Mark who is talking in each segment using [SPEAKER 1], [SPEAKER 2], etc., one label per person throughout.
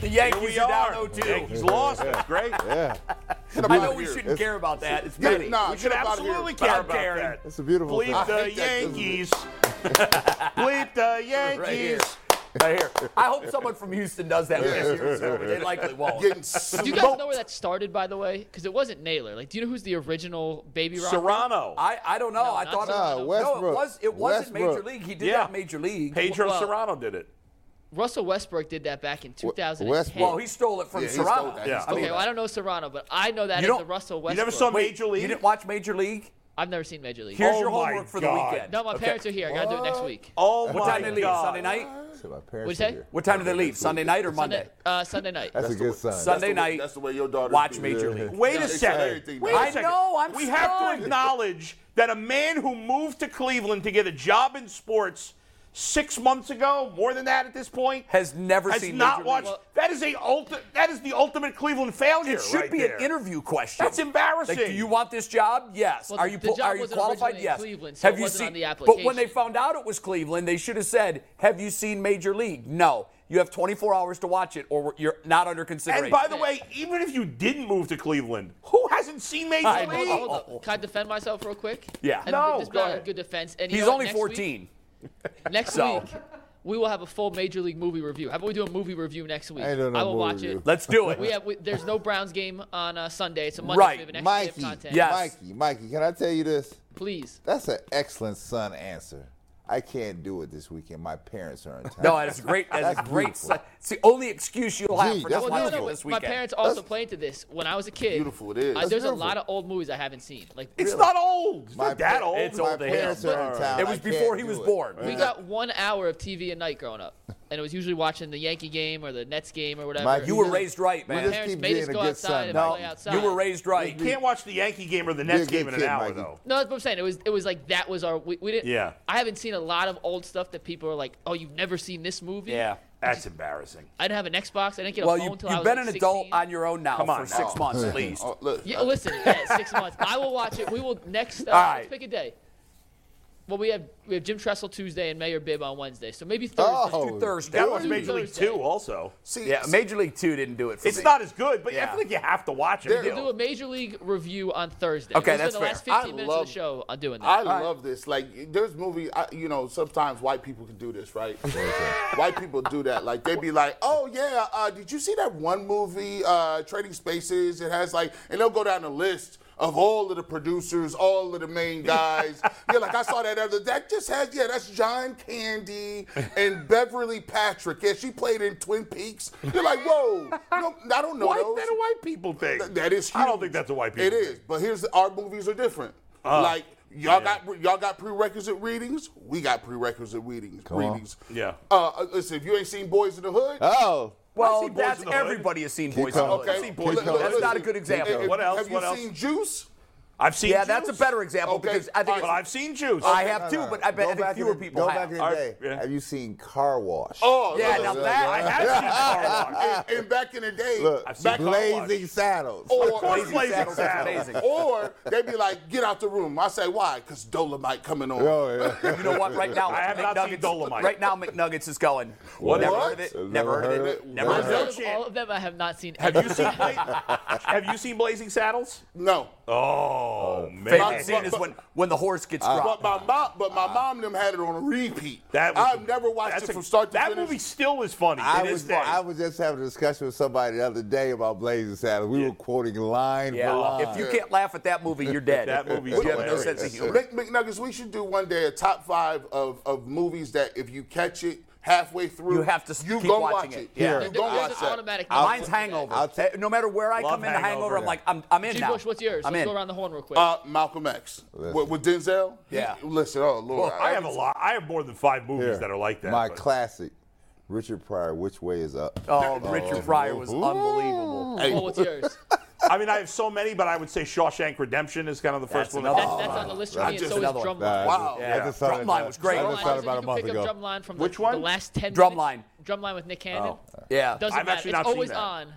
[SPEAKER 1] The Yankees are down 0-2.
[SPEAKER 2] Yankees lost. That's great.
[SPEAKER 3] Yeah.
[SPEAKER 1] I know we shouldn't care about that. It's
[SPEAKER 3] Yeah,
[SPEAKER 1] petty.
[SPEAKER 3] nah,
[SPEAKER 1] we
[SPEAKER 3] get
[SPEAKER 1] should
[SPEAKER 3] up outta here.
[SPEAKER 1] absolutely
[SPEAKER 2] Sorry
[SPEAKER 1] care
[SPEAKER 2] about
[SPEAKER 1] Karen.
[SPEAKER 2] that.
[SPEAKER 3] It's a beautiful thing.
[SPEAKER 2] Bleep
[SPEAKER 3] I
[SPEAKER 2] the
[SPEAKER 3] hate that this is-
[SPEAKER 2] Yankees. Bleep the
[SPEAKER 1] Right here.
[SPEAKER 2] Yankees. Right here.
[SPEAKER 1] I hope someone from Houston does that this year. so They likely won't.
[SPEAKER 3] Getting
[SPEAKER 4] Do you
[SPEAKER 3] smoked.
[SPEAKER 4] guys know where that started, by the way? Because it wasn't Naylor. Like, do you know who's the original Baby Rock?
[SPEAKER 2] Serrano.
[SPEAKER 1] I, I don't know. I
[SPEAKER 4] not
[SPEAKER 1] thought
[SPEAKER 4] Nah,
[SPEAKER 1] it, no,
[SPEAKER 3] Westbrook.
[SPEAKER 1] it was it wasn't
[SPEAKER 3] Westbrook.
[SPEAKER 1] major league. He did
[SPEAKER 2] Yeah.
[SPEAKER 1] that major league.
[SPEAKER 2] Pedro
[SPEAKER 4] Well-
[SPEAKER 2] Serrano did it.
[SPEAKER 4] Russell Westbrook did that back in 2010.
[SPEAKER 3] Westbrook.
[SPEAKER 1] well, he stole it from
[SPEAKER 3] Yeah, he stole
[SPEAKER 1] Serrano.
[SPEAKER 3] that. He
[SPEAKER 2] Yeah.
[SPEAKER 3] stole
[SPEAKER 4] okay,
[SPEAKER 3] that.
[SPEAKER 4] well, I don't know Serrano, but I know that
[SPEAKER 1] You
[SPEAKER 4] is
[SPEAKER 1] don't-
[SPEAKER 4] the Russell
[SPEAKER 2] You
[SPEAKER 4] Westbrook.
[SPEAKER 2] never saw Major
[SPEAKER 1] You
[SPEAKER 2] League?
[SPEAKER 1] didn't watch major league?
[SPEAKER 4] I've never seen Major League.
[SPEAKER 1] Here's
[SPEAKER 2] Oh
[SPEAKER 1] your
[SPEAKER 2] my
[SPEAKER 1] homework for the
[SPEAKER 2] God.
[SPEAKER 1] weekend.
[SPEAKER 4] No, my
[SPEAKER 1] Okay.
[SPEAKER 4] parents are here. I gotta do it next week.
[SPEAKER 2] Oh
[SPEAKER 1] What
[SPEAKER 2] my
[SPEAKER 1] time do they leave?
[SPEAKER 2] God.
[SPEAKER 1] Sunday night?
[SPEAKER 3] So my parents
[SPEAKER 4] What'd you
[SPEAKER 3] are
[SPEAKER 4] say?
[SPEAKER 3] here.
[SPEAKER 1] What time do they leave? Sunday night or Monday?
[SPEAKER 4] Sunday, uh, Sunday night.
[SPEAKER 3] That's, a good sign.
[SPEAKER 1] Sunday night.
[SPEAKER 5] That's the way your daughter
[SPEAKER 1] Watch
[SPEAKER 5] be.
[SPEAKER 1] Major
[SPEAKER 3] Yeah.
[SPEAKER 1] League.
[SPEAKER 2] Wait
[SPEAKER 5] Yeah,
[SPEAKER 2] a
[SPEAKER 5] they
[SPEAKER 2] second.
[SPEAKER 5] said everything
[SPEAKER 2] Wait
[SPEAKER 5] now.
[SPEAKER 2] a
[SPEAKER 1] I
[SPEAKER 2] second.
[SPEAKER 1] know, I'm
[SPEAKER 2] We have
[SPEAKER 1] stunned.
[SPEAKER 2] to acknowledge that a man who moved to Cleveland to get a job in sports six months ago, more than that at this point,
[SPEAKER 1] Has never
[SPEAKER 2] has
[SPEAKER 1] seen
[SPEAKER 2] not
[SPEAKER 1] Major
[SPEAKER 2] watched.
[SPEAKER 1] League.
[SPEAKER 2] that is a ulti- That is the ultimate Cleveland failure.
[SPEAKER 1] It should
[SPEAKER 2] right
[SPEAKER 1] be
[SPEAKER 2] there.
[SPEAKER 1] an interview question.
[SPEAKER 2] That's embarrassing.
[SPEAKER 1] Like, do you want this job? Yes.
[SPEAKER 4] Well,
[SPEAKER 1] are you
[SPEAKER 4] the
[SPEAKER 1] po-
[SPEAKER 4] job
[SPEAKER 1] are you
[SPEAKER 4] wasn't
[SPEAKER 1] qualified?
[SPEAKER 4] originally in
[SPEAKER 1] Yes.
[SPEAKER 4] Cleveland, so it wasn't on the
[SPEAKER 1] But when they
[SPEAKER 4] application.
[SPEAKER 1] found out it was Cleveland, they should have said, "Have you seen Major League?" No. You have 24 hours to watch it, or you're not under consideration.
[SPEAKER 2] And by the way, even if you didn't move to Cleveland, who hasn't seen Major
[SPEAKER 1] I
[SPEAKER 4] Hold-
[SPEAKER 2] League?
[SPEAKER 4] hold up. Can I defend myself real quick?
[SPEAKER 1] Yeah.
[SPEAKER 4] And
[SPEAKER 2] No,
[SPEAKER 4] this
[SPEAKER 2] go
[SPEAKER 4] is a
[SPEAKER 2] ahead.
[SPEAKER 4] good defense. And you
[SPEAKER 1] he's
[SPEAKER 4] know what?
[SPEAKER 1] only
[SPEAKER 4] Next week-
[SPEAKER 1] 14.
[SPEAKER 4] next
[SPEAKER 1] so.
[SPEAKER 4] week, we will have a full Major League movie review. How about we do a movie review next week?
[SPEAKER 3] I don't know
[SPEAKER 4] will
[SPEAKER 3] movie
[SPEAKER 4] watch
[SPEAKER 3] review.
[SPEAKER 4] it.
[SPEAKER 1] Let's do it.
[SPEAKER 4] we have, we, there's no Browns game on uh, Sunday. It's a Monday.
[SPEAKER 1] Right.
[SPEAKER 4] So we have an extra day of
[SPEAKER 3] Mikey,
[SPEAKER 4] content.
[SPEAKER 1] Yeah. Yes.
[SPEAKER 3] Mikey, Mikey, can I tell you this?
[SPEAKER 4] Please.
[SPEAKER 3] That's an excellent son answer. I can't do it this weekend. My parents are in town.
[SPEAKER 1] no, that's great. That's,
[SPEAKER 3] That's
[SPEAKER 1] a great.
[SPEAKER 3] beautiful.
[SPEAKER 1] se- It's the only excuse you'll have
[SPEAKER 3] Gee,
[SPEAKER 1] for not
[SPEAKER 3] that's
[SPEAKER 4] Well,
[SPEAKER 1] watching
[SPEAKER 3] wonderful.
[SPEAKER 4] no, no,
[SPEAKER 1] it
[SPEAKER 4] but
[SPEAKER 1] this
[SPEAKER 4] my
[SPEAKER 1] weekend.
[SPEAKER 4] parents also played to this when I was a kid.
[SPEAKER 5] Beautiful it is.
[SPEAKER 4] Uh,
[SPEAKER 5] That's
[SPEAKER 4] there's
[SPEAKER 3] beautiful.
[SPEAKER 4] a lot of old movies I haven't seen. Like
[SPEAKER 2] It's
[SPEAKER 4] really.
[SPEAKER 2] not old. It's
[SPEAKER 3] my
[SPEAKER 2] not that
[SPEAKER 3] pa-
[SPEAKER 2] old.
[SPEAKER 1] It's
[SPEAKER 3] my
[SPEAKER 1] old to him.
[SPEAKER 3] parents are in
[SPEAKER 4] But-
[SPEAKER 3] town.
[SPEAKER 1] it
[SPEAKER 3] I
[SPEAKER 1] was
[SPEAKER 3] can't
[SPEAKER 1] before he
[SPEAKER 3] do
[SPEAKER 1] was
[SPEAKER 3] it.
[SPEAKER 1] born.
[SPEAKER 4] We got one hour of TV a night growing up, and it was usually watching the Yankee game or the Nets game or whatever.
[SPEAKER 3] Mike,
[SPEAKER 1] You were raised right,
[SPEAKER 3] We
[SPEAKER 1] man.
[SPEAKER 3] just
[SPEAKER 4] parents
[SPEAKER 3] keep
[SPEAKER 4] made
[SPEAKER 3] being
[SPEAKER 4] us
[SPEAKER 3] a
[SPEAKER 4] go
[SPEAKER 3] good
[SPEAKER 4] outside
[SPEAKER 3] son,
[SPEAKER 4] and
[SPEAKER 3] Mikey.
[SPEAKER 4] play outside.
[SPEAKER 1] you were raised right.
[SPEAKER 2] You can't watch the Yankee game or the
[SPEAKER 3] You're
[SPEAKER 2] Nets
[SPEAKER 3] a good
[SPEAKER 2] game in an
[SPEAKER 3] kid,
[SPEAKER 2] hour,
[SPEAKER 3] Mikey.
[SPEAKER 2] though.
[SPEAKER 4] No, that's what I'm saying. It was it was like that was our we, we didn't.
[SPEAKER 2] Yeah.
[SPEAKER 4] I haven't seen a lot of old stuff that people are like, oh, you've never seen this movie.
[SPEAKER 1] Yeah.
[SPEAKER 2] That's embarrassing.
[SPEAKER 4] I didn't have an Xbox. I didn't get a
[SPEAKER 1] Well,
[SPEAKER 4] phone
[SPEAKER 1] you,
[SPEAKER 4] until I
[SPEAKER 1] you've
[SPEAKER 4] was
[SPEAKER 1] been
[SPEAKER 4] like
[SPEAKER 1] an adult
[SPEAKER 4] 16.
[SPEAKER 1] on your own now
[SPEAKER 2] Come on
[SPEAKER 1] for six
[SPEAKER 2] now.
[SPEAKER 1] months at least.
[SPEAKER 5] Oh, look,
[SPEAKER 4] Yeah,
[SPEAKER 5] I-
[SPEAKER 4] listen, yeah, six months. I will watch it. We will next. Uh,
[SPEAKER 1] All right.
[SPEAKER 4] Let's pick a day. Well, we have we have Jim Tressel Tuesday and Mayor Bibb on Wednesday, so maybe Thursday.
[SPEAKER 3] Oh,
[SPEAKER 1] Thursday.
[SPEAKER 2] That was Major
[SPEAKER 4] Thursday.
[SPEAKER 2] League Two, also.
[SPEAKER 5] see,
[SPEAKER 1] Yeah, Major League Two didn't do it for
[SPEAKER 2] It's
[SPEAKER 1] me.
[SPEAKER 2] not as good, but I
[SPEAKER 1] Yeah.
[SPEAKER 2] feel like you have to watch it.
[SPEAKER 5] There-
[SPEAKER 4] We'll do a major league review on Thursday.
[SPEAKER 1] Okay,
[SPEAKER 4] we'll
[SPEAKER 1] that's
[SPEAKER 4] spend the last
[SPEAKER 1] fair.
[SPEAKER 4] 15
[SPEAKER 5] I
[SPEAKER 4] minutes of
[SPEAKER 5] love-
[SPEAKER 4] the show on doing that.
[SPEAKER 5] I love this. Like, there's movie, I, you know, sometimes white people can do this, right? white people do that. Like, they be like, oh, yeah, uh, did you see that one movie, uh, Trading Spaces? It has, like, and they'll go down the list of all of the producers, all of the main guys. yeah, like, I saw that other, that just has, yeah, that's John Candy and Beverly Patrick. Yeah, she played in Twin Peaks. You're like, whoa, no, I don't know
[SPEAKER 2] Why
[SPEAKER 5] those.
[SPEAKER 2] is that a white people thing?
[SPEAKER 5] Th- that is huge.
[SPEAKER 2] I don't think that's a white people
[SPEAKER 5] It
[SPEAKER 2] thing. Uh.
[SPEAKER 5] is, but here's our movies are different. like y'all got y'all got prerequisite readings. We got prerequisite readings. readings.
[SPEAKER 2] Yeah.
[SPEAKER 5] Uh, uh, listen, if you ain't seen Boys in the Hood,
[SPEAKER 3] Oh,
[SPEAKER 2] I
[SPEAKER 1] Well,
[SPEAKER 2] see Boys
[SPEAKER 1] that's
[SPEAKER 2] in the Hood.
[SPEAKER 1] everybody has seen Boys in the
[SPEAKER 3] going.
[SPEAKER 1] Hood.
[SPEAKER 5] okay.
[SPEAKER 1] I've seen Boys in the Hood.
[SPEAKER 5] Look,
[SPEAKER 1] That's
[SPEAKER 5] listen,
[SPEAKER 1] not a good example.
[SPEAKER 5] if-
[SPEAKER 2] What else?
[SPEAKER 5] Have
[SPEAKER 2] What
[SPEAKER 5] you
[SPEAKER 2] else?
[SPEAKER 5] seen Juice?
[SPEAKER 2] I've seen.
[SPEAKER 1] Yeah,
[SPEAKER 2] Juice,
[SPEAKER 1] that's a better example
[SPEAKER 5] Okay,
[SPEAKER 1] because I think
[SPEAKER 2] But
[SPEAKER 1] it's-
[SPEAKER 2] I've seen Juice.
[SPEAKER 1] I have too,
[SPEAKER 3] no,
[SPEAKER 1] but I
[SPEAKER 3] Uh, go
[SPEAKER 1] bet
[SPEAKER 3] back
[SPEAKER 1] that
[SPEAKER 3] in
[SPEAKER 1] fewer
[SPEAKER 3] the-
[SPEAKER 1] people
[SPEAKER 3] Go back in
[SPEAKER 1] have.
[SPEAKER 3] the
[SPEAKER 2] Are-
[SPEAKER 3] day.
[SPEAKER 2] yeah.
[SPEAKER 3] Have you seen Car Wash?
[SPEAKER 5] Oh,
[SPEAKER 1] Yeah,
[SPEAKER 5] look,
[SPEAKER 1] now
[SPEAKER 5] look,
[SPEAKER 1] that
[SPEAKER 2] I have seen Car Wash.
[SPEAKER 5] and, and back in the day,
[SPEAKER 3] Look,
[SPEAKER 2] I've seen
[SPEAKER 5] back
[SPEAKER 2] Car Wash.
[SPEAKER 3] blazing saddles.
[SPEAKER 5] Or-
[SPEAKER 2] Of course,
[SPEAKER 5] Blazing
[SPEAKER 2] Blazing
[SPEAKER 1] Saddles, that's
[SPEAKER 2] Saddles.
[SPEAKER 1] amazing.
[SPEAKER 5] or they'd be like, "Get out the room." I say, "Why?" Because Dolomite coming on.
[SPEAKER 3] Oh, yeah.
[SPEAKER 1] You know what? Right now,
[SPEAKER 2] I have not seen
[SPEAKER 1] McNuggets-
[SPEAKER 2] Dolomite.
[SPEAKER 1] Right now, McNuggets is going.
[SPEAKER 2] What?
[SPEAKER 1] Never
[SPEAKER 2] What?
[SPEAKER 1] heard of it.
[SPEAKER 3] I've
[SPEAKER 1] Never heard of it. Never
[SPEAKER 3] Never
[SPEAKER 1] heard of
[SPEAKER 2] heard
[SPEAKER 1] it.
[SPEAKER 2] of
[SPEAKER 4] Of all of them I have not seen.
[SPEAKER 2] Have
[SPEAKER 4] any.
[SPEAKER 2] you seen? Bla- have you seen Blazing Saddles?
[SPEAKER 5] No.
[SPEAKER 2] Oh, Oh,
[SPEAKER 1] Favorite
[SPEAKER 2] man.
[SPEAKER 1] scene is when when the horse gets
[SPEAKER 5] But
[SPEAKER 1] dropped.
[SPEAKER 5] my mom, but my mom them had it on repeat.
[SPEAKER 2] uh, That was
[SPEAKER 5] I've
[SPEAKER 2] the-
[SPEAKER 5] never watched
[SPEAKER 2] that's
[SPEAKER 5] it
[SPEAKER 2] a-
[SPEAKER 5] from start to
[SPEAKER 2] That
[SPEAKER 5] finish.
[SPEAKER 2] movie still is funny.
[SPEAKER 3] I
[SPEAKER 2] It is
[SPEAKER 3] was,
[SPEAKER 2] funny.
[SPEAKER 3] I was just having a discussion with somebody the other day about Blazing Saddles. We were quoting line
[SPEAKER 1] Yeah.
[SPEAKER 3] for line.
[SPEAKER 1] If you can't laugh at that movie, you're dead.
[SPEAKER 2] That movie's
[SPEAKER 1] you have no
[SPEAKER 2] hilarious.
[SPEAKER 1] sense of humor.
[SPEAKER 5] Mc, McNuggets, we should do one day a top five of, of movies that if you catch it halfway through,
[SPEAKER 1] You have to
[SPEAKER 5] you
[SPEAKER 1] keep
[SPEAKER 5] go
[SPEAKER 1] watching
[SPEAKER 5] watch
[SPEAKER 1] it.
[SPEAKER 5] it.
[SPEAKER 1] Yeah.
[SPEAKER 5] You
[SPEAKER 4] There-
[SPEAKER 5] go
[SPEAKER 4] there's
[SPEAKER 5] watch
[SPEAKER 4] an
[SPEAKER 5] that.
[SPEAKER 4] automatic.
[SPEAKER 1] Mine's
[SPEAKER 4] for that.
[SPEAKER 1] Hangover.
[SPEAKER 3] I'll take-
[SPEAKER 1] no matter where I
[SPEAKER 2] Love
[SPEAKER 1] come into Hangover,
[SPEAKER 2] Hangover.
[SPEAKER 1] I'm like, I'm, I'm in
[SPEAKER 4] G.
[SPEAKER 1] now.
[SPEAKER 4] Bush, what's yours?
[SPEAKER 1] I'm
[SPEAKER 4] Let's
[SPEAKER 1] in.
[SPEAKER 4] go around the horn real quick.
[SPEAKER 5] Uh, Malcolm X with, with Denzel.
[SPEAKER 1] Yeah.
[SPEAKER 5] He- listen, oh lord,
[SPEAKER 2] I have a lot. I have more than five movies
[SPEAKER 3] Here.
[SPEAKER 2] that are like that.
[SPEAKER 3] My
[SPEAKER 2] but-
[SPEAKER 3] classic, Richard Pryor, Which Way Is Up?
[SPEAKER 1] Oh, Richard Pryor was unbelievable.
[SPEAKER 5] Hey,
[SPEAKER 4] Well, what's yours? That's,
[SPEAKER 2] I mean, I have so many, but I would say Shawshank Redemption is kind of the
[SPEAKER 1] That's
[SPEAKER 2] first one.
[SPEAKER 1] another
[SPEAKER 2] that-
[SPEAKER 4] that's on the list for me, and
[SPEAKER 5] just
[SPEAKER 4] so is
[SPEAKER 1] another one.
[SPEAKER 4] Drumline.
[SPEAKER 5] Wow.
[SPEAKER 3] I just saw
[SPEAKER 1] Drumline
[SPEAKER 3] that-
[SPEAKER 1] was great.
[SPEAKER 3] I
[SPEAKER 4] Drumline,
[SPEAKER 3] just saw it
[SPEAKER 4] you
[SPEAKER 3] about a
[SPEAKER 4] can
[SPEAKER 3] month
[SPEAKER 4] pick up
[SPEAKER 3] ago.
[SPEAKER 4] Drumline from
[SPEAKER 2] Which
[SPEAKER 4] the,
[SPEAKER 2] one?
[SPEAKER 4] the last 10
[SPEAKER 1] Drumline.
[SPEAKER 4] minutes. Drumline with Nick Cannon.
[SPEAKER 1] Yeah.
[SPEAKER 4] Doesn't
[SPEAKER 2] I've
[SPEAKER 4] matter.
[SPEAKER 2] actually
[SPEAKER 4] it's
[SPEAKER 2] not seen
[SPEAKER 4] always
[SPEAKER 2] that.
[SPEAKER 4] on.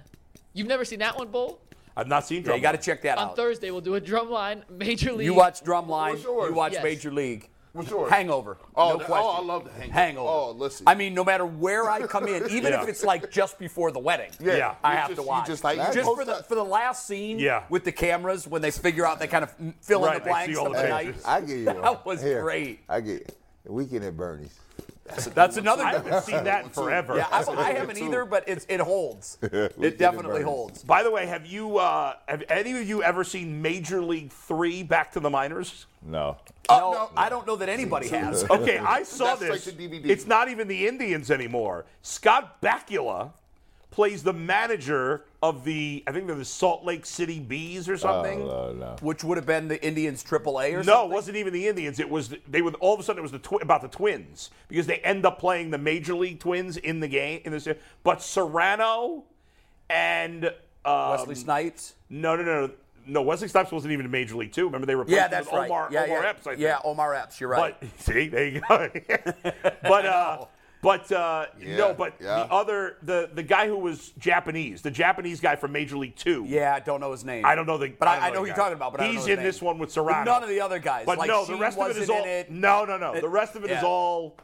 [SPEAKER 4] You've never seen that one, Bull?
[SPEAKER 2] I've not seen.
[SPEAKER 1] yeah, you
[SPEAKER 2] Drumline.
[SPEAKER 1] got to check that
[SPEAKER 4] On
[SPEAKER 1] out.
[SPEAKER 4] Thursday, we'll do a Drumline Major League.
[SPEAKER 1] You watch Drumline,
[SPEAKER 5] What's yours?
[SPEAKER 1] you watch
[SPEAKER 4] Yes.
[SPEAKER 1] Major League.
[SPEAKER 5] What's yours?
[SPEAKER 1] Hangover.
[SPEAKER 5] Oh,
[SPEAKER 1] no
[SPEAKER 5] that-
[SPEAKER 1] question.
[SPEAKER 5] oh, I love the Hangover.
[SPEAKER 1] Hangover.
[SPEAKER 5] Oh, listen.
[SPEAKER 1] I mean, no matter where I come in, even
[SPEAKER 2] Yeah.
[SPEAKER 1] if it's like just before the wedding,
[SPEAKER 2] Yeah.
[SPEAKER 1] I
[SPEAKER 5] You
[SPEAKER 1] have
[SPEAKER 5] just-
[SPEAKER 1] to
[SPEAKER 5] you
[SPEAKER 1] watch.
[SPEAKER 5] just like-
[SPEAKER 1] just
[SPEAKER 5] That's-
[SPEAKER 1] for the for the last scene
[SPEAKER 2] Yeah.
[SPEAKER 1] with the cameras when they figure out they kind of fill in
[SPEAKER 2] Right, I
[SPEAKER 1] the
[SPEAKER 2] see
[SPEAKER 1] blanks
[SPEAKER 2] all
[SPEAKER 1] of
[SPEAKER 2] the
[SPEAKER 1] the night.
[SPEAKER 2] pictures.
[SPEAKER 3] I get you. one.
[SPEAKER 1] That was great.
[SPEAKER 3] I get Weekend at Bernie's.
[SPEAKER 1] That's another.
[SPEAKER 2] I haven't seen that in forever.
[SPEAKER 1] Yeah, I, I haven't either, but it's it holds. It definitely
[SPEAKER 3] Burns.
[SPEAKER 1] holds.
[SPEAKER 2] By the way, have you? Uh, have any of you ever seen Major League Three: Back to the Minors?
[SPEAKER 3] No.
[SPEAKER 1] no,
[SPEAKER 2] Uh,
[SPEAKER 5] no.
[SPEAKER 1] I don't know that anybody has.
[SPEAKER 2] Okay, I saw
[SPEAKER 5] That's
[SPEAKER 2] this.
[SPEAKER 5] straight to DVD.
[SPEAKER 2] It's not even the Indians anymore. Scott Bakula plays the manager of the. I think they're the Salt Lake City Bees or something.
[SPEAKER 3] Oh, no.
[SPEAKER 1] Which would have been the Indians AAA or
[SPEAKER 2] No, it
[SPEAKER 1] something.
[SPEAKER 2] wasn't even the Indians. It was they were all of a sudden it was the twi- about the Twins because they end up playing the Major League Twins in the game in this. But Serrano and um,
[SPEAKER 1] Wesley Snipes.
[SPEAKER 2] No, no, no, no. no. Wesley Snipes wasn't even in Major League Two. Remember they replaced
[SPEAKER 1] Yeah,
[SPEAKER 2] him
[SPEAKER 1] that's
[SPEAKER 2] with
[SPEAKER 1] right.
[SPEAKER 2] Omar,
[SPEAKER 1] yeah,
[SPEAKER 2] Omar
[SPEAKER 1] yeah.
[SPEAKER 2] Epps. I think.
[SPEAKER 1] Yeah, Omar Epps. You're right.
[SPEAKER 2] But see, there you go. but uh, but uh, no, but
[SPEAKER 5] yeah.
[SPEAKER 2] the other the the guy who was Japanese, the Japanese guy from Major League Two.
[SPEAKER 1] yeah, I don't know his name.
[SPEAKER 2] I don't know the.
[SPEAKER 1] But I,
[SPEAKER 2] don't
[SPEAKER 1] I know
[SPEAKER 2] the
[SPEAKER 1] who you're
[SPEAKER 2] guy.
[SPEAKER 1] talking about. But I don't
[SPEAKER 2] he's
[SPEAKER 1] know his
[SPEAKER 2] in this
[SPEAKER 1] name.
[SPEAKER 2] one with
[SPEAKER 1] But
[SPEAKER 2] Serrano.
[SPEAKER 1] None of the other guys.
[SPEAKER 2] But
[SPEAKER 1] like,
[SPEAKER 2] no, the
[SPEAKER 1] Sheen
[SPEAKER 2] rest of it
[SPEAKER 1] wasn't
[SPEAKER 2] is all.
[SPEAKER 1] in it.
[SPEAKER 2] No, no, no. The rest of it is
[SPEAKER 1] yeah.
[SPEAKER 2] all.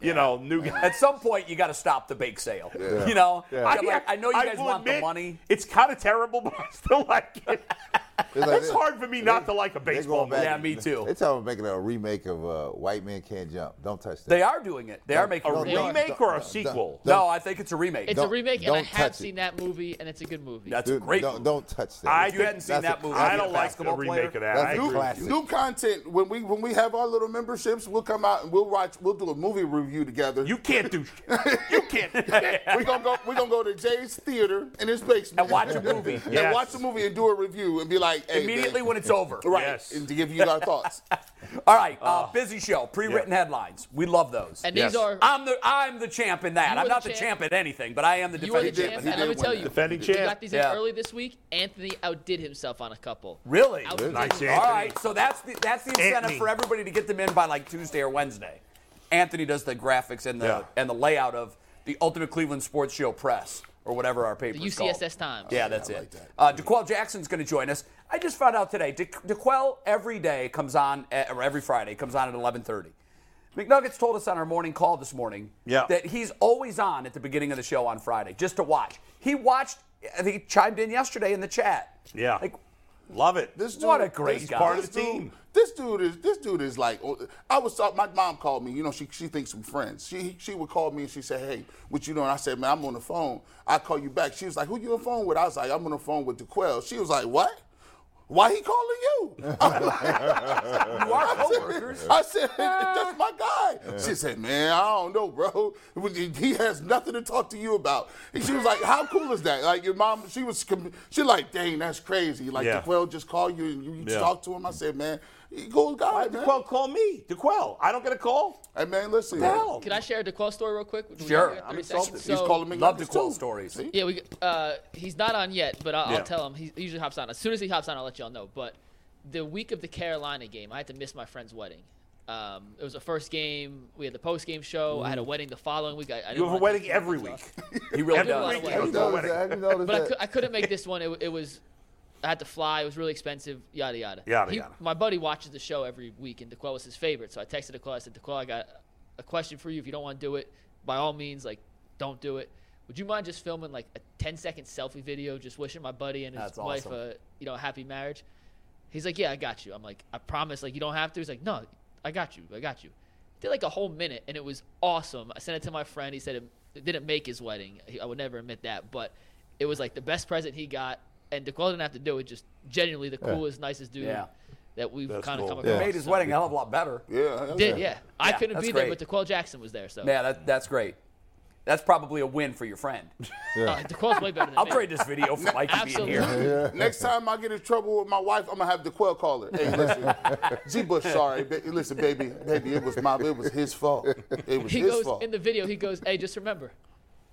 [SPEAKER 2] You know, new guys.
[SPEAKER 1] At some point, you got to stop the bake sale. You know, I, like, I know you
[SPEAKER 2] I
[SPEAKER 1] guys
[SPEAKER 2] will
[SPEAKER 1] want the
[SPEAKER 2] admit,
[SPEAKER 1] money.
[SPEAKER 2] It's kind of terrible, but I still like it.
[SPEAKER 3] It's,
[SPEAKER 2] It's hard for me not to like a
[SPEAKER 3] they're going
[SPEAKER 2] baseball
[SPEAKER 3] back-
[SPEAKER 2] movie.
[SPEAKER 1] Yeah, me too.
[SPEAKER 3] They tell me making a remake of uh, White Men Can't Jump. Don't touch that.
[SPEAKER 1] They are doing it. They are making
[SPEAKER 2] A
[SPEAKER 1] it.
[SPEAKER 3] Don't-
[SPEAKER 2] remake
[SPEAKER 3] don't-
[SPEAKER 2] or a
[SPEAKER 3] don't-
[SPEAKER 2] sequel?
[SPEAKER 1] No,
[SPEAKER 3] don't-
[SPEAKER 1] I think it's a remake.
[SPEAKER 4] It's a
[SPEAKER 3] Don't-
[SPEAKER 4] remake, and I
[SPEAKER 3] don't
[SPEAKER 4] have
[SPEAKER 3] touch it.
[SPEAKER 4] seen that movie, and it's a good movie.
[SPEAKER 1] That's
[SPEAKER 3] Dude,
[SPEAKER 1] great.
[SPEAKER 3] Don't, don't touch that.
[SPEAKER 2] I
[SPEAKER 1] if you hadn't seen
[SPEAKER 3] That's
[SPEAKER 1] that
[SPEAKER 3] a-
[SPEAKER 1] movie,
[SPEAKER 2] I
[SPEAKER 1] you'd
[SPEAKER 2] don't
[SPEAKER 1] be a
[SPEAKER 2] like the
[SPEAKER 1] basketball
[SPEAKER 2] remake
[SPEAKER 1] player.
[SPEAKER 2] of that.
[SPEAKER 3] That's
[SPEAKER 2] I
[SPEAKER 3] a
[SPEAKER 2] agree.
[SPEAKER 3] classic.
[SPEAKER 5] New content when we when we have our little memberships, we'll come out and we'll watch. We'll do a movie review together.
[SPEAKER 2] You can't do shit. You can't. do shit.
[SPEAKER 5] we're gonna go. We're gonna go to Jay's theater in his basement
[SPEAKER 1] And watch a movie.
[SPEAKER 5] and
[SPEAKER 2] Yes.
[SPEAKER 5] watch a movie and do a review and be like, hey,
[SPEAKER 1] Immediately
[SPEAKER 5] man.
[SPEAKER 1] when it's over.
[SPEAKER 5] right,
[SPEAKER 2] Yes.
[SPEAKER 5] and to give you our thoughts.
[SPEAKER 1] All right, uh, busy show. Pre-written headlines. We love those.
[SPEAKER 4] And these
[SPEAKER 2] Yes.
[SPEAKER 4] are
[SPEAKER 1] I'm the I'm the champ in that.
[SPEAKER 4] You
[SPEAKER 1] I'm
[SPEAKER 4] were
[SPEAKER 1] not
[SPEAKER 4] the
[SPEAKER 1] the
[SPEAKER 4] champ.
[SPEAKER 1] champ. at anything, but I am the
[SPEAKER 4] you are the
[SPEAKER 1] defending
[SPEAKER 5] did-
[SPEAKER 4] champ,
[SPEAKER 5] he
[SPEAKER 4] and let
[SPEAKER 5] did
[SPEAKER 4] me tell
[SPEAKER 5] win
[SPEAKER 4] you,
[SPEAKER 5] that.
[SPEAKER 2] Defending
[SPEAKER 4] we
[SPEAKER 2] champ.
[SPEAKER 4] got these
[SPEAKER 1] Yeah.
[SPEAKER 4] in early this week. Anthony outdid himself on a couple.
[SPEAKER 1] Really?
[SPEAKER 4] Outdid
[SPEAKER 2] Nice
[SPEAKER 4] himself.
[SPEAKER 1] All
[SPEAKER 2] Anthony.
[SPEAKER 1] right, so that's the that's the incentive
[SPEAKER 2] Anthony.
[SPEAKER 1] for everybody to get them in by like Tuesday or Wednesday. Anthony does the graphics and the
[SPEAKER 2] Yeah.
[SPEAKER 1] and the layout of the Ultimate Cleveland Sports Show Press or whatever our paper.
[SPEAKER 4] The UCSS Times.
[SPEAKER 1] Yeah, that's it. Uh, DeQuell Jackson's going to join us. I just found out today. De- DeQuell every day comes on at, or every Friday comes on at 11:30. McNuggets told us on our morning call this morning
[SPEAKER 2] Yeah.
[SPEAKER 1] that he's always on at the beginning of the show on Friday just to watch. He watched. I think he chimed in yesterday in the chat.
[SPEAKER 2] Yeah.
[SPEAKER 1] Like
[SPEAKER 2] Love it.
[SPEAKER 5] This
[SPEAKER 1] What a great
[SPEAKER 5] this-
[SPEAKER 1] guy. Part
[SPEAKER 2] of the
[SPEAKER 5] this
[SPEAKER 2] team.
[SPEAKER 5] Dude, this dude is this dude is like oh, I was talk- my mom called me, you know, she she thinks I'm friends. She she would call me and she said, Hey, what you doing? I said, Man, I'm on the phone. I call you back. She was like, Who you on the phone with? I was like, I'm on the phone with DeQuell. She was like, What? Why he calling you? I'm like,
[SPEAKER 1] you are
[SPEAKER 5] I said-
[SPEAKER 1] coworkers.
[SPEAKER 5] I said, that's my guy. She said, man, I don't know, bro. He has nothing to talk to you about. And she was like, how cool is that? Like your mom, she was, com- she like, dang, that's crazy. Like
[SPEAKER 2] Yeah.
[SPEAKER 5] DeQuell just called you and you, you
[SPEAKER 2] Yeah.
[SPEAKER 5] talk to him. I said, man, he cool guy,
[SPEAKER 2] Why,
[SPEAKER 5] man.
[SPEAKER 2] DeQuell, call me. DeQuell. I don't get a call.
[SPEAKER 5] Hey man, listen.
[SPEAKER 2] the hell?
[SPEAKER 4] Can I share a DeQuell story real quick? We
[SPEAKER 1] Sure,
[SPEAKER 4] got 30
[SPEAKER 1] I'm
[SPEAKER 4] seconds.
[SPEAKER 1] insulted.
[SPEAKER 5] He's
[SPEAKER 4] So-
[SPEAKER 5] calling me.
[SPEAKER 1] Love
[SPEAKER 5] nuggets,
[SPEAKER 1] DeQuell
[SPEAKER 5] too.
[SPEAKER 1] stories.
[SPEAKER 5] See?
[SPEAKER 4] Yeah, we uh, he's not on yet, but I'll,
[SPEAKER 2] Yeah.
[SPEAKER 4] I'll tell him. He usually hops on. As soon as he hops on, I'll let y'all know. But the week of the Carolina game, I had to miss my friend's wedding. Um, it was the first game. We had the post game show. I had a wedding the following week. I, I didn't
[SPEAKER 2] You have a
[SPEAKER 4] wanna
[SPEAKER 2] wedding
[SPEAKER 4] do too much
[SPEAKER 2] every
[SPEAKER 4] stuff.
[SPEAKER 2] week.
[SPEAKER 1] He really
[SPEAKER 4] Every
[SPEAKER 1] does.
[SPEAKER 2] Every week.
[SPEAKER 4] week. Yeah.
[SPEAKER 3] Have you
[SPEAKER 2] Every
[SPEAKER 3] noticed
[SPEAKER 2] wedding.
[SPEAKER 3] that? Have you noticed
[SPEAKER 4] But I,
[SPEAKER 3] that?
[SPEAKER 4] cou- I couldn't make this one. It, w- it was, I had to fly. It was really expensive. Yada yada.
[SPEAKER 2] Yada,
[SPEAKER 4] He-
[SPEAKER 2] yada.
[SPEAKER 4] My buddy watches the show every week, and DeQuell was his favorite. So I texted DeQuell. I said, DeQuell, I got a question for you. If you don't want to do it, by all means, like, don't do it. Would you mind just filming like a 10 second selfie video, just wishing my buddy and his
[SPEAKER 1] That's
[SPEAKER 4] wife
[SPEAKER 1] awesome.
[SPEAKER 4] a you know happy marriage? He's like, yeah, I got you. I'm like, I promise. Like, you don't have to. He's like, no, I got you. I got you. Did like a whole minute, and it was awesome. I sent it to my friend. He said it, it didn't make his wedding. He, I would never admit that, but it was like the best present he got. And DeQuell didn't have to do it. Just genuinely the coolest, nicest dude
[SPEAKER 1] Yeah.
[SPEAKER 4] that we've
[SPEAKER 2] That's
[SPEAKER 4] kind of
[SPEAKER 2] cool.
[SPEAKER 4] come
[SPEAKER 2] Yeah.
[SPEAKER 4] across.
[SPEAKER 1] Made his
[SPEAKER 4] So-
[SPEAKER 1] wedding a hell of a lot better.
[SPEAKER 5] Yeah, hell
[SPEAKER 4] Did
[SPEAKER 5] yeah.
[SPEAKER 4] yeah. I
[SPEAKER 1] Yeah,
[SPEAKER 4] couldn't
[SPEAKER 1] that's
[SPEAKER 4] be there,
[SPEAKER 1] great.
[SPEAKER 4] but DeQuell Jackson was there. So
[SPEAKER 1] Yeah, that, that's great. That's probably a win for your friend.
[SPEAKER 4] uh, DeQuell's way better than
[SPEAKER 1] I'll
[SPEAKER 4] me.
[SPEAKER 1] trade this video for Mike being here.
[SPEAKER 4] Absolutely.
[SPEAKER 5] Next time I get in trouble with my wife, I'm gonna have DeQuell call her. Hey, listen, G. Bush, sorry, ba- listen, baby, baby, it was my, it was his fault. It was
[SPEAKER 4] He
[SPEAKER 5] his
[SPEAKER 4] goes
[SPEAKER 5] fault.
[SPEAKER 4] in the video. He goes, "Hey, just remember,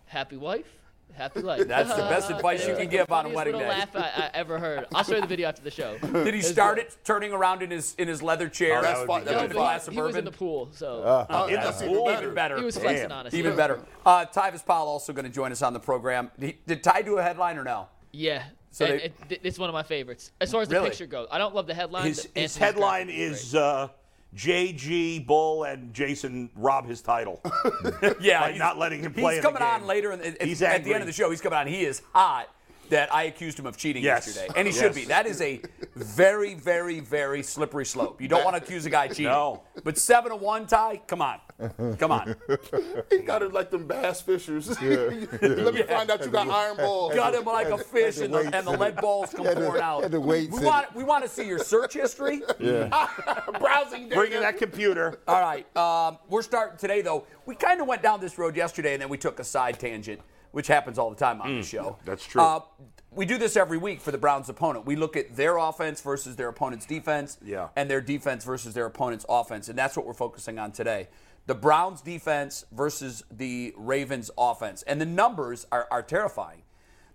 [SPEAKER 4] happy wife, happy life."
[SPEAKER 1] That's the best advice you can give on a
[SPEAKER 4] Funniest
[SPEAKER 1] wedding
[SPEAKER 4] little
[SPEAKER 1] day.
[SPEAKER 4] laugh I, I ever heard. I'll show you the video after the show.
[SPEAKER 1] Did he start it turning around in his in his leather chair?
[SPEAKER 2] Oh, that would be
[SPEAKER 1] in
[SPEAKER 4] No,
[SPEAKER 1] a
[SPEAKER 2] good.
[SPEAKER 1] glass
[SPEAKER 4] but
[SPEAKER 1] of
[SPEAKER 4] he, he was in
[SPEAKER 1] bourbon?
[SPEAKER 4] the pool, so
[SPEAKER 5] Oh,
[SPEAKER 2] In the
[SPEAKER 5] that's even
[SPEAKER 2] pool.
[SPEAKER 5] better.
[SPEAKER 1] Ah, better.
[SPEAKER 4] he was flexing
[SPEAKER 2] Damn.
[SPEAKER 4] on us.
[SPEAKER 1] Even better. Uh, Tyvis Powell also going to join us on the program. He, did Ty do a headline or no?
[SPEAKER 4] Yeah.
[SPEAKER 1] So
[SPEAKER 4] And
[SPEAKER 1] they-
[SPEAKER 4] it- th- it's one of my favorites as far as the
[SPEAKER 1] Really?
[SPEAKER 4] picture goes. I don't love the headline.
[SPEAKER 2] His,
[SPEAKER 4] but
[SPEAKER 2] his
[SPEAKER 4] Anthony's
[SPEAKER 2] headline
[SPEAKER 4] graphic great.
[SPEAKER 2] is uh, JG Bull and Jason rob his title.
[SPEAKER 1] Yeah,
[SPEAKER 2] By
[SPEAKER 1] he's-
[SPEAKER 2] not letting him play
[SPEAKER 1] He's
[SPEAKER 2] in the
[SPEAKER 1] coming on
[SPEAKER 2] game.
[SPEAKER 1] later, and at,
[SPEAKER 2] He's
[SPEAKER 1] at the end
[SPEAKER 2] angry.
[SPEAKER 1] of the show, he's coming on. He is hot that I accused him of cheating
[SPEAKER 2] Yes.
[SPEAKER 1] yesterday, and he
[SPEAKER 2] Yes.
[SPEAKER 1] should be. That is a very, very, very slippery slope. You don't want to accuse a guy cheating.
[SPEAKER 2] No.
[SPEAKER 1] But seven to one, Ty. Come on, come on.
[SPEAKER 5] He got it like them bass fishers. Let me find out you got iron balls.
[SPEAKER 1] Got him like a fish, and the,
[SPEAKER 3] wait
[SPEAKER 1] and the
[SPEAKER 3] to-
[SPEAKER 1] lead balls come
[SPEAKER 3] had to-
[SPEAKER 1] pouring out.
[SPEAKER 3] had to wait
[SPEAKER 1] we
[SPEAKER 3] to-
[SPEAKER 1] want we want to see your search history. Browsing data.
[SPEAKER 2] Bringing that computer.
[SPEAKER 1] All right. Um, we're starting today, though. We kind of went down this road yesterday, and then we took a side tangent, which happens all the time on the show.
[SPEAKER 2] Mm, that's true.
[SPEAKER 1] Uh, we do this every week for the Browns' opponent. We look at their offense versus their opponent's defense,
[SPEAKER 2] Yeah.
[SPEAKER 1] and their defense versus their opponent's offense, and that's what we're focusing on today. The Browns' defense versus the Ravens' offense, and the numbers are, are terrifying.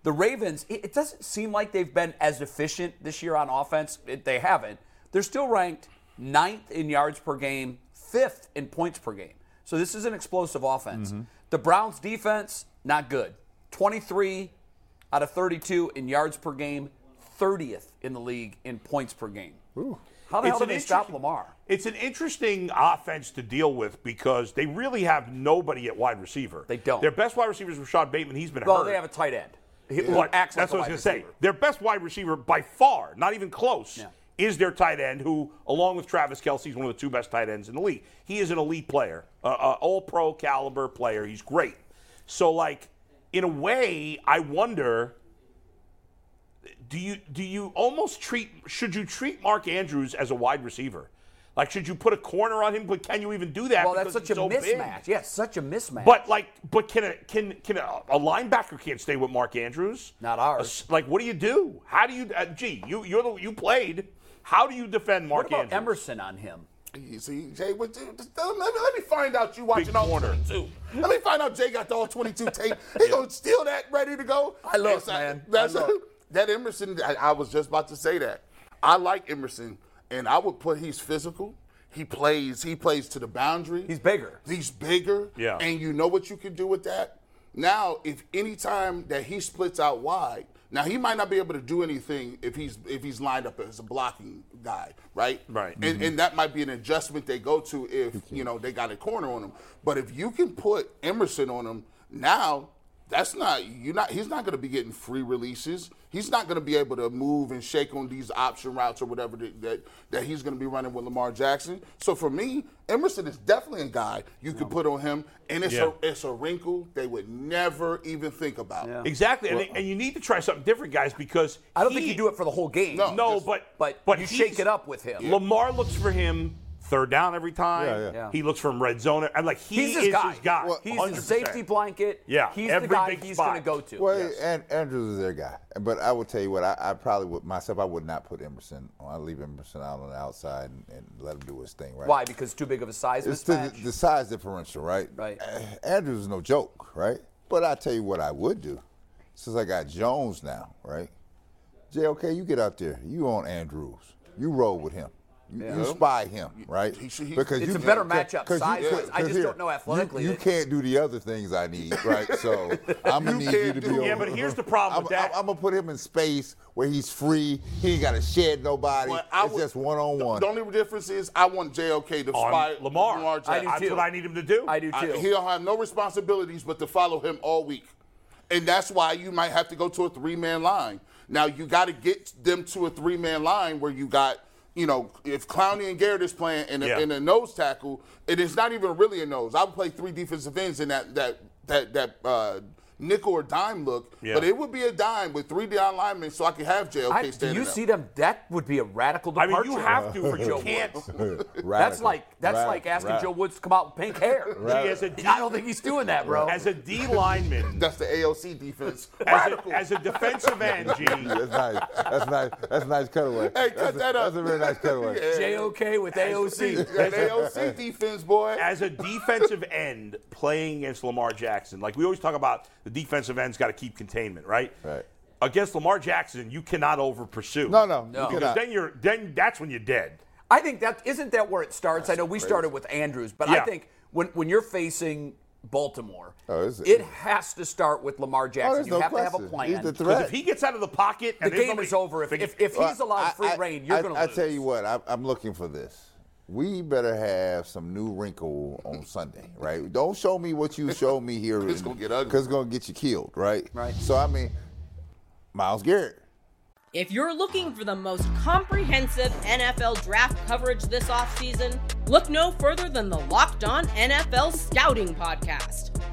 [SPEAKER 1] The Ravens, it, it doesn't seem like they've been as efficient this year on offense. It- they haven't. They're still ranked ninth in yards per game, fifth in points per game. So this is an explosive offense. The Browns' defense, not good. 23 out of 32 in yards per game, 30th in the league in points per game. How the hell
[SPEAKER 2] It's
[SPEAKER 1] did
[SPEAKER 2] an
[SPEAKER 1] they stop
[SPEAKER 2] interesting-
[SPEAKER 1] Lamar?
[SPEAKER 2] It's an interesting offense to deal with because they really have nobody at wide receiver.
[SPEAKER 1] They don't.
[SPEAKER 2] Their best wide receiver is Rashad Bateman. He's been
[SPEAKER 1] Well,
[SPEAKER 2] hurt.
[SPEAKER 1] they have a tight end. He- who
[SPEAKER 2] But
[SPEAKER 1] acts like
[SPEAKER 2] that's
[SPEAKER 1] a
[SPEAKER 2] what
[SPEAKER 1] wide
[SPEAKER 2] I was going to say.
[SPEAKER 1] receiver.
[SPEAKER 2] Their best wide receiver by far, not even close,
[SPEAKER 1] Yeah.
[SPEAKER 2] is their tight end, who, along with Travis Kelsey, is one of the two best tight ends in the league. He is an elite player, uh, uh, all pro caliber player. He's great. So, like, in a way, I wonder. Do you do you almost treat should you treat Mark Andrews as a wide receiver? Like should you put a corner on him? But can you even do that?
[SPEAKER 1] Well, that's
[SPEAKER 2] because
[SPEAKER 1] such a
[SPEAKER 2] he's so big?
[SPEAKER 1] mismatch. Yes, such a mismatch.
[SPEAKER 2] But like, but can a can can a, a linebacker can't stay with Mark Andrews?
[SPEAKER 1] Not ours.
[SPEAKER 2] A s- like, what do you do? How do you? Uh, gee, you you're the, you played. How do you defend Mark
[SPEAKER 1] what about
[SPEAKER 2] Andrews?
[SPEAKER 1] Emerson on him?
[SPEAKER 5] You See, Jay, what, dude, just tell him, let, me, let me find out you watching all
[SPEAKER 2] corner.
[SPEAKER 5] 22. Let me find out Jay got the all 22 tape. He gonna steal that ready to go.
[SPEAKER 1] I look,
[SPEAKER 5] That's-
[SPEAKER 1] man. I
[SPEAKER 5] That's
[SPEAKER 1] look.
[SPEAKER 5] that Emerson. I, I was just about to say that. I like Emerson, and I would put he's physical. He plays. He plays to the boundary.
[SPEAKER 1] He's bigger.
[SPEAKER 5] He's bigger.
[SPEAKER 2] Yeah.
[SPEAKER 5] And you know what you can do with that? Now, if any time that he splits out wide, now he might not be able to do anything if he's if he's lined up as a blocking guy, right?
[SPEAKER 2] Right.
[SPEAKER 5] And, and that might be an adjustment they go to if you know they got a corner on him. But if you can put Emerson on him now, that's not you're not he's not going to be getting free releases. He's not going to be able to move and shake on these option routes or whatever that that, that he's going to be running with Lamar Jackson. So for me, Emerson is definitely a guy you could put on him, and it's
[SPEAKER 2] Yeah.
[SPEAKER 5] a it's a wrinkle they would never even think about.
[SPEAKER 2] Exactly, and, and you need to try something different, guys, because
[SPEAKER 1] I don't think you do it for the whole game.
[SPEAKER 5] No.
[SPEAKER 2] No,
[SPEAKER 5] Just-
[SPEAKER 2] but
[SPEAKER 1] but
[SPEAKER 2] but
[SPEAKER 1] you
[SPEAKER 2] he's-
[SPEAKER 1] shake it up with him.
[SPEAKER 2] Lamar looks for him third down every time.
[SPEAKER 3] Yeah, yeah.
[SPEAKER 1] Yeah.
[SPEAKER 2] He looks for him red zone, and like he
[SPEAKER 1] He's his
[SPEAKER 2] is
[SPEAKER 1] guy.
[SPEAKER 2] his guy.
[SPEAKER 3] Well,
[SPEAKER 1] He's his
[SPEAKER 2] 100%.
[SPEAKER 1] safety blanket.
[SPEAKER 2] Yeah,
[SPEAKER 1] He's
[SPEAKER 2] every
[SPEAKER 1] the guy
[SPEAKER 2] big
[SPEAKER 1] he's
[SPEAKER 2] spot.
[SPEAKER 1] going to go to.
[SPEAKER 3] Well,
[SPEAKER 1] Yes.
[SPEAKER 3] and Andrews is their guy, but I would tell you what I, I probably would myself. I would not put Emerson. on. I leave Emerson out on the outside and, and let him do his thing. Right?
[SPEAKER 1] Why? Because too big of a size
[SPEAKER 3] It's
[SPEAKER 1] mismatch?
[SPEAKER 3] the, the size differential, right?
[SPEAKER 1] Right.
[SPEAKER 3] A- Andrews is no joke, right? But I tell you what, I would do since I got Jones now, right? JLK, you get out there. You on Andrews. You roll with him. You, you spy him, right?
[SPEAKER 5] He should- he-
[SPEAKER 1] It's a better
[SPEAKER 3] can't-
[SPEAKER 1] matchup
[SPEAKER 3] 'cause you-
[SPEAKER 1] size-wise. I
[SPEAKER 3] 'cause
[SPEAKER 1] just
[SPEAKER 3] here,
[SPEAKER 1] don't know
[SPEAKER 3] you-
[SPEAKER 1] athletically
[SPEAKER 3] You,
[SPEAKER 1] that-
[SPEAKER 3] can't do the other things I need, right? So I'm gonna need you
[SPEAKER 5] can't
[SPEAKER 3] to be.
[SPEAKER 5] do-
[SPEAKER 3] on-
[SPEAKER 2] Yeah, but here's the problem
[SPEAKER 3] I'm,
[SPEAKER 2] with that.
[SPEAKER 3] I'm, gonna put him in space where he's free. He ain't gotta shed nobody.
[SPEAKER 5] Well, I
[SPEAKER 3] it's
[SPEAKER 5] would-
[SPEAKER 3] just one on one.
[SPEAKER 5] The only difference is I want JLK to
[SPEAKER 2] on
[SPEAKER 5] spy
[SPEAKER 2] Lamar.
[SPEAKER 1] I do
[SPEAKER 5] Jackson.
[SPEAKER 2] That's
[SPEAKER 1] too.
[SPEAKER 2] what I need him to do.
[SPEAKER 1] I do too.
[SPEAKER 5] I- he don't have no responsibilities but to follow him all week, and that's why you might have to go to a three-man line. Now you got to get them to a three man line where you got. You know, if Clowney and Garrett is playing in a,
[SPEAKER 2] Yeah.
[SPEAKER 5] in a nose tackle, it is not even really a nose. I would play three defensive ends in that that that that uh, nickel or dime look,
[SPEAKER 2] Yeah.
[SPEAKER 5] but it would be a dime with three down linemen, so I could have JLK
[SPEAKER 1] I, do you
[SPEAKER 5] standing up.
[SPEAKER 1] see them? That would be a radical
[SPEAKER 2] I
[SPEAKER 1] departure.
[SPEAKER 2] mean, you have to for Joe
[SPEAKER 1] You can't.
[SPEAKER 2] Woods.
[SPEAKER 1] That's like that's
[SPEAKER 3] Radical.
[SPEAKER 1] like asking
[SPEAKER 3] Radical.
[SPEAKER 1] Joe Woods to come out with pink hair.
[SPEAKER 2] See, as a D,
[SPEAKER 1] I don't think he's doing that, bro.
[SPEAKER 2] as a D lineman,
[SPEAKER 5] That's the AOC defense.
[SPEAKER 2] as
[SPEAKER 5] Radical.
[SPEAKER 2] a, as a defensive end, G,
[SPEAKER 3] That's nice. That's nice. That's a nice cutaway.
[SPEAKER 5] Hey,
[SPEAKER 3] that's
[SPEAKER 5] cut
[SPEAKER 3] a,
[SPEAKER 5] that up.
[SPEAKER 3] That's a very nice cutaway.
[SPEAKER 5] Yeah.
[SPEAKER 1] JOK with AOC.
[SPEAKER 5] That AOC defense, boy.
[SPEAKER 2] as a defensive end playing against Lamar Jackson, like we always talk about, the defensive end's got to keep containment, right?
[SPEAKER 3] Right.
[SPEAKER 2] Against Lamar Jackson, you cannot over pursue.
[SPEAKER 3] No, no,
[SPEAKER 1] No.
[SPEAKER 3] no.
[SPEAKER 2] Because then you're then that's when you're dead.
[SPEAKER 1] I think that isn't that where it starts. I know we started with Andrews, but I
[SPEAKER 2] Yeah.
[SPEAKER 1] think when when you're facing Baltimore,
[SPEAKER 3] Oh, is it-
[SPEAKER 1] it has to start with Lamar
[SPEAKER 3] Oh,
[SPEAKER 1] Jackson.
[SPEAKER 3] there's
[SPEAKER 1] you
[SPEAKER 3] no
[SPEAKER 1] have
[SPEAKER 3] question.
[SPEAKER 1] to have a plan.
[SPEAKER 3] He's the
[SPEAKER 2] Because
[SPEAKER 3] threat.
[SPEAKER 2] if he gets out of the pocket,
[SPEAKER 1] the
[SPEAKER 2] and there's
[SPEAKER 1] game
[SPEAKER 2] nobody-
[SPEAKER 1] is over if, if, if
[SPEAKER 3] Well,
[SPEAKER 1] he's allowed free
[SPEAKER 3] I- I-
[SPEAKER 1] reign. You're
[SPEAKER 3] I-
[SPEAKER 1] going to
[SPEAKER 3] I
[SPEAKER 1] lose.
[SPEAKER 3] tell you what, I, I'm looking for this. We better have some new wrinkle on Sunday, right? Don't show me what you showed me here.
[SPEAKER 5] It's gonna get ugly.
[SPEAKER 3] Because it's going to get you killed, right?
[SPEAKER 1] Right.
[SPEAKER 3] So, I mean, Miles Garrett.
[SPEAKER 6] If you're looking for the most comprehensive NFL draft coverage this offseason, look no further than the Locked On NFL Scouting Podcast.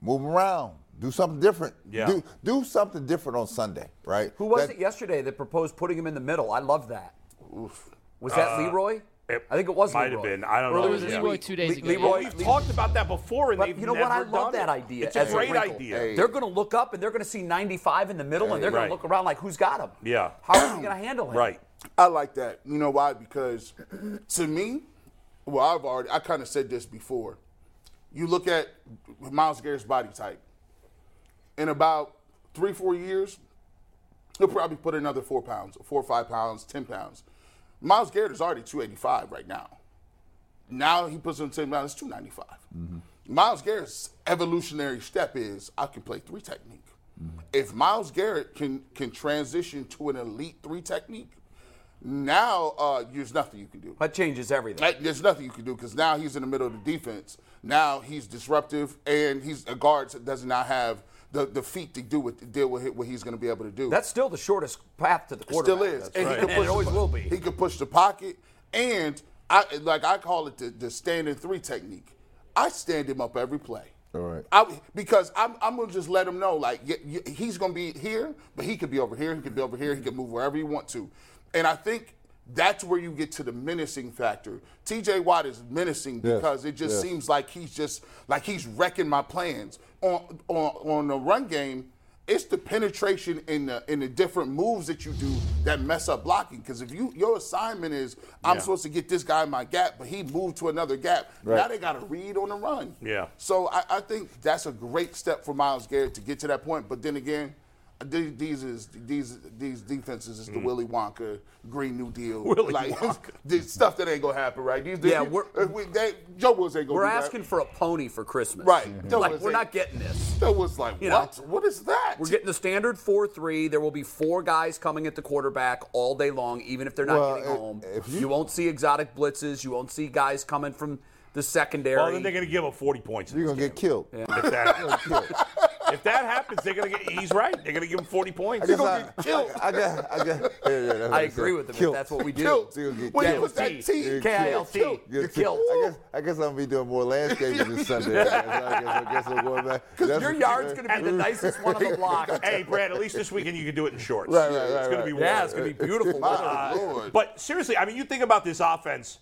[SPEAKER 3] Move 'em around. Do something different.
[SPEAKER 2] Yeah.
[SPEAKER 3] Do, do something different on Sunday, right?
[SPEAKER 1] Who was
[SPEAKER 3] That-
[SPEAKER 1] it yesterday that proposed putting him in the middle? I love that. Was that Leroy?
[SPEAKER 2] Uh, it
[SPEAKER 1] I think it was
[SPEAKER 2] might
[SPEAKER 1] Leroy.
[SPEAKER 2] have been. I don't know.
[SPEAKER 4] There was
[SPEAKER 2] Yeah.
[SPEAKER 4] Leroy two
[SPEAKER 1] Le-
[SPEAKER 4] days ago.
[SPEAKER 1] Leroy-
[SPEAKER 4] yeah.
[SPEAKER 2] We've talked about that before, and
[SPEAKER 1] But
[SPEAKER 2] they've
[SPEAKER 1] you know what?
[SPEAKER 2] never
[SPEAKER 1] I love
[SPEAKER 2] done
[SPEAKER 1] that
[SPEAKER 2] it.
[SPEAKER 1] idea.
[SPEAKER 2] It's a
[SPEAKER 1] as
[SPEAKER 2] great
[SPEAKER 1] wrinkle.
[SPEAKER 2] idea.
[SPEAKER 1] They're going to look up and they're going to see 95 in the middle, and they're going
[SPEAKER 2] Right.
[SPEAKER 1] to look around like, "Who's got him?
[SPEAKER 2] Yeah.
[SPEAKER 1] How are we going to handle him?
[SPEAKER 2] Right.
[SPEAKER 5] I like that. You know why? Because to me, well, I've already, I kind of said this before. You look at Miles Garrett's body type. In about three, four years, he'll probably put another four pounds, four or five pounds, 10 pounds. Miles Garrett is already 285 right now. Now he puts on 10 pounds, it's 295.
[SPEAKER 1] Mm-hmm.
[SPEAKER 5] Miles Garrett's evolutionary step is I can play three technique.
[SPEAKER 1] Mm-hmm.
[SPEAKER 5] If Miles Garrett can can transition to an elite three technique, now uh, there's nothing you can do.
[SPEAKER 1] That changes everything.
[SPEAKER 5] Like, there's nothing you can do because now he's in the middle of the defense. Now he's disruptive, and he's a guard that does not have the, the feet to do with deal with what he's going to be able to do.
[SPEAKER 1] That's still the shortest path to the quarterback.
[SPEAKER 5] Still is.
[SPEAKER 1] and,
[SPEAKER 5] could
[SPEAKER 1] it
[SPEAKER 5] the
[SPEAKER 1] always
[SPEAKER 5] po-
[SPEAKER 1] will be.
[SPEAKER 5] He could push the pocket, and I like I call it the, the standing three technique. I stand him up every play. All
[SPEAKER 3] right.
[SPEAKER 5] I, because I'm, I'm gonna just let him know like y- y- he's gonna be here, but he could be over here. He could be over here. He could move wherever you want to, and I think. That's where you get to the menacing factor. TJ Watt is menacing
[SPEAKER 3] Yes,
[SPEAKER 5] because it just
[SPEAKER 3] yes.
[SPEAKER 5] seems like he's just like he's wrecking my plans on on on the run game. It's the penetration in the in the different moves that you do that mess up blocking. Because if you your assignment is I'm supposed to get this guy in my gap, but he moved to another gap. Now they got to read on the run.
[SPEAKER 2] Yeah.
[SPEAKER 5] So I, I think that's a great step for Miles Garrett to get to that point. But then again. th- These is these these defenses is the Willy Wonka Green New Deal
[SPEAKER 2] Hmm. Willy
[SPEAKER 5] like
[SPEAKER 2] Wonka.
[SPEAKER 5] this stuff that ain't gonna happen right these
[SPEAKER 1] Yeah,
[SPEAKER 5] you-
[SPEAKER 1] we're-
[SPEAKER 5] if Uh, we, they, Joe Woods ain't gonna.
[SPEAKER 1] We're
[SPEAKER 5] do that.
[SPEAKER 1] asking for a pony for Christmas.
[SPEAKER 5] Right. That
[SPEAKER 1] Like
[SPEAKER 5] was
[SPEAKER 1] we're
[SPEAKER 5] it.
[SPEAKER 1] not getting this.
[SPEAKER 5] That was like
[SPEAKER 1] You
[SPEAKER 5] what? What is that?
[SPEAKER 1] We're getting the standard four three. There will be four guys coming at the quarterback all day long, even if they're not
[SPEAKER 3] Well,
[SPEAKER 1] getting
[SPEAKER 3] i-
[SPEAKER 1] home.
[SPEAKER 3] if
[SPEAKER 1] you,
[SPEAKER 3] you-
[SPEAKER 1] won't see exotic blitzes. You won't see guys coming from the secondary.
[SPEAKER 2] Well, then they're going to give up 40 points. in
[SPEAKER 3] You're
[SPEAKER 2] this
[SPEAKER 3] going to get killed.
[SPEAKER 2] game. If that, if that happens, they're going to get. He's right. They're going to give him 40 points.
[SPEAKER 3] I, I, I, guess- I, guess- yeah, yeah, that's what
[SPEAKER 1] I
[SPEAKER 3] I
[SPEAKER 1] agree
[SPEAKER 3] said.
[SPEAKER 1] with them. If
[SPEAKER 3] Killed.
[SPEAKER 1] that's what we do.
[SPEAKER 5] killed.
[SPEAKER 3] Still get
[SPEAKER 5] When it
[SPEAKER 3] killed.
[SPEAKER 5] was that T,
[SPEAKER 3] You're
[SPEAKER 1] K-I-L-T.
[SPEAKER 5] killed.
[SPEAKER 1] You're killed.
[SPEAKER 3] I guess I guess I'm gonna be doing more landscaping this Sunday. I guess, I guess, I guess I'm going back. That's-
[SPEAKER 1] Your yard's going to be the nicest one on the block.
[SPEAKER 2] hey, Brad, at least this weekend you can do it in shorts.
[SPEAKER 3] Right, right,
[SPEAKER 2] It's
[SPEAKER 3] right,
[SPEAKER 2] going to
[SPEAKER 3] right.
[SPEAKER 2] be warm.
[SPEAKER 1] Yeah, it's going to be beautiful.
[SPEAKER 5] My
[SPEAKER 1] weather.
[SPEAKER 5] Lord.
[SPEAKER 2] But seriously, I mean, you think about this offense.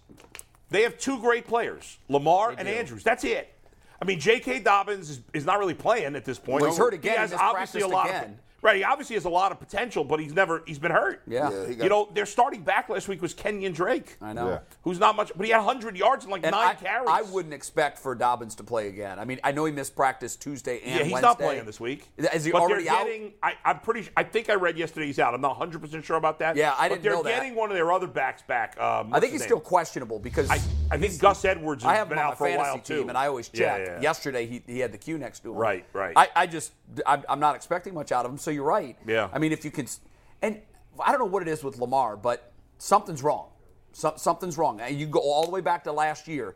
[SPEAKER 2] They have two great players, Lamar and Andrews. That's it. I mean, J.K. Dobbins is, is not really playing at this point.
[SPEAKER 1] Well, he's hurt again.
[SPEAKER 2] He has
[SPEAKER 1] He missed
[SPEAKER 2] obviously a
[SPEAKER 1] practice
[SPEAKER 2] lot
[SPEAKER 1] again.
[SPEAKER 2] of Right, he obviously has a lot of potential, but he's never he's been hurt.
[SPEAKER 1] Yeah.
[SPEAKER 5] Yeah, he got-
[SPEAKER 2] you know, their starting back last week was Kenyon Drake,
[SPEAKER 1] I know.
[SPEAKER 3] Yeah.
[SPEAKER 2] who's not much, but he had 100 yards and like
[SPEAKER 1] And
[SPEAKER 2] nine
[SPEAKER 1] I,
[SPEAKER 2] carries.
[SPEAKER 1] I wouldn't expect for Dobbins to play again. I mean, I know he missed practice Tuesday and
[SPEAKER 2] Yeah, he's
[SPEAKER 1] Wednesday.
[SPEAKER 2] not playing this week.
[SPEAKER 1] Is he
[SPEAKER 2] but
[SPEAKER 1] already
[SPEAKER 2] they're
[SPEAKER 1] out?
[SPEAKER 2] getting, I, I'm pretty. su- I think I read yesterday he's out. I'm not 100 percent sure about that.
[SPEAKER 1] Yeah, I
[SPEAKER 2] but
[SPEAKER 1] didn't
[SPEAKER 2] they're
[SPEAKER 1] know that.
[SPEAKER 2] getting one of their other backs back. Um,
[SPEAKER 1] I
[SPEAKER 2] what's
[SPEAKER 1] think
[SPEAKER 2] his
[SPEAKER 1] he's
[SPEAKER 2] name?
[SPEAKER 1] still questionable because
[SPEAKER 2] I, I think Gus Edwards has
[SPEAKER 1] I have
[SPEAKER 2] been
[SPEAKER 1] him on
[SPEAKER 2] out
[SPEAKER 1] my
[SPEAKER 2] for a
[SPEAKER 1] fantasy
[SPEAKER 2] while too.
[SPEAKER 1] team, and I always
[SPEAKER 2] Yeah,
[SPEAKER 1] check.
[SPEAKER 2] yeah.
[SPEAKER 1] Yesterday, he, he had the Q next to him.
[SPEAKER 2] Right, right.
[SPEAKER 1] I, I just, I'm, I'm not expecting much out of him. So you're right.
[SPEAKER 2] Yeah.
[SPEAKER 1] I mean, if you can, s- and I don't know what it is with Lamar, but something's wrong. Some, something's wrong. And you go all the way back to last year.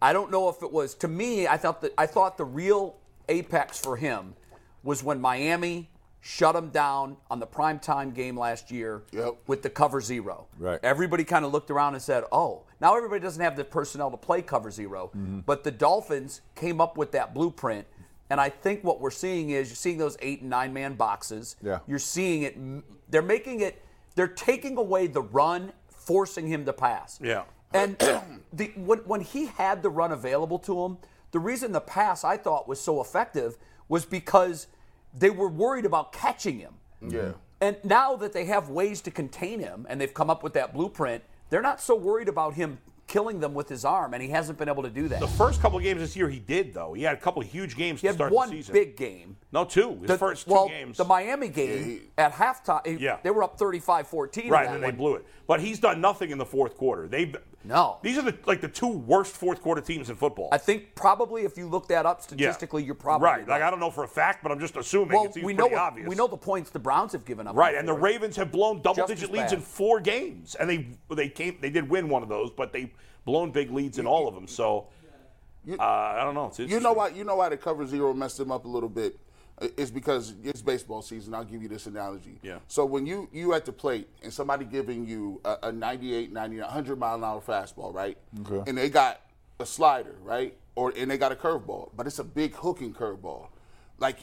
[SPEAKER 1] I don't know if it was to me. I thought that I thought the real apex for him was when Miami shut him down on the primetime game last year
[SPEAKER 5] Yep.
[SPEAKER 1] with the cover zero.
[SPEAKER 3] Right.
[SPEAKER 1] Everybody kind of looked around and said, "Oh, now everybody doesn't have the personnel to play cover 0
[SPEAKER 3] Mm-hmm.
[SPEAKER 1] But the Dolphins came up with that blueprint, and I think what we're seeing is you're seeing those eight and nine man boxes.
[SPEAKER 3] Yeah.
[SPEAKER 1] You're seeing it. m- They're making it. They're taking away the run, forcing him to pass.
[SPEAKER 2] Yeah.
[SPEAKER 1] And the, when, when he had the run available to him, the reason the pass I thought was so effective was because they were worried about catching him. Mm-hmm.
[SPEAKER 5] Yeah.
[SPEAKER 1] And now that they have ways to contain him and they've come up with that blueprint, they're not so worried about him killing them with his arm, and he hasn't been able to do that.
[SPEAKER 2] The first couple of games this year, he did though. He had a couple of huge games
[SPEAKER 1] he
[SPEAKER 2] to
[SPEAKER 1] had
[SPEAKER 2] start
[SPEAKER 1] one
[SPEAKER 2] the season.
[SPEAKER 1] big game.
[SPEAKER 2] no, two. His
[SPEAKER 1] The-
[SPEAKER 2] first two
[SPEAKER 1] well,
[SPEAKER 2] games.
[SPEAKER 1] The Miami game at halftime,
[SPEAKER 2] Yeah.
[SPEAKER 1] they were up 35 14.
[SPEAKER 2] Right, and then they blew it. But he's done nothing in the fourth quarter. They
[SPEAKER 1] No.
[SPEAKER 2] These are the like the two worst fourth quarter teams in football.
[SPEAKER 1] I think probably if you look that up
[SPEAKER 2] Yeah.
[SPEAKER 1] statistically, you're probably
[SPEAKER 2] right. Like I don't know for a fact, but I'm just assuming.
[SPEAKER 1] Well,
[SPEAKER 2] it seems
[SPEAKER 1] we know
[SPEAKER 2] pretty
[SPEAKER 1] what-
[SPEAKER 2] obvious.
[SPEAKER 1] we know the points the Browns have given up.
[SPEAKER 2] Right, and the
[SPEAKER 1] Ravens.
[SPEAKER 2] Ravens have blown double
[SPEAKER 1] as
[SPEAKER 2] digit leads in
[SPEAKER 1] bad.
[SPEAKER 2] four games, and they they came they did win one of those, but they blown big leads in all of them. So uh, I don't know. It's
[SPEAKER 5] You know
[SPEAKER 2] interesting.
[SPEAKER 5] why? You know why the cover zero messed him up a little bit. I- It's because it's baseball season. I'll give you this analogy.
[SPEAKER 2] Yeah.
[SPEAKER 5] So when you you at the plate and somebody giving you a, a 98, 99, 100 mile an hour fastball, right? Okay. And they got a slider, right? Or and they got a curveball, but it's a big hooking curveball. Like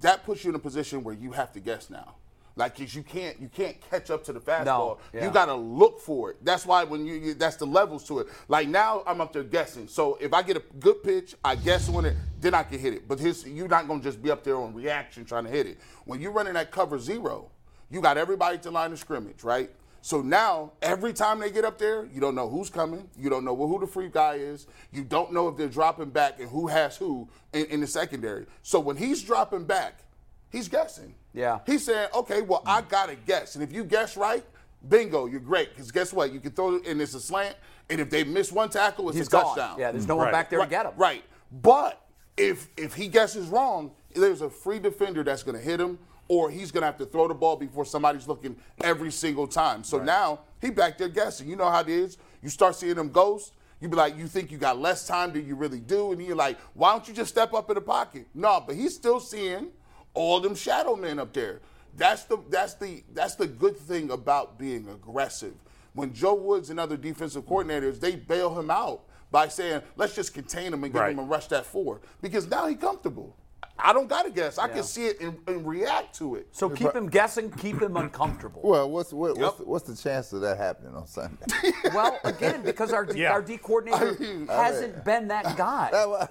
[SPEAKER 5] that puts you in a position where you have to guess now. Like 'cause you can't you can't catch up to the fastball.
[SPEAKER 1] yeah.
[SPEAKER 5] You got to look for it. That's why when you, you that's the levels to it. Like now I'm up there guessing. So if I get a good pitch, I guess on it, then I can hit it. But his you're not gonna just be up there on reaction trying to hit it. When you're running that cover zero, you got everybody at the line of scrimmage, right? So now every time they get up there, you don't know who's coming. You don't know who the free guy is. You don't know if they're dropping back and who has who in, in the secondary. So when he's dropping back, he's guessing.
[SPEAKER 1] Yeah.
[SPEAKER 5] He said, okay, well, I got to guess. And if you guess right, bingo, you're great. Because guess what? You can throw it and it's a slant. And if they miss one tackle, it's
[SPEAKER 1] He's
[SPEAKER 5] a
[SPEAKER 1] gone.
[SPEAKER 5] touchdown. Mm-hmm.
[SPEAKER 1] Yeah, there's no one
[SPEAKER 2] Right.
[SPEAKER 1] back there
[SPEAKER 5] right,
[SPEAKER 1] to get him.
[SPEAKER 5] Right. But if if he guesses wrong, there's a free defender that's going to hit him or he's going to have to throw the ball before somebody's looking every single time. So now he back there guessing. You know how it is. You start seeing them ghost. You be like, you think you got less time than you really do, and you're like, why don't you just step up in the pocket? No, but he's still seeing all them shadow men up there. That's the that's the that's the good thing about being aggressive. When Joe Woods and other defensive coordinators, they bail him out by saying, let's just contain him and give
[SPEAKER 2] Right.
[SPEAKER 5] him a rush that forward. Because now he's comfortable. I don't gotta guess. I can see it and, and react to it.
[SPEAKER 1] So keep him guessing, keep him uncomfortable.
[SPEAKER 3] Well, what's what, what's,
[SPEAKER 5] Yep.
[SPEAKER 3] what's the chance of that happening on Sunday?
[SPEAKER 1] Well, again, because our D,
[SPEAKER 2] Yeah.
[SPEAKER 1] our D coordinator hasn't been that guy.
[SPEAKER 3] well,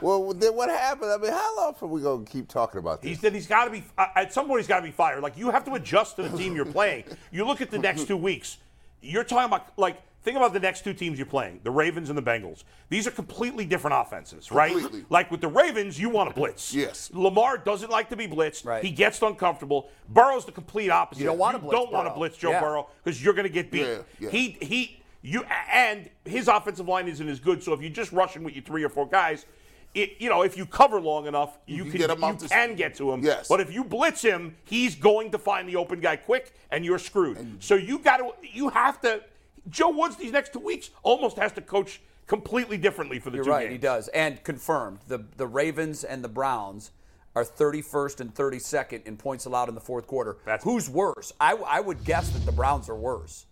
[SPEAKER 3] well, well, then what happened? I mean, how long are we gonna keep talking about this?
[SPEAKER 2] He said he's got to be uh, at some point. He's got to be fired. Like you have to adjust to the team you're playing. You look at the next two weeks. You're talking about like think about the next two teams you're playing: the Ravens and the Bengals. These are completely different offenses, right?
[SPEAKER 5] Completely.
[SPEAKER 2] Like with the Ravens, you want to blitz.
[SPEAKER 5] Yes.
[SPEAKER 2] Lamar doesn't like to be blitzed.
[SPEAKER 1] Right.
[SPEAKER 2] He gets uncomfortable. Burrow's the complete opposite. You
[SPEAKER 1] don't wanna blitz
[SPEAKER 2] don't wanna
[SPEAKER 1] Burrow.
[SPEAKER 2] blitz Joe
[SPEAKER 1] Yeah.
[SPEAKER 2] Burrow because you're going to get beat.
[SPEAKER 5] Yeah, yeah.
[SPEAKER 2] He he you and his offensive line isn't as good. So if you just rush him with your three or four guys. It, you know, if you cover long enough, you,
[SPEAKER 5] can
[SPEAKER 2] can,
[SPEAKER 5] get him
[SPEAKER 2] you
[SPEAKER 5] off the-
[SPEAKER 2] can get to him.
[SPEAKER 5] Yes.
[SPEAKER 2] But if you blitz him, he's going to find the open guy quick, and you're screwed. so you got to, you have to. Joe Woods these next two weeks almost has to coach completely differently for the
[SPEAKER 1] You're
[SPEAKER 2] two
[SPEAKER 1] right,
[SPEAKER 2] games.
[SPEAKER 1] he does. And confirmed, the the Ravens and the Browns are 31st and 32nd in points allowed in the fourth quarter.
[SPEAKER 2] That's-
[SPEAKER 1] Who's worse? I, I would guess that the Browns are worse.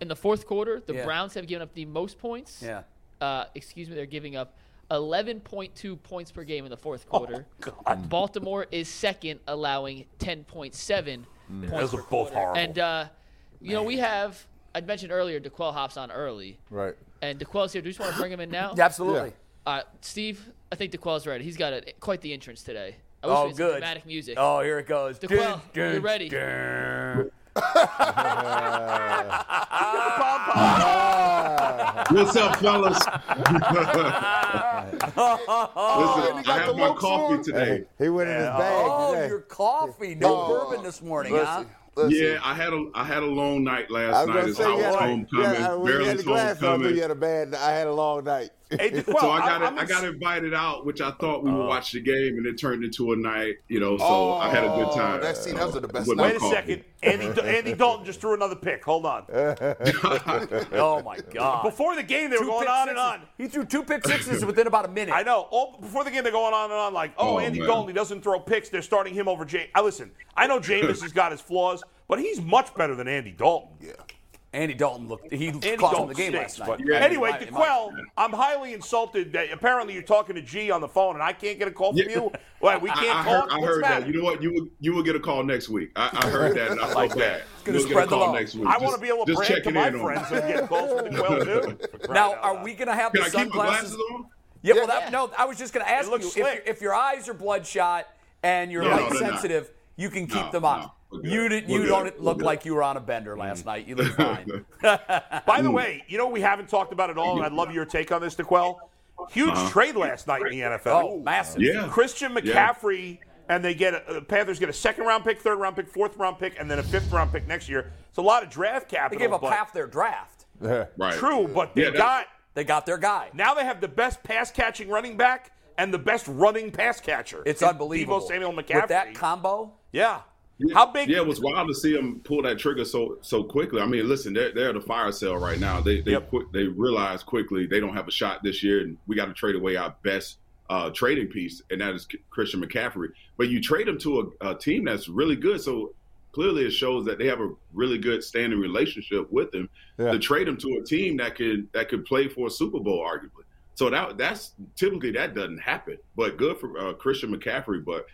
[SPEAKER 4] In the fourth quarter, the
[SPEAKER 1] Yeah.
[SPEAKER 4] Browns have given up the most points.
[SPEAKER 1] Yeah.
[SPEAKER 4] Uh, excuse me, they're giving up 11.2 points per game in the fourth
[SPEAKER 1] Oh,
[SPEAKER 4] quarter. Baltimore is second, allowing 10.7 points.
[SPEAKER 2] Those
[SPEAKER 4] per
[SPEAKER 2] are both horrible.
[SPEAKER 4] And uh, you know we have I mentioned earlier DeQuell hops on early,
[SPEAKER 3] Right.
[SPEAKER 4] and DeQuell's here. Do you just want to bring him in now?
[SPEAKER 1] Absolutely.
[SPEAKER 4] Uh, Steve, I think DeQuell's ready. He's got a, quite the entrance today. I wish
[SPEAKER 1] Oh,
[SPEAKER 4] we had some
[SPEAKER 1] good.
[SPEAKER 4] dramatic music.
[SPEAKER 1] Oh, here it goes.
[SPEAKER 4] DeQuell,
[SPEAKER 1] Dun, dun,
[SPEAKER 4] you're ready.
[SPEAKER 1] dun.
[SPEAKER 7] What's up, fellas?
[SPEAKER 5] he
[SPEAKER 7] Listen,
[SPEAKER 5] got
[SPEAKER 7] uh, I
[SPEAKER 5] the
[SPEAKER 7] have my
[SPEAKER 5] woke
[SPEAKER 7] coffee
[SPEAKER 5] song.
[SPEAKER 7] today.
[SPEAKER 3] He went in his bag.
[SPEAKER 1] Oh,
[SPEAKER 3] today.
[SPEAKER 1] your coffee. No
[SPEAKER 5] Oh.
[SPEAKER 1] bourbon this morning, huh?
[SPEAKER 5] Listen, listen.
[SPEAKER 7] Yeah, I had a I had a long night
[SPEAKER 3] I
[SPEAKER 7] last
[SPEAKER 3] was
[SPEAKER 7] night
[SPEAKER 3] gonna
[SPEAKER 7] as
[SPEAKER 3] say,
[SPEAKER 7] I
[SPEAKER 3] you
[SPEAKER 7] was
[SPEAKER 3] had, a,
[SPEAKER 7] homecoming,
[SPEAKER 3] you had, when you
[SPEAKER 7] barely
[SPEAKER 3] had the glass on,
[SPEAKER 7] homecoming.
[SPEAKER 3] you had a bad. I had a long night.
[SPEAKER 2] Hey, DeQuell,
[SPEAKER 7] so I got
[SPEAKER 2] I'm- I'm
[SPEAKER 7] I got
[SPEAKER 2] ex-
[SPEAKER 7] invited out, which I thought we would
[SPEAKER 2] Uh-huh.
[SPEAKER 7] watch the game, and it turned into a night. You know, so I had a good
[SPEAKER 2] Oh,
[SPEAKER 7] time.
[SPEAKER 5] That, see, those are the best
[SPEAKER 7] with my
[SPEAKER 2] Wait a
[SPEAKER 7] coffee.
[SPEAKER 2] second. Andy, Andy Dalton just threw another pick. Hold on.
[SPEAKER 1] Oh my God.
[SPEAKER 2] Before the game, they were
[SPEAKER 1] Two
[SPEAKER 2] going
[SPEAKER 1] pick
[SPEAKER 2] on and
[SPEAKER 1] sixes.
[SPEAKER 2] on.
[SPEAKER 1] He threw two pick sixes within about a minute.
[SPEAKER 2] I know. All, before the game, they're going on and on like, oh,
[SPEAKER 7] Oh,
[SPEAKER 2] Andy
[SPEAKER 7] man.
[SPEAKER 2] Dalton, he doesn't throw picks. They're starting him over James. I listen. I know Jameis has got his flaws, but he's much better than Andy Dalton. Yeah.
[SPEAKER 1] Andy Dalton looked. He
[SPEAKER 2] Andy
[SPEAKER 1] cost him
[SPEAKER 2] Dalton
[SPEAKER 1] the game
[SPEAKER 2] stinks,
[SPEAKER 1] last night.
[SPEAKER 2] but- Anyway,
[SPEAKER 1] In my- in my-
[SPEAKER 2] DeQuell, I'm highly insulted that apparently you're talking to G on the phone and I can't get a call from
[SPEAKER 7] Yeah.
[SPEAKER 2] you. Wait, we
[SPEAKER 7] I-
[SPEAKER 2] can't
[SPEAKER 7] I,
[SPEAKER 2] call.
[SPEAKER 7] heard, I
[SPEAKER 2] What's
[SPEAKER 7] heard that.
[SPEAKER 2] the matter?
[SPEAKER 7] You know what? You will you will get a call next week. I, I heard that and I
[SPEAKER 1] Like
[SPEAKER 7] felt
[SPEAKER 1] that. It's
[SPEAKER 7] bad. You
[SPEAKER 1] gonna
[SPEAKER 7] will get
[SPEAKER 1] spread
[SPEAKER 7] a
[SPEAKER 1] the
[SPEAKER 7] call
[SPEAKER 1] love.
[SPEAKER 7] next week.
[SPEAKER 2] I want to be able to
[SPEAKER 7] just
[SPEAKER 2] brag to
[SPEAKER 7] checking
[SPEAKER 2] my
[SPEAKER 7] in on
[SPEAKER 2] friends
[SPEAKER 7] me.
[SPEAKER 2] and get calls from DeQuell too. For crying
[SPEAKER 1] Now,
[SPEAKER 2] out
[SPEAKER 1] are
[SPEAKER 2] loud.
[SPEAKER 1] we going to have
[SPEAKER 7] Can
[SPEAKER 1] the
[SPEAKER 7] I keep my
[SPEAKER 1] sunglasses?
[SPEAKER 7] glasses on?
[SPEAKER 1] Yeah, well, that,
[SPEAKER 4] Yeah.
[SPEAKER 1] no, I was just going to ask you
[SPEAKER 2] looks
[SPEAKER 1] if,
[SPEAKER 2] slick.
[SPEAKER 1] your- if your eyes are bloodshot and you're
[SPEAKER 7] Yeah,
[SPEAKER 1] light
[SPEAKER 7] no, they're not.
[SPEAKER 1] sensitive, you can keep
[SPEAKER 7] No,
[SPEAKER 1] them on.
[SPEAKER 7] no, we're good.
[SPEAKER 1] you did,
[SPEAKER 7] We're
[SPEAKER 1] you
[SPEAKER 7] good.
[SPEAKER 1] don't
[SPEAKER 7] We're
[SPEAKER 1] look
[SPEAKER 7] good.
[SPEAKER 1] like you were on a bender last night. You look fine.
[SPEAKER 2] By the way, you know what we haven't talked about at all, and I'd love your take on this, DeQuell. Huge trade last night in the NFL.
[SPEAKER 1] oh, massive.
[SPEAKER 7] Uh-huh. Yeah.
[SPEAKER 2] Christian
[SPEAKER 7] Yeah.
[SPEAKER 2] McCaffrey, and they get a, the Panthers get a second round pick, third round pick, fourth round pick, and then a fifth round pick next year. It's a lot of draft
[SPEAKER 1] They
[SPEAKER 2] capital.
[SPEAKER 1] gave up
[SPEAKER 2] but-
[SPEAKER 1] half their draft.
[SPEAKER 7] Right.
[SPEAKER 2] True, but they
[SPEAKER 7] Yeah, that's-
[SPEAKER 2] got
[SPEAKER 1] They got their guy.
[SPEAKER 2] now they have the best pass catching running back and the best running pass catcher.
[SPEAKER 1] It's
[SPEAKER 2] in
[SPEAKER 1] unbelievable.
[SPEAKER 2] Deebo Samuel McCaffrey.
[SPEAKER 1] With that combo,
[SPEAKER 2] yeah.
[SPEAKER 7] Yeah,
[SPEAKER 2] How big?
[SPEAKER 7] Yeah, it was wild to see them pull that trigger so so quickly. I mean, listen, they're they're the fire sale right now. They they
[SPEAKER 2] Yep.
[SPEAKER 7] quick, they realize quickly they don't have a shot this year, and we got to trade away our best uh, trading piece, and that is Christian McCaffrey. But you trade him to a, a team that's really good, so clearly it shows that they have a really good standing relationship with him
[SPEAKER 3] Yeah.
[SPEAKER 7] to trade him to a team that could that could play for a Super Bowl, arguably. So that that's typically that doesn't happen. But good for uh, Christian McCaffrey, but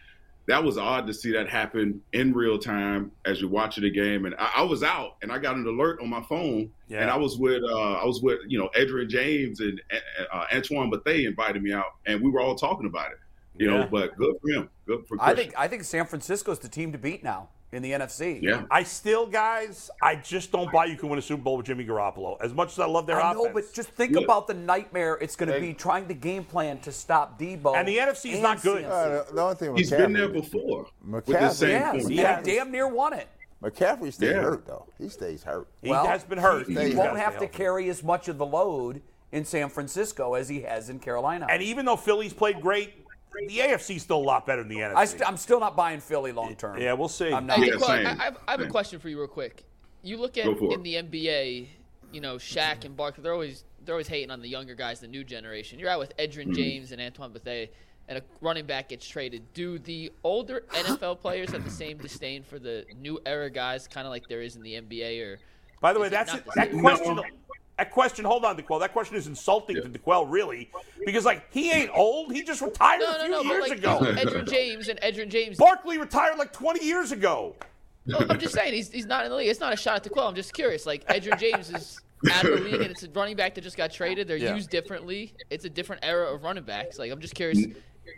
[SPEAKER 7] that was odd to see that happen in real time as you're watching the game. And I, I was out and I got an alert on my phone.
[SPEAKER 2] Yeah.
[SPEAKER 7] And I was with uh, I was with you know Edrin James and uh, uh, Antoine Bethea invited me out, and we were all talking about it. You
[SPEAKER 2] Yeah.
[SPEAKER 7] know, but good for him. Good for
[SPEAKER 1] I
[SPEAKER 7] Christian.
[SPEAKER 1] think I think San Francisco's the team to beat now in the NFC.
[SPEAKER 7] yeah.
[SPEAKER 2] I still, guys, I just don't buy you can win a Super Bowl with Jimmy Garoppolo. As much as I love their
[SPEAKER 1] I know,
[SPEAKER 2] offense,
[SPEAKER 1] but just think
[SPEAKER 7] Look.
[SPEAKER 1] about the nightmare it's going to be trying to game plan to stop Debo.
[SPEAKER 2] And the NFC is
[SPEAKER 1] and
[SPEAKER 2] not good.
[SPEAKER 1] CMC.
[SPEAKER 3] Uh, the- the only thing
[SPEAKER 7] He's
[SPEAKER 3] McCaffrey,
[SPEAKER 7] been there before with
[SPEAKER 3] McCaffrey.
[SPEAKER 7] the same
[SPEAKER 1] Yes,
[SPEAKER 7] format.
[SPEAKER 1] and
[SPEAKER 2] Yeah.
[SPEAKER 1] he damn near won it.
[SPEAKER 3] McCaffrey stays
[SPEAKER 7] Yeah.
[SPEAKER 3] hurt though. He stays hurt.
[SPEAKER 2] he
[SPEAKER 1] Well,
[SPEAKER 2] has been hurt.
[SPEAKER 1] He,
[SPEAKER 3] He's
[SPEAKER 2] He's gotta
[SPEAKER 1] won't
[SPEAKER 2] stay
[SPEAKER 1] have to
[SPEAKER 2] healthy.
[SPEAKER 1] carry as much of the load in San Francisco as he has in Carolina.
[SPEAKER 2] And even though Philly's played great, the AFC's still a lot better than the NFC.
[SPEAKER 1] I st- I'm still not buying Philly long term.
[SPEAKER 2] yeah, we'll see.
[SPEAKER 1] I'm not.
[SPEAKER 4] Hey,
[SPEAKER 7] Yeah,
[SPEAKER 4] Quell,
[SPEAKER 7] same.
[SPEAKER 4] I, I, have, I have a
[SPEAKER 7] Same.
[SPEAKER 4] question for you, real quick. You look at
[SPEAKER 7] Go for it.
[SPEAKER 4] in the NBA, you know, Shaq and Barkley. They're always they're always hating on the younger guys, the new generation. You're out with Edrin
[SPEAKER 7] Mm-hmm.
[SPEAKER 4] James and Antoine Bethea, and a running back gets traded. Do the older NFL players have the same disdain for the new era guys, kind of like there is in the NBA? Or
[SPEAKER 2] By the way,
[SPEAKER 4] is it
[SPEAKER 2] that's
[SPEAKER 4] not the
[SPEAKER 2] that
[SPEAKER 4] same?
[SPEAKER 2] question. That question, hold on, DeQuell. That question is insulting to DeQuell, really, because like he ain't old. He just retired
[SPEAKER 4] no,
[SPEAKER 2] a
[SPEAKER 4] no,
[SPEAKER 2] few
[SPEAKER 4] no. But
[SPEAKER 2] years
[SPEAKER 4] like
[SPEAKER 2] ago.
[SPEAKER 4] Edrin James and Edrin James.
[SPEAKER 2] Barkley retired like 20 years ago.
[SPEAKER 4] No, I'm just saying he's, he's not in the league. It's not a shot at the quell. I'm just curious. Like Edrin James is out of the league, and it's a running back that just got traded. They're
[SPEAKER 2] Yeah.
[SPEAKER 4] used differently. It's a different era of running backs. Like I'm just curious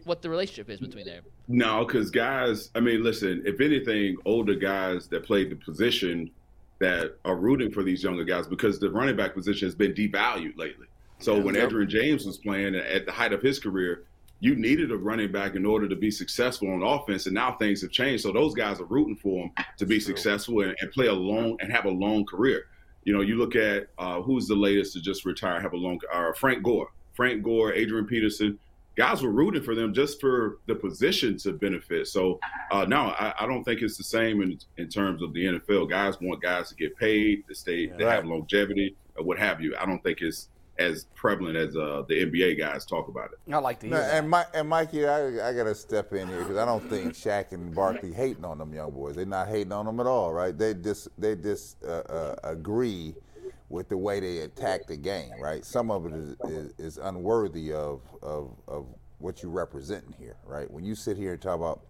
[SPEAKER 4] what the relationship is between them.
[SPEAKER 7] No, because guys, I mean, listen, if anything, older guys that played the position that are rooting for these younger guys because the running back position has been devalued lately. So when Edrin James was playing at the height of his career, you needed a running back in order to be successful on offense, and now things have changed. So those guys are rooting for him to be successful and, and play a long and have a long career. You know, you look at uh, who's the latest to just retire, have a long uh, Frank Gore, Frank Gore, Adrian Peterson. Guys were rooting for them just for the position to benefit. So, uh, no, I, I don't think it's the same in, in terms of the NFL. Guys want guys to get paid, to stay, to have longevity, or what have you. I don't think it's as prevalent as uh, the NBA guys talk about it.
[SPEAKER 1] I like to hear
[SPEAKER 3] No,
[SPEAKER 1] that.
[SPEAKER 3] and Mike and Mikey, I, I gotta step in here because I don't think Shaq and Barkley hating on them young boys. They're not hating on them at all, right? They dis they dis uh, uh, agree with the way they attack the game, right? Some of it is, is, is unworthy of, of of what you representing here, right? When you sit here and talk about,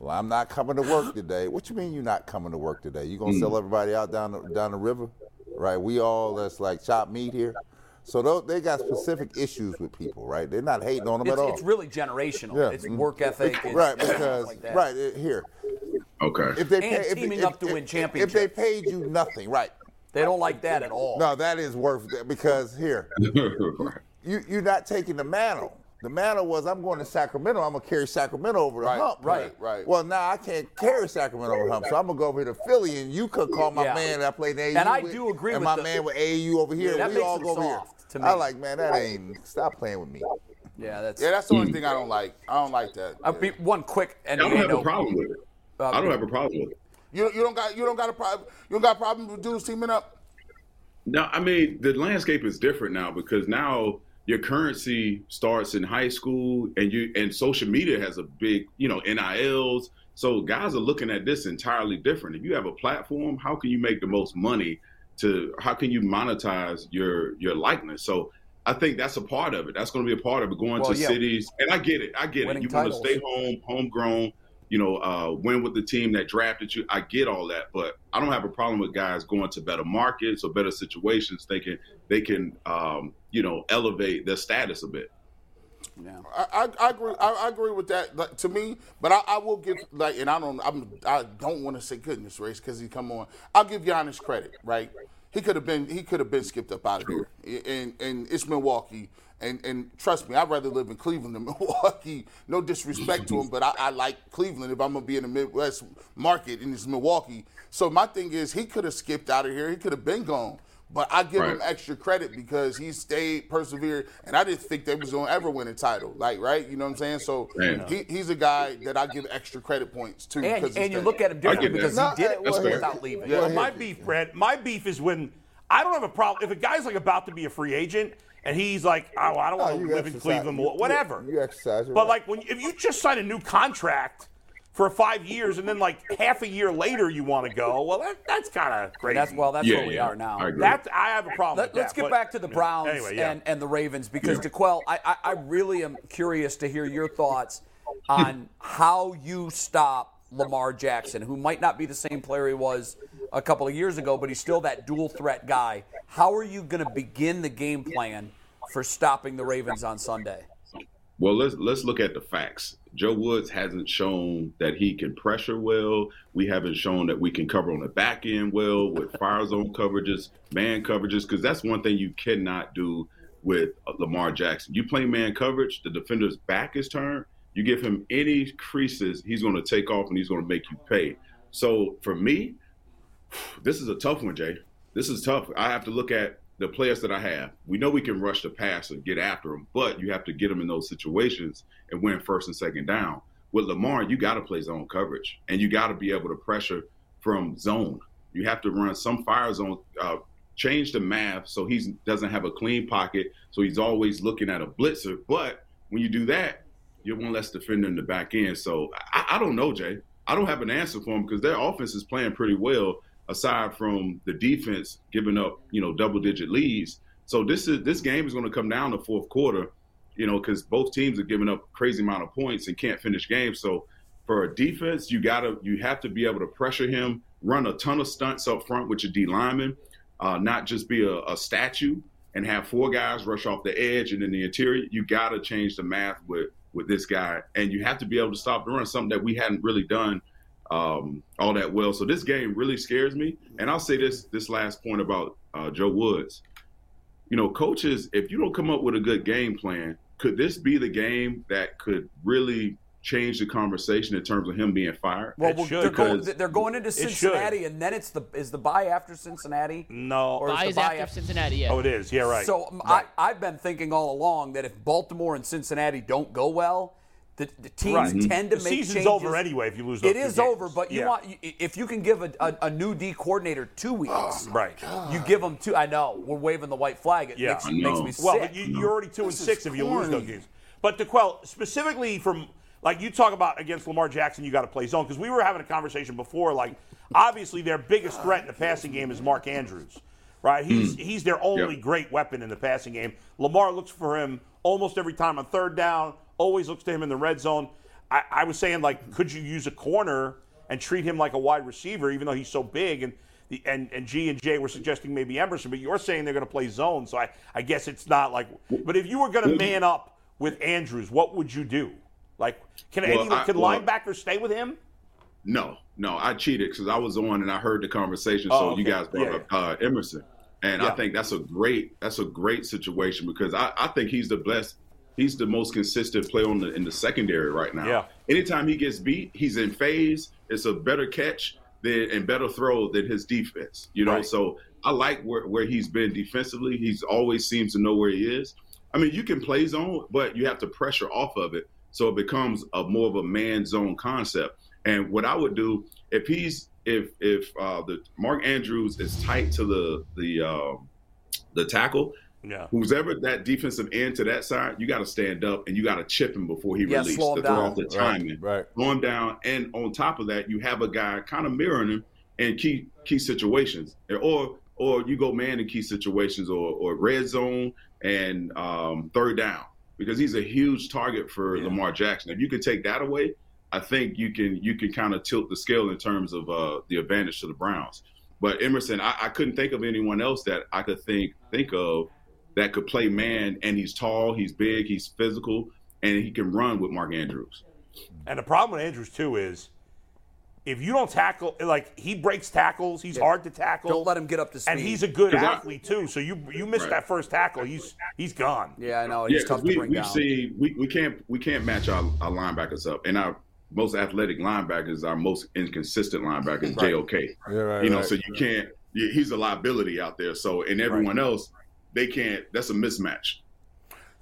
[SPEAKER 3] well, I'm not coming to work today. What you mean you're not coming to work today? You gonna sell everybody out down the, down the river, right? We all that's like chop meat here. So tho- they got specific issues with people, right? They're not hating on them
[SPEAKER 1] It's,
[SPEAKER 3] at all.
[SPEAKER 1] it's really generational.
[SPEAKER 3] Yeah.
[SPEAKER 1] It's work ethic. It's,
[SPEAKER 3] right,
[SPEAKER 1] it's stuff
[SPEAKER 3] because
[SPEAKER 1] like that.
[SPEAKER 3] right it- here,
[SPEAKER 7] Okay.
[SPEAKER 3] if they
[SPEAKER 1] And
[SPEAKER 3] pay, if,
[SPEAKER 1] teaming
[SPEAKER 3] if-
[SPEAKER 1] up to
[SPEAKER 3] if-
[SPEAKER 1] win
[SPEAKER 3] If they
[SPEAKER 1] championships.
[SPEAKER 3] paid you nothing, right?
[SPEAKER 1] They don't like that at all.
[SPEAKER 3] No, that is worth it because here,
[SPEAKER 7] Right.
[SPEAKER 3] you you're not taking the mantle. The mantle was I'm going to Sacramento. I'm gonna carry Sacramento over the
[SPEAKER 5] Right,
[SPEAKER 3] hump.
[SPEAKER 5] right, right.
[SPEAKER 3] Well, now I can't carry Sacramento over the hump, so I'm gonna go over here to Philly, and you could call my
[SPEAKER 1] Yeah.
[SPEAKER 3] man that I played in AAU.
[SPEAKER 1] And I
[SPEAKER 3] with,
[SPEAKER 1] do agree
[SPEAKER 3] and
[SPEAKER 1] with
[SPEAKER 3] my
[SPEAKER 1] the-
[SPEAKER 3] man with AAU over here.
[SPEAKER 1] Yeah, that
[SPEAKER 3] we
[SPEAKER 1] makes
[SPEAKER 3] all
[SPEAKER 1] them
[SPEAKER 3] go over
[SPEAKER 1] soft
[SPEAKER 3] here.
[SPEAKER 1] to me.
[SPEAKER 3] I like man, that ain't stop playing with me. Mm.
[SPEAKER 1] Yeah, that's.
[SPEAKER 5] Yeah, that's the only thing I don't like. I don't like that.
[SPEAKER 1] Uh, be- one quick
[SPEAKER 7] I
[SPEAKER 1] and
[SPEAKER 7] don't have a problem with it. I
[SPEAKER 1] uh,
[SPEAKER 7] don't have a problem with it.
[SPEAKER 5] You you don't got you don't got a problem you don't got a problem with dudes teaming up.
[SPEAKER 7] No, I mean the landscape is different now because now your currency starts in high school, and you and social media has a big, you know, NILs. So guys are looking at this entirely different. If you have a platform, how can you make the most money? To how can you monetize your your likeness? So I think that's a part of it. That's going to be a part of it. Going
[SPEAKER 1] Well,
[SPEAKER 7] to
[SPEAKER 1] yeah.
[SPEAKER 7] cities, and I get it. I get
[SPEAKER 1] Winning
[SPEAKER 7] it. You want to
[SPEAKER 1] titles.
[SPEAKER 7] stay home, homegrown. You know, uh, win with the team that drafted you. I get all that, but I don't have a problem with guys going to better markets or better situations, thinking they can, um, you know, elevate their status a bit.
[SPEAKER 5] I, I, I agree. I, I agree with that. Like, to me, but I, I will give like, and I don't. I'm. I don't want to say goodness race because he come on. I'll give Giannis credit. Right. He could have been. He could have been skipped up out of there. And and it's Milwaukee. And and trust me, I'd rather live in Cleveland than Milwaukee. No disrespect to him, but I, I like Cleveland. If I'm gonna be in the Midwest market and it's Milwaukee, so my thing is he could have skipped out of here. He could have been gone. But I give
[SPEAKER 7] Right.
[SPEAKER 5] him extra credit because he stayed, persevered, and I didn't think they was gonna ever win a title. Like, right? You know what I'm saying? So
[SPEAKER 7] Man.
[SPEAKER 5] he, he's a guy that I give extra credit points to.
[SPEAKER 1] And,
[SPEAKER 5] because he
[SPEAKER 1] and you
[SPEAKER 5] stayed.
[SPEAKER 1] look at him differently
[SPEAKER 7] that.
[SPEAKER 1] because
[SPEAKER 3] No,
[SPEAKER 1] he did it
[SPEAKER 3] that's fair.
[SPEAKER 1] without leaving.
[SPEAKER 3] Yeah.
[SPEAKER 2] Well, my beef, Brad, my beef is when I don't have a problem. If a guy's like about to be a free agent and he's like, oh, I don't
[SPEAKER 3] No,
[SPEAKER 2] want
[SPEAKER 3] you
[SPEAKER 2] to live in
[SPEAKER 3] exercise-
[SPEAKER 2] Cleveland,
[SPEAKER 3] you-
[SPEAKER 2] whatever.
[SPEAKER 3] you- you exercise your
[SPEAKER 2] But
[SPEAKER 3] right.
[SPEAKER 2] like, when if you just sign a new contract for five years and then like half a year later you want to go, well, that, that's kind of crazy.
[SPEAKER 1] That's well, that's
[SPEAKER 7] Yeah,
[SPEAKER 1] where we
[SPEAKER 7] yeah.
[SPEAKER 1] are now.
[SPEAKER 7] I agree.
[SPEAKER 2] That's I have a problem.
[SPEAKER 1] Let,
[SPEAKER 2] with
[SPEAKER 1] us
[SPEAKER 2] that,
[SPEAKER 1] get
[SPEAKER 2] but-
[SPEAKER 1] back to the
[SPEAKER 2] yeah.
[SPEAKER 1] Browns
[SPEAKER 2] Anyway, yeah.
[SPEAKER 1] and, and the Ravens because DeQuell, I, I, I really am curious to hear your thoughts on how you stop Lamar Jackson, who might not be the same player he was a couple of years ago, but he's still that dual threat guy. How are you going to begin the game plan for stopping the Ravens on Sunday?
[SPEAKER 7] Well, let's let's look at the facts. Joe Woods hasn't shown that he can pressure well. We haven't shown that we can cover on the back end well with fire zone coverages, man coverages, because that's one thing you cannot do with Lamar Jackson. You play man coverage, the defender's back is turned. You give him any creases, he's going to take off and he's going to make you pay. So for me, this is a tough one, Jay. This is tough. I have to look at the players that I have. We know we can rush the pass and get after them, but you have to get them in those situations and win first and second down. With Lamar, you got to play zone coverage and you got to be able to pressure from zone. You have to run some fire zone, uh, change the math so he doesn't have a clean pocket, so he's always looking at a blitzer. But when you do that, you're one less defender in the back end. So I, I don't know, Jay. I don't have an answer for him because their offense is playing pretty well, aside from the defense giving up, you know, double-digit leads. So this is this game is going to come down to fourth quarter, you know, because both teams are giving up crazy amount of points and can't finish games. So for a defense, you gotta you have to be able to pressure him, run a ton of stunts up front with your D lineman, uh, not just be a, a statue and have four guys rush off the edge and in the interior. You gotta change the math with with this guy, and you have to be able to stop the run, something that we hadn't really done um, all that well. So this game really scares me. And I'll say this this last point about uh, Joe Woods. You know, coaches, if you don't come up with a good game plan, could this be the game that could really change the conversation in terms of him being fired?
[SPEAKER 2] It
[SPEAKER 1] we're-
[SPEAKER 2] should,
[SPEAKER 1] they're, going,
[SPEAKER 7] because
[SPEAKER 1] they're going into
[SPEAKER 2] should.
[SPEAKER 1] Cincinnati, and then it's the is the bye after Cincinnati.
[SPEAKER 2] no.
[SPEAKER 1] Or-
[SPEAKER 4] Buys
[SPEAKER 1] the buy
[SPEAKER 4] after
[SPEAKER 1] after-
[SPEAKER 4] Cincinnati, yeah.
[SPEAKER 2] oh, it is. Yeah, right.
[SPEAKER 1] So um, I, I've been thinking all along that if Baltimore and Cincinnati don't go well, the, the teams
[SPEAKER 2] Right.
[SPEAKER 7] Mm-hmm.
[SPEAKER 1] tend to
[SPEAKER 2] the
[SPEAKER 1] make
[SPEAKER 2] season's
[SPEAKER 1] changes.
[SPEAKER 2] over anyway if you lose. Those
[SPEAKER 1] It
[SPEAKER 2] two
[SPEAKER 1] is
[SPEAKER 2] games.
[SPEAKER 1] over, but you
[SPEAKER 2] Yeah. Oh,
[SPEAKER 1] want you- if you can give a, a, a new D coordinator two weeks,
[SPEAKER 2] right.
[SPEAKER 1] you give them two. I know we're waving the white flag. It
[SPEAKER 2] Yeah.
[SPEAKER 1] makes,
[SPEAKER 2] I
[SPEAKER 1] makes
[SPEAKER 7] know.
[SPEAKER 1] me
[SPEAKER 2] Well,
[SPEAKER 1] sick.
[SPEAKER 2] but you, you're already two and
[SPEAKER 5] This is
[SPEAKER 2] six if you lose those
[SPEAKER 5] corny.
[SPEAKER 2] games. But to quell specifically from like you talk about against Lamar Jackson, you got to play zone because we were having a conversation before. Like obviously their biggest threat in the passing game is Mark Andrews, right?
[SPEAKER 5] Hmm.
[SPEAKER 2] He's he's their only
[SPEAKER 7] Yep.
[SPEAKER 2] great weapon in the passing game. Lamar looks for him almost every time on third down. Always looks to him in the red zone. I, I was saying like, could you use a corner and treat him like a wide receiver, even though he's so big and the, and, and G and J were suggesting maybe Emerson, but you're saying they're going to play zone. So I, I guess it's not like. But if you were going to man up with Andrews, what would you do? Like, can
[SPEAKER 7] Well,
[SPEAKER 2] any
[SPEAKER 7] I-
[SPEAKER 2] can
[SPEAKER 7] well-
[SPEAKER 2] linebackers stay with him?
[SPEAKER 7] No, no, I cheated because I was on and I heard the conversation. so
[SPEAKER 2] Oh, okay.
[SPEAKER 7] you guys brought
[SPEAKER 2] Yeah,
[SPEAKER 7] up uh, Emerson, and
[SPEAKER 2] Yeah.
[SPEAKER 7] I think that's a great that's a great situation because I, I think he's the best, he's the most consistent player on the in the secondary right now.
[SPEAKER 2] Yeah.
[SPEAKER 7] Anytime he gets beat, he's in phase. It's a better catch than and better throw than his defense. You know,
[SPEAKER 2] Right.
[SPEAKER 7] so I like where where he's been defensively. He's always seems to know where he is. I mean, you can play zone, but you have to pressure off of it, so it becomes a more of a man zone concept. And what I would do if he's if if uh, the Mark Andrews is tight to the the um, the tackle,
[SPEAKER 2] Yeah.
[SPEAKER 7] who's ever that defensive end to that side, you got to stand up and you got to chip him before he
[SPEAKER 1] Yeah,
[SPEAKER 7] releases
[SPEAKER 1] slow him
[SPEAKER 7] to throw
[SPEAKER 1] down.
[SPEAKER 7] off the
[SPEAKER 3] Right,
[SPEAKER 7] timing,
[SPEAKER 3] right.
[SPEAKER 7] slow him down, and on top of that, you have a guy kind of mirroring him in key key situations, or or you go man in key situations, or or red zone and um, third down because he's a huge target for Lamar Jackson. If you can take that away, I think you can you can kind of tilt the scale in terms of uh, the advantage to the Browns. But Emerson, I, I couldn't think of anyone else that I could think think of that could play man, and he's tall, he's big, he's physical, and he can run with Mark Andrews.
[SPEAKER 2] And the problem with Andrews too is if you don't tackle, like he breaks tackles, he's hard to tackle.
[SPEAKER 1] Don't let him get up to speed.
[SPEAKER 2] And he's a good
[SPEAKER 7] 'Cause I-
[SPEAKER 2] athlete too. So you you miss
[SPEAKER 7] Right.
[SPEAKER 2] that first tackle, he's he's gone.
[SPEAKER 1] yeah, I know.
[SPEAKER 7] Yeah,
[SPEAKER 1] He's
[SPEAKER 7] 'cause
[SPEAKER 1] tough
[SPEAKER 7] we
[SPEAKER 1] to bring
[SPEAKER 7] we
[SPEAKER 1] down.
[SPEAKER 7] see we, we can't we can't match our, our linebackers up, and our most athletic linebackers, our most inconsistent linebackers, JOK.
[SPEAKER 3] Yeah, right,
[SPEAKER 7] you know,
[SPEAKER 3] right.
[SPEAKER 7] so you can't. yeah, He's a liability out there. So and everyone else, they can't. That's a mismatch.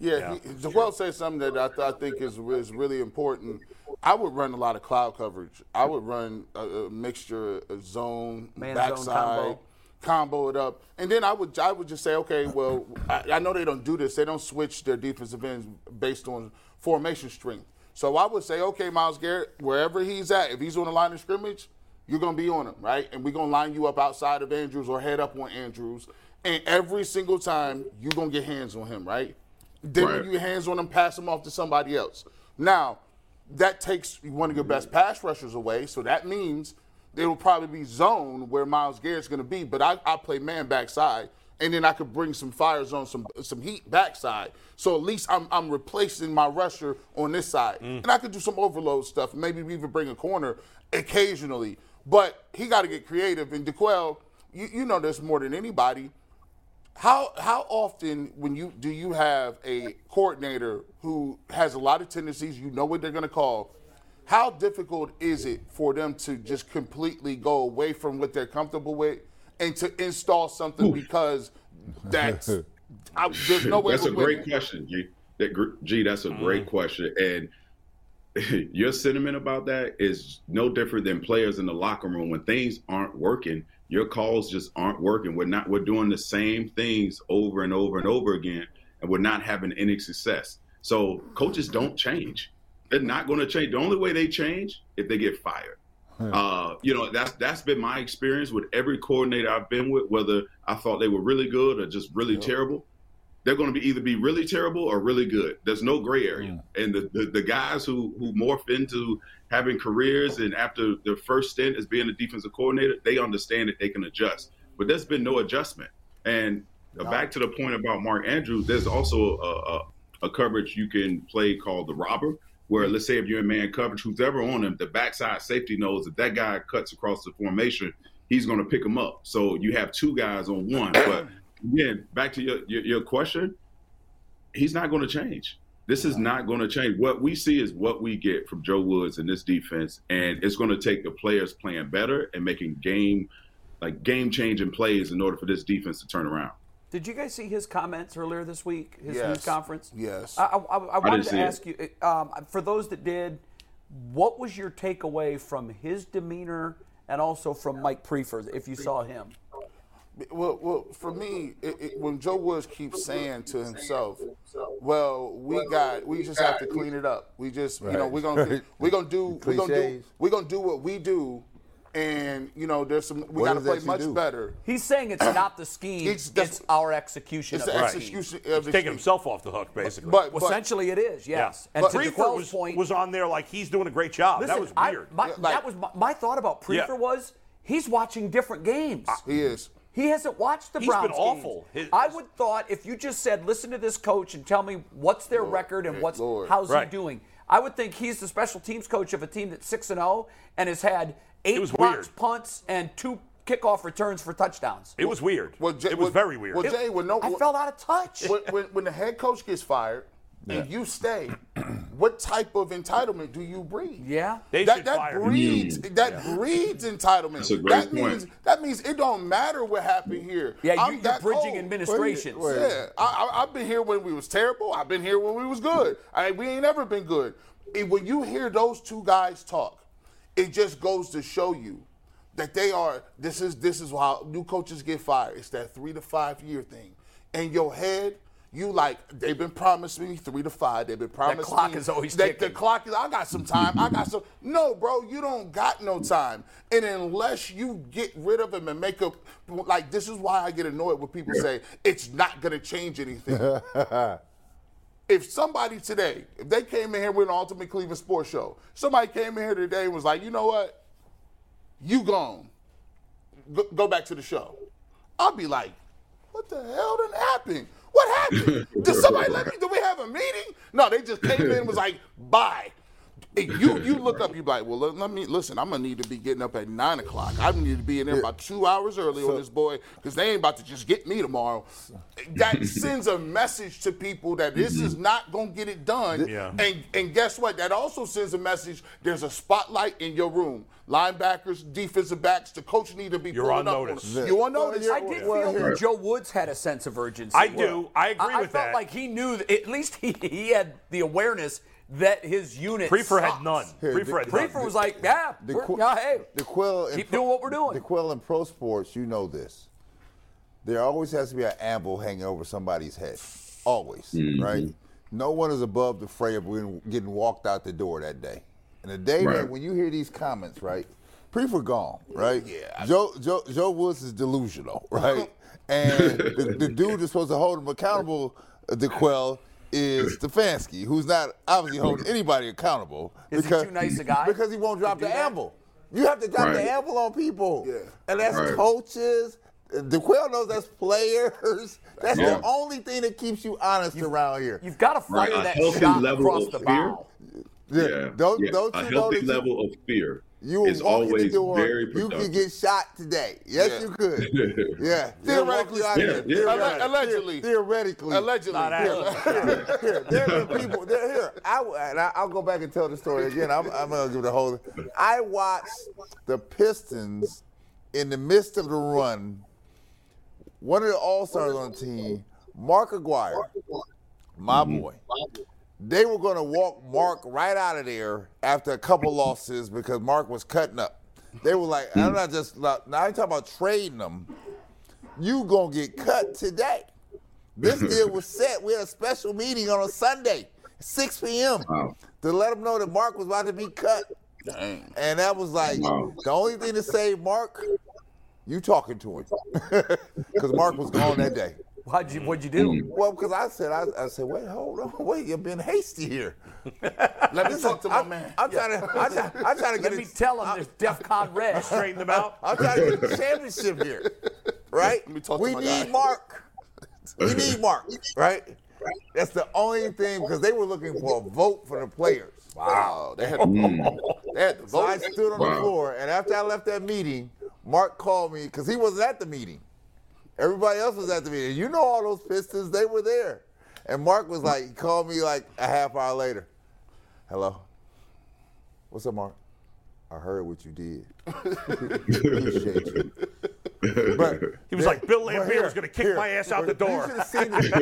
[SPEAKER 2] Yeah.
[SPEAKER 5] Yeah, he DeQuell said something that I, th- I think is, is really important. I would run a lot of cloud coverage. I would run a, a mixture of zone,
[SPEAKER 1] Man zone
[SPEAKER 5] backside,
[SPEAKER 1] combo.
[SPEAKER 5] combo it up, and then I would I would just say, okay, well, I, I know they don't do this. They don't switch their defensive ends based on formation strength. So I would say, okay, Miles Garrett, wherever he's at, if he's on the line of scrimmage, you're gonna be on him, right? And we're gonna line you up outside of Andrews or head up on Andrews, and every single time you're gonna get hands on him, right? Then
[SPEAKER 7] Right.
[SPEAKER 5] when you hands on him, pass him off to somebody else. Now, that takes one of your best pass rushers away. So that means it will probably be zone where Miles Garrett's going to be. But I, I play man backside, and then I could bring some fire zone, some some heat backside. So at least I'm I'm replacing my rusher on this side, and I could do some overload stuff. Maybe even bring a corner occasionally. But he got to get creative. And DeQuell, you, you know this more than anybody. How how often when you do you have a coordinator who has a lot of tendencies, you know what they're going to call? How difficult is it for them to just completely go away from what they're comfortable with and to install something because that's I, there's no way
[SPEAKER 7] that's a
[SPEAKER 5] to win.
[SPEAKER 7] great question, G. That, gr- G, that's a great question, and your sentiment about that is no different than players in the locker room when things aren't working. Your calls just aren't working. We're not. We're doing the same things over and over and over again, and we're not having any success. So coaches don't change. They're not going to change. The only way they change if they get fired. Uh, you know, that's that's been my experience with every coordinator I've been with, whether I thought they were really good or just really terrible. They're going to be either be really terrible or really good. There's no gray area. And the, the, the guys who who morph into having careers and after their first stint as being a defensive coordinator, they understand that they can adjust. But there's been no adjustment. And back to the point about Mark Andrews, there's also a, a a coverage you can play called the robber, where let's say if you're in man coverage, who's ever on him, the backside safety knows if that guy cuts across the formation, he's going to pick him up. So you have two guys on one. But again, back to your your, your question, he's not going to change. This is not going to change. What we see is what we get from Joe Woods and this defense, and it's going to take the players playing better and making game like game changing plays in order for this defense to turn around.
[SPEAKER 1] Did you guys see his comments earlier this week? His news
[SPEAKER 5] Yes.
[SPEAKER 1] conference.
[SPEAKER 5] Yes.
[SPEAKER 1] I, I, I wanted
[SPEAKER 7] didn't
[SPEAKER 1] to
[SPEAKER 7] see it.
[SPEAKER 1] ask you um, for those that did, what was your takeaway from his demeanor and also from Mike Prefer if you saw him?
[SPEAKER 5] Well, well, for me, it, it, when Joe Woods keeps saying to himself, "Well, we got, we just have to clean it up. We just, you know,
[SPEAKER 3] Right.
[SPEAKER 5] we're gonna,
[SPEAKER 3] Right.
[SPEAKER 5] we're gonna do, we're gonna do,
[SPEAKER 3] Cliches.
[SPEAKER 5] we're gonna do what we do, and you know, there's some, we
[SPEAKER 3] What
[SPEAKER 5] gotta
[SPEAKER 3] is that
[SPEAKER 5] play
[SPEAKER 3] you
[SPEAKER 5] much
[SPEAKER 3] do?
[SPEAKER 5] better.
[SPEAKER 1] He's saying it's not the scheme;
[SPEAKER 5] It's-
[SPEAKER 1] it's,
[SPEAKER 5] that's-
[SPEAKER 1] our execution.
[SPEAKER 5] It's
[SPEAKER 1] of
[SPEAKER 5] the
[SPEAKER 1] the scheme.
[SPEAKER 5] execution of the
[SPEAKER 2] Taking
[SPEAKER 5] scheme.
[SPEAKER 2] himself off the hook, basically.
[SPEAKER 5] But,
[SPEAKER 1] Well,
[SPEAKER 5] but
[SPEAKER 1] essentially, it is yes.
[SPEAKER 2] yeah.
[SPEAKER 1] And to
[SPEAKER 2] Prefer
[SPEAKER 1] DeQuell's
[SPEAKER 2] was,
[SPEAKER 1] point,
[SPEAKER 2] was on there like he's doing a great job.
[SPEAKER 1] listen,
[SPEAKER 2] that was
[SPEAKER 1] I-
[SPEAKER 2] weird.
[SPEAKER 1] my,
[SPEAKER 5] like-
[SPEAKER 1] that was my, my thought about Prefer
[SPEAKER 2] Yeah.
[SPEAKER 1] was He's watching different games.
[SPEAKER 5] He is.
[SPEAKER 1] He hasn't watched the
[SPEAKER 2] He's
[SPEAKER 1] Browns.
[SPEAKER 2] been awful.
[SPEAKER 1] games.
[SPEAKER 2] His-
[SPEAKER 1] I would thought if you just said, "Listen to this coach and tell me what's their record and what's
[SPEAKER 5] Lord.
[SPEAKER 1] how's
[SPEAKER 2] Right.
[SPEAKER 1] he doing." I would think he's the special teams coach of a team that's six and zero and has had eight
[SPEAKER 2] was
[SPEAKER 1] blocks,
[SPEAKER 2] weird.
[SPEAKER 1] punts, and two kickoff returns for touchdowns.
[SPEAKER 2] It was weird.
[SPEAKER 5] Well, Jay-
[SPEAKER 2] it was
[SPEAKER 5] well-
[SPEAKER 2] very weird.
[SPEAKER 5] Well, Jay, well, no,
[SPEAKER 1] I
[SPEAKER 5] well-
[SPEAKER 1] felt out of touch.
[SPEAKER 5] when, when, when the head coach gets fired and you stay, what type of entitlement do you breed?
[SPEAKER 1] yeah.
[SPEAKER 2] they
[SPEAKER 5] That,
[SPEAKER 2] should
[SPEAKER 5] that
[SPEAKER 2] fire him.
[SPEAKER 5] breeds that breeds entitlement.
[SPEAKER 7] That's a great
[SPEAKER 5] that
[SPEAKER 7] point.
[SPEAKER 5] means that means it don't matter what happened here.
[SPEAKER 1] Yeah, you-
[SPEAKER 5] I'm
[SPEAKER 1] you're
[SPEAKER 5] that
[SPEAKER 1] bridging
[SPEAKER 5] old.
[SPEAKER 1] administrations.
[SPEAKER 5] Wait, wait. Yeah, I, I, I've been here when we was terrible. I've been here when we was good. I, we ain't ever been good. And when you hear those two guys talk, it just goes to show you that they are. This is this is how new coaches get fired. It's that three to five year thing. In your head, you like they've been promising me three to five. They've been promising
[SPEAKER 1] clock
[SPEAKER 5] me
[SPEAKER 1] is always
[SPEAKER 5] that
[SPEAKER 1] ticking.
[SPEAKER 5] The clock is. I got some time. I got some. No, bro, you don't got no time. And unless you get rid of him and make up, like this is why I get annoyed when people say it's not gonna change anything. if somebody today, if they came in here with an Ultimate Cleveland Sports Show, somebody came in here today and was like, you know what, you gone, go, go back to the show. I'll be like, what the hell done happened? What happened? Did somebody let me? Did we have a meeting? No, they just came in and was like, bye. And you you look up, you be like, well, let, let me listen. I'm gonna need to be getting up at nine o'clock. I need to be in there about two hours early on this boy because they ain't about to just get me tomorrow. That sends a message to people that this is not gonna get it done.
[SPEAKER 2] Yeah.
[SPEAKER 5] And and guess what? That also sends a message. There's a spotlight in your room. Linebackers, defensive backs, the coach need to be
[SPEAKER 2] You're
[SPEAKER 5] pulling
[SPEAKER 2] on
[SPEAKER 5] up on
[SPEAKER 2] notice.
[SPEAKER 5] them. You're on
[SPEAKER 3] Well,
[SPEAKER 5] notice.
[SPEAKER 3] you're-
[SPEAKER 1] I did
[SPEAKER 3] Well,
[SPEAKER 1] feel
[SPEAKER 3] here-
[SPEAKER 1] that Joe Woods had a sense of urgency.
[SPEAKER 2] I do. I agree
[SPEAKER 1] I,
[SPEAKER 2] with
[SPEAKER 1] felt
[SPEAKER 2] that.
[SPEAKER 1] like he knew. that- At least he, he had the awareness that his unit.
[SPEAKER 2] Prefer
[SPEAKER 1] sucks.
[SPEAKER 2] had none.
[SPEAKER 3] Here,
[SPEAKER 2] Prefer had
[SPEAKER 3] the-
[SPEAKER 2] none.
[SPEAKER 1] Prefer was like, yeah,
[SPEAKER 3] The
[SPEAKER 1] we're-
[SPEAKER 3] que-
[SPEAKER 1] yeah, hey,
[SPEAKER 3] the Quill in
[SPEAKER 1] keep doing what we're doing.
[SPEAKER 3] The Quill in pro sports, you know this. There always has to be an anvil hanging over somebody's head. Always,
[SPEAKER 7] Mm-hmm.
[SPEAKER 3] right? No one is above the fray of when- getting walked out the door that day. And the day
[SPEAKER 7] Right.
[SPEAKER 3] that when you hear these comments, right? Prefer gone, right? Yeah. Joe Joe Joe Woods is delusional, right? and the, the dude that's supposed to hold him accountable, uh, the Quell, is Stefanski, who's not obviously holding anybody accountable
[SPEAKER 1] Is he too nice a guy
[SPEAKER 3] because he won't drop
[SPEAKER 1] do
[SPEAKER 3] the
[SPEAKER 1] that?
[SPEAKER 3] anvil. You have to drop
[SPEAKER 7] Right.
[SPEAKER 3] the anvil on people.
[SPEAKER 5] Yeah.
[SPEAKER 3] And that's
[SPEAKER 7] Right.
[SPEAKER 3] coaches. DeQuell knows that's players. That's
[SPEAKER 7] Yeah.
[SPEAKER 3] the only thing that keeps you honest around here.
[SPEAKER 1] you've got to fire
[SPEAKER 7] Right, a
[SPEAKER 1] that
[SPEAKER 7] healthy
[SPEAKER 1] shot
[SPEAKER 7] level
[SPEAKER 1] across
[SPEAKER 7] of
[SPEAKER 1] the
[SPEAKER 7] fear.
[SPEAKER 1] bow.
[SPEAKER 3] Yeah.
[SPEAKER 7] Yeah,
[SPEAKER 3] Don't,
[SPEAKER 7] yeah.
[SPEAKER 3] don't
[SPEAKER 7] a
[SPEAKER 3] you know
[SPEAKER 7] healthy
[SPEAKER 3] that you,
[SPEAKER 7] level of fear
[SPEAKER 3] you were
[SPEAKER 7] is
[SPEAKER 3] walking the
[SPEAKER 7] always
[SPEAKER 3] door,
[SPEAKER 7] very
[SPEAKER 3] you
[SPEAKER 7] productive.
[SPEAKER 3] could get shot today. Yes,
[SPEAKER 5] Yeah.
[SPEAKER 3] you could. yeah. Theoretically,
[SPEAKER 7] Yeah,
[SPEAKER 3] I did.
[SPEAKER 7] yeah.
[SPEAKER 3] Theoretically-
[SPEAKER 5] Alle- allegedly.
[SPEAKER 3] Theoretically.
[SPEAKER 5] Allegedly.
[SPEAKER 3] here, here, there have been people. There, here, I and I, I'll go back and tell the story again. I'm, I'm gonna give the whole. I watched the Pistons in the midst of the run. One of the All Stars on the team, Mark Aguirre, my boy. They were going to walk Mark right out of there after a couple losses because Mark was cutting up. They were like, I'm not just not, now. I'm talking about trading them. You gonna get cut today. This deal was set. We had a special meeting on a Sunday, 6 p.m.
[SPEAKER 7] Wow.
[SPEAKER 3] to let them know that Mark was about to be cut. And that was like
[SPEAKER 7] Wow.
[SPEAKER 3] the only thing to save Mark. You talking to him because Mark was gone that day.
[SPEAKER 1] How'd you, what'd you
[SPEAKER 7] Hmm.
[SPEAKER 1] do?
[SPEAKER 3] Well, because I said, I, I said, wait, hold on, wait, you've been hasty here.
[SPEAKER 5] Let me talk to my
[SPEAKER 3] I'm,
[SPEAKER 5] man.
[SPEAKER 3] I'm trying to, I'm trying, I'm trying to get
[SPEAKER 1] Let me
[SPEAKER 3] a-
[SPEAKER 1] tell him there's DEFCON red.
[SPEAKER 2] straighten them out.
[SPEAKER 3] I'm trying to get a championship here, right?
[SPEAKER 5] Let me talk to
[SPEAKER 3] we
[SPEAKER 5] my
[SPEAKER 3] need
[SPEAKER 5] guy.
[SPEAKER 3] Mark. We need Mark, right? That's the only thing because they were looking for a vote for the players. Mm.
[SPEAKER 5] Wow, they had, they had to
[SPEAKER 3] So I
[SPEAKER 5] vote.
[SPEAKER 3] stood on the
[SPEAKER 7] Wow.
[SPEAKER 3] floor, and after I left that meeting, Mark called me because he wasn't at the meeting. Everybody else was at the meeting. You know all those Pistons; they were there. And Mark was like, he called me like a half hour later. Hello. What's up, Mark? I heard what you did. Appreciate you. But
[SPEAKER 2] He was like, Bill Lambier
[SPEAKER 3] here,
[SPEAKER 2] is going to kick
[SPEAKER 3] here.
[SPEAKER 2] my ass out the
[SPEAKER 3] You
[SPEAKER 2] door.
[SPEAKER 3] should have seen the,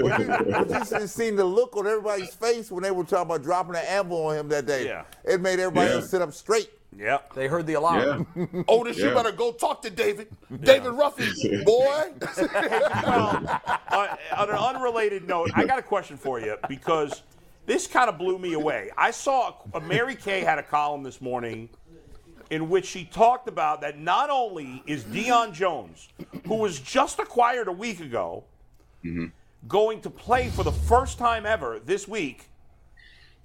[SPEAKER 3] but you should have seen the look on everybody's face when they were talking about dropping an anvil on him that day.
[SPEAKER 2] Yeah.
[SPEAKER 3] It made everybody
[SPEAKER 7] Yeah.
[SPEAKER 3] else sit up straight.
[SPEAKER 2] Yep.
[SPEAKER 1] They heard the alarm.
[SPEAKER 7] Yeah.
[SPEAKER 5] Otis, you
[SPEAKER 7] Yeah.
[SPEAKER 5] better go talk to David. David Ruffin, boy.
[SPEAKER 2] Well, uh, on an unrelated note, I got a question for you because this kind of blew me away. I saw uh, Mary Kay had a column this morning in which she talked about that not only is Dion Jones, who was just acquired a week ago, going to play for the first time ever this week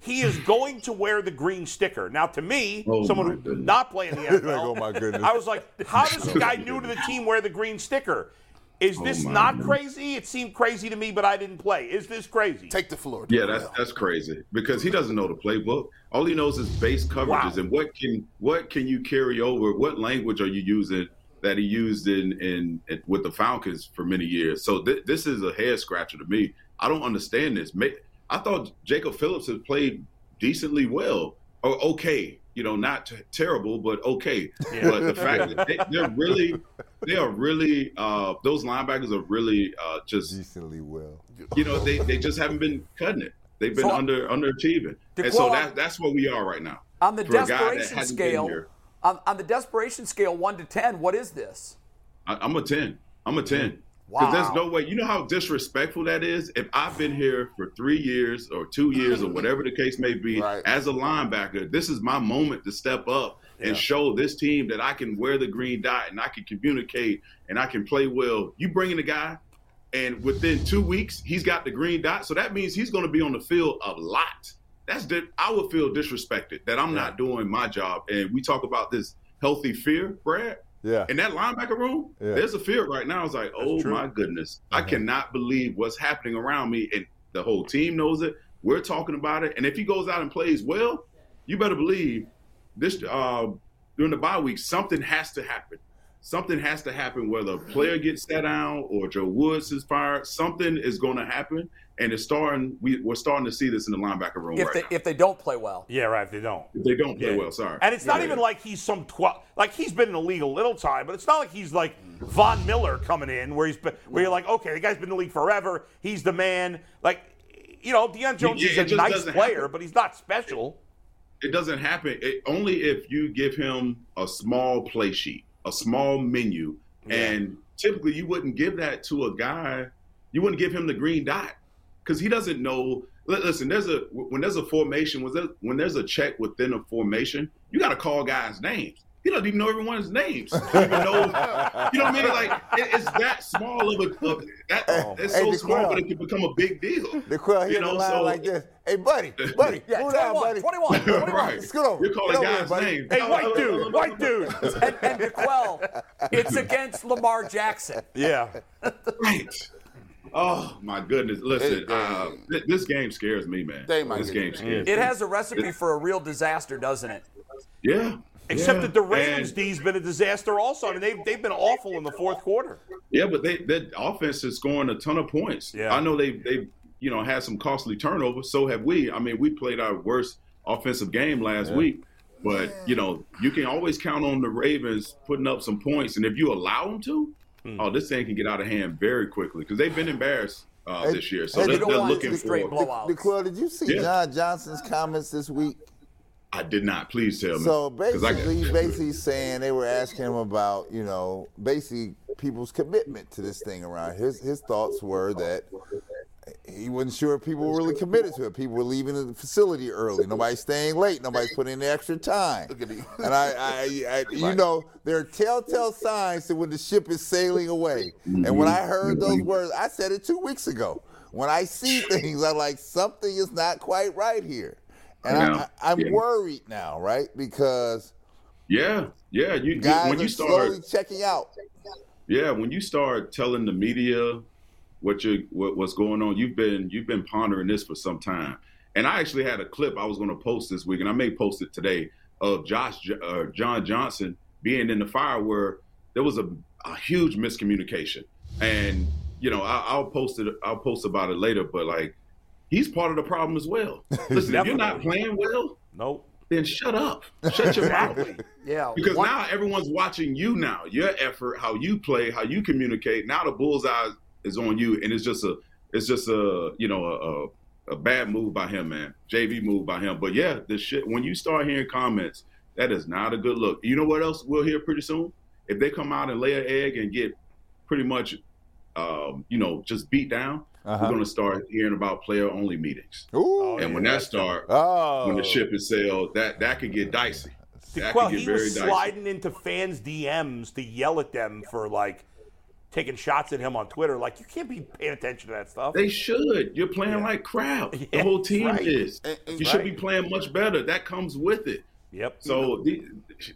[SPEAKER 2] He is going to wear the green sticker. Now, to me,
[SPEAKER 7] Oh,
[SPEAKER 2] someone
[SPEAKER 7] my
[SPEAKER 2] who did
[SPEAKER 7] goodness.
[SPEAKER 2] not play in the
[SPEAKER 3] Like,
[SPEAKER 2] NFL,
[SPEAKER 3] oh, my goodness.
[SPEAKER 2] I was like, how does the guy new to the team wear the green sticker? Is this
[SPEAKER 7] Oh my
[SPEAKER 2] not
[SPEAKER 7] goodness.
[SPEAKER 2] crazy? It seemed crazy to me, but I didn't play. Is this crazy?
[SPEAKER 5] Take the floor.
[SPEAKER 7] Yeah, that's
[SPEAKER 5] Darnell.
[SPEAKER 7] that's crazy because he doesn't know the playbook. All he knows is base coverages
[SPEAKER 2] Wow.
[SPEAKER 7] and what can what can you carry over? What language are you using that he used in in, in- with the Falcons for many years? So thi- this is a head scratcher to me. I don't understand this. Ma- I thought Jacob Phillips had played decently well or okay, you know, not t- terrible but okay. But the fact that they, they're really they are really uh, those linebackers are really uh, just
[SPEAKER 3] Decently well.
[SPEAKER 7] you know they, they just haven't been cutting it. They've been
[SPEAKER 1] So-
[SPEAKER 7] under underachieving, and
[SPEAKER 1] Daquan-
[SPEAKER 7] so that that's where we are right now.
[SPEAKER 1] On the
[SPEAKER 7] For a guy that
[SPEAKER 1] desperation
[SPEAKER 7] hasn't been
[SPEAKER 1] scale,
[SPEAKER 7] here.
[SPEAKER 1] on, on the desperation scale, one to ten, what is this? Hmm.
[SPEAKER 7] I, I'm a ten. I'm a ten.
[SPEAKER 1] Wow.
[SPEAKER 7] Because there's no way. You know how disrespectful that is. If I've been here for three years or two years or whatever the case may be,
[SPEAKER 5] Right.
[SPEAKER 7] as a linebacker, this is my moment to step up and show this team that I can wear the green dot and I can communicate and I can play well. You bring in a guy, and within two weeks he's got the green dot, so that means he's going to be on the field a lot. That's di- I would feel disrespected that I'm not doing my job. And we talk about this healthy fear, Brad.
[SPEAKER 3] Yeah.
[SPEAKER 7] In that linebacker room,
[SPEAKER 3] Yeah.
[SPEAKER 7] there's a fear right now. It's like, oh
[SPEAKER 2] true.
[SPEAKER 7] my goodness, I cannot believe what's happening around me, and the whole team knows it. We're talking about it, and if he goes out and plays well, you better believe this uh, during the bye week something has to happen. Something has to happen, whether a player gets sat down or Joe Woods is fired. Something is going to happen, and it's starting. We, we're starting to see this in the linebacker room
[SPEAKER 1] If
[SPEAKER 7] right
[SPEAKER 1] they
[SPEAKER 7] now.
[SPEAKER 1] if they don't play well,
[SPEAKER 2] yeah, right. If they don't.
[SPEAKER 7] If they don't play
[SPEAKER 2] Yeah.
[SPEAKER 7] well, sorry.
[SPEAKER 2] And it's not
[SPEAKER 7] Yeah.
[SPEAKER 2] even like he's some twelve. Like he's been in the league a little time, but it's not like he's like Von Miller coming in, where he's been, where you're like, okay, the guy's been in the league forever. He's the man. Like, you know, Deion Jones
[SPEAKER 7] Yeah, it
[SPEAKER 2] is a
[SPEAKER 7] just
[SPEAKER 2] nice
[SPEAKER 7] doesn't
[SPEAKER 2] player,
[SPEAKER 7] happen.
[SPEAKER 2] but he's not special.
[SPEAKER 7] it doesn't happen it, only if you give him a small play sheet, a small menu, and typically you wouldn't give that to a guy. You wouldn't give him the green dot because he doesn't know. li- Listen, there's a when there's a formation, when there's, when there's a check within a formation, you got to call guys' names. He doesn't even know everyone's names. He even knows, you know what I mean? Like it, it's that small of a of- that, it's
[SPEAKER 3] Hey,
[SPEAKER 7] so
[SPEAKER 3] the
[SPEAKER 7] small,
[SPEAKER 3] crowd.
[SPEAKER 7] but it can become a big deal.
[SPEAKER 3] The quill
[SPEAKER 7] You
[SPEAKER 3] hit the
[SPEAKER 7] know,
[SPEAKER 3] line
[SPEAKER 7] so-
[SPEAKER 3] like this. Hey, buddy, buddy,
[SPEAKER 1] Yeah,
[SPEAKER 3] move down,
[SPEAKER 1] 21,
[SPEAKER 3] buddy.
[SPEAKER 1] 21, 21.
[SPEAKER 7] right.
[SPEAKER 3] Scoot over.
[SPEAKER 7] You're calling
[SPEAKER 3] Get over here,
[SPEAKER 7] guys'
[SPEAKER 3] buddy.
[SPEAKER 7] names.
[SPEAKER 2] Hey, white dude, white dude.
[SPEAKER 1] and, and DeQuell, it's against Lamar Jackson.
[SPEAKER 2] Yeah,
[SPEAKER 7] Right. Oh my goodness! Listen,
[SPEAKER 5] Hey,
[SPEAKER 7] uh, th- this game scares me, man.
[SPEAKER 5] They might
[SPEAKER 7] this
[SPEAKER 5] get
[SPEAKER 7] game
[SPEAKER 5] it.
[SPEAKER 7] scares.
[SPEAKER 1] It
[SPEAKER 7] me.
[SPEAKER 1] has a recipe for a real disaster, doesn't it?
[SPEAKER 7] yeah.
[SPEAKER 2] except
[SPEAKER 7] yeah.
[SPEAKER 2] that the Ravens
[SPEAKER 7] And-
[SPEAKER 2] D's been a disaster also. I mean, they've they've been awful in the fourth quarter.
[SPEAKER 7] Yeah, but they that offense is scoring a ton of points.
[SPEAKER 2] Yeah.
[SPEAKER 7] I know they they you know had some costly turnovers. So have we. I mean, we played our worst offensive game last week. But you know, you can always count on the Ravens putting up some points, and if you allow them to, oh, this thing can get out of hand very quickly because they've been embarrassed uh,
[SPEAKER 3] Hey,
[SPEAKER 7] this year. So
[SPEAKER 3] hey,
[SPEAKER 7] they're,
[SPEAKER 3] you don't
[SPEAKER 7] they're
[SPEAKER 3] want
[SPEAKER 7] looking
[SPEAKER 1] two straight
[SPEAKER 7] for.
[SPEAKER 1] blow- Blowouts.
[SPEAKER 3] The quill, did you see
[SPEAKER 7] Yeah.
[SPEAKER 3] John Johnson's comments this week?
[SPEAKER 7] I did not. Please tell me.
[SPEAKER 3] So
[SPEAKER 7] 'Cause I got-
[SPEAKER 3] basically, he's basically saying they were asking him about, you know, basically people's commitment to this thing around. His his thoughts were that he wasn't sure if people were really committed to it. People were leaving the facility early. Nobody's staying late. Nobody's putting in the extra time.
[SPEAKER 5] Look at him.
[SPEAKER 3] And I, I, I you know, there are telltale signs that when the ship is sailing away. And when I
[SPEAKER 7] Mm-hmm.
[SPEAKER 3] heard those words, I said it two weeks ago. When I see things, I'm like, something is not quite right here. And I,
[SPEAKER 7] Yeah.
[SPEAKER 3] I, I'm
[SPEAKER 7] Yeah.
[SPEAKER 3] worried now, right? Because
[SPEAKER 7] Yeah, yeah. You, you-
[SPEAKER 3] guys
[SPEAKER 7] when
[SPEAKER 3] are
[SPEAKER 7] you start,
[SPEAKER 3] slowly checking out.
[SPEAKER 7] yeah, when you start telling the media what you what, what's going on, you've been you've been pondering this for some time. And I actually had a clip I was going to post this week, and I may post it today of Josh J- uh, John Johnson being in the fire where there was a, a huge miscommunication. And you know, I, I'll post it. I'll post about it later. But like, he's part of the problem as well. Listen, if you're not playing well,
[SPEAKER 2] Nope.
[SPEAKER 7] then shut up. Shut your mouth.
[SPEAKER 1] Yeah.
[SPEAKER 7] Because
[SPEAKER 1] one-
[SPEAKER 7] now everyone's watching you now, your effort, how you play, how you communicate. Now the bullseye is on you, and it's just a, it's just a, you know, a, a, a bad move by him, man. JV move by him. But yeah, this shit. When you start hearing comments, that is not a good look. You know what else we'll hear pretty soon? If they come out and lay an egg and get pretty much, um, you know, just beat down,
[SPEAKER 3] Uh-huh.
[SPEAKER 7] we're gonna start hearing about player only meetings.
[SPEAKER 2] Oh,
[SPEAKER 3] Ooh.
[SPEAKER 7] and when that start,
[SPEAKER 3] Oh.
[SPEAKER 7] when the ship is sailed, that that could get dicey. That
[SPEAKER 2] well,
[SPEAKER 7] could get
[SPEAKER 2] he
[SPEAKER 7] very
[SPEAKER 2] was
[SPEAKER 7] dicey.
[SPEAKER 2] sliding into fans' DMs to yell at them for like taking shots at him on Twitter. Like, you can't be paying attention to that stuff.
[SPEAKER 7] They should. You're playing like crap.
[SPEAKER 2] Yeah,
[SPEAKER 7] the whole team
[SPEAKER 2] right.
[SPEAKER 7] is.
[SPEAKER 5] And- and-
[SPEAKER 7] you should be
[SPEAKER 2] Right.
[SPEAKER 7] playing much better. That comes with it.
[SPEAKER 2] yep.
[SPEAKER 7] So the-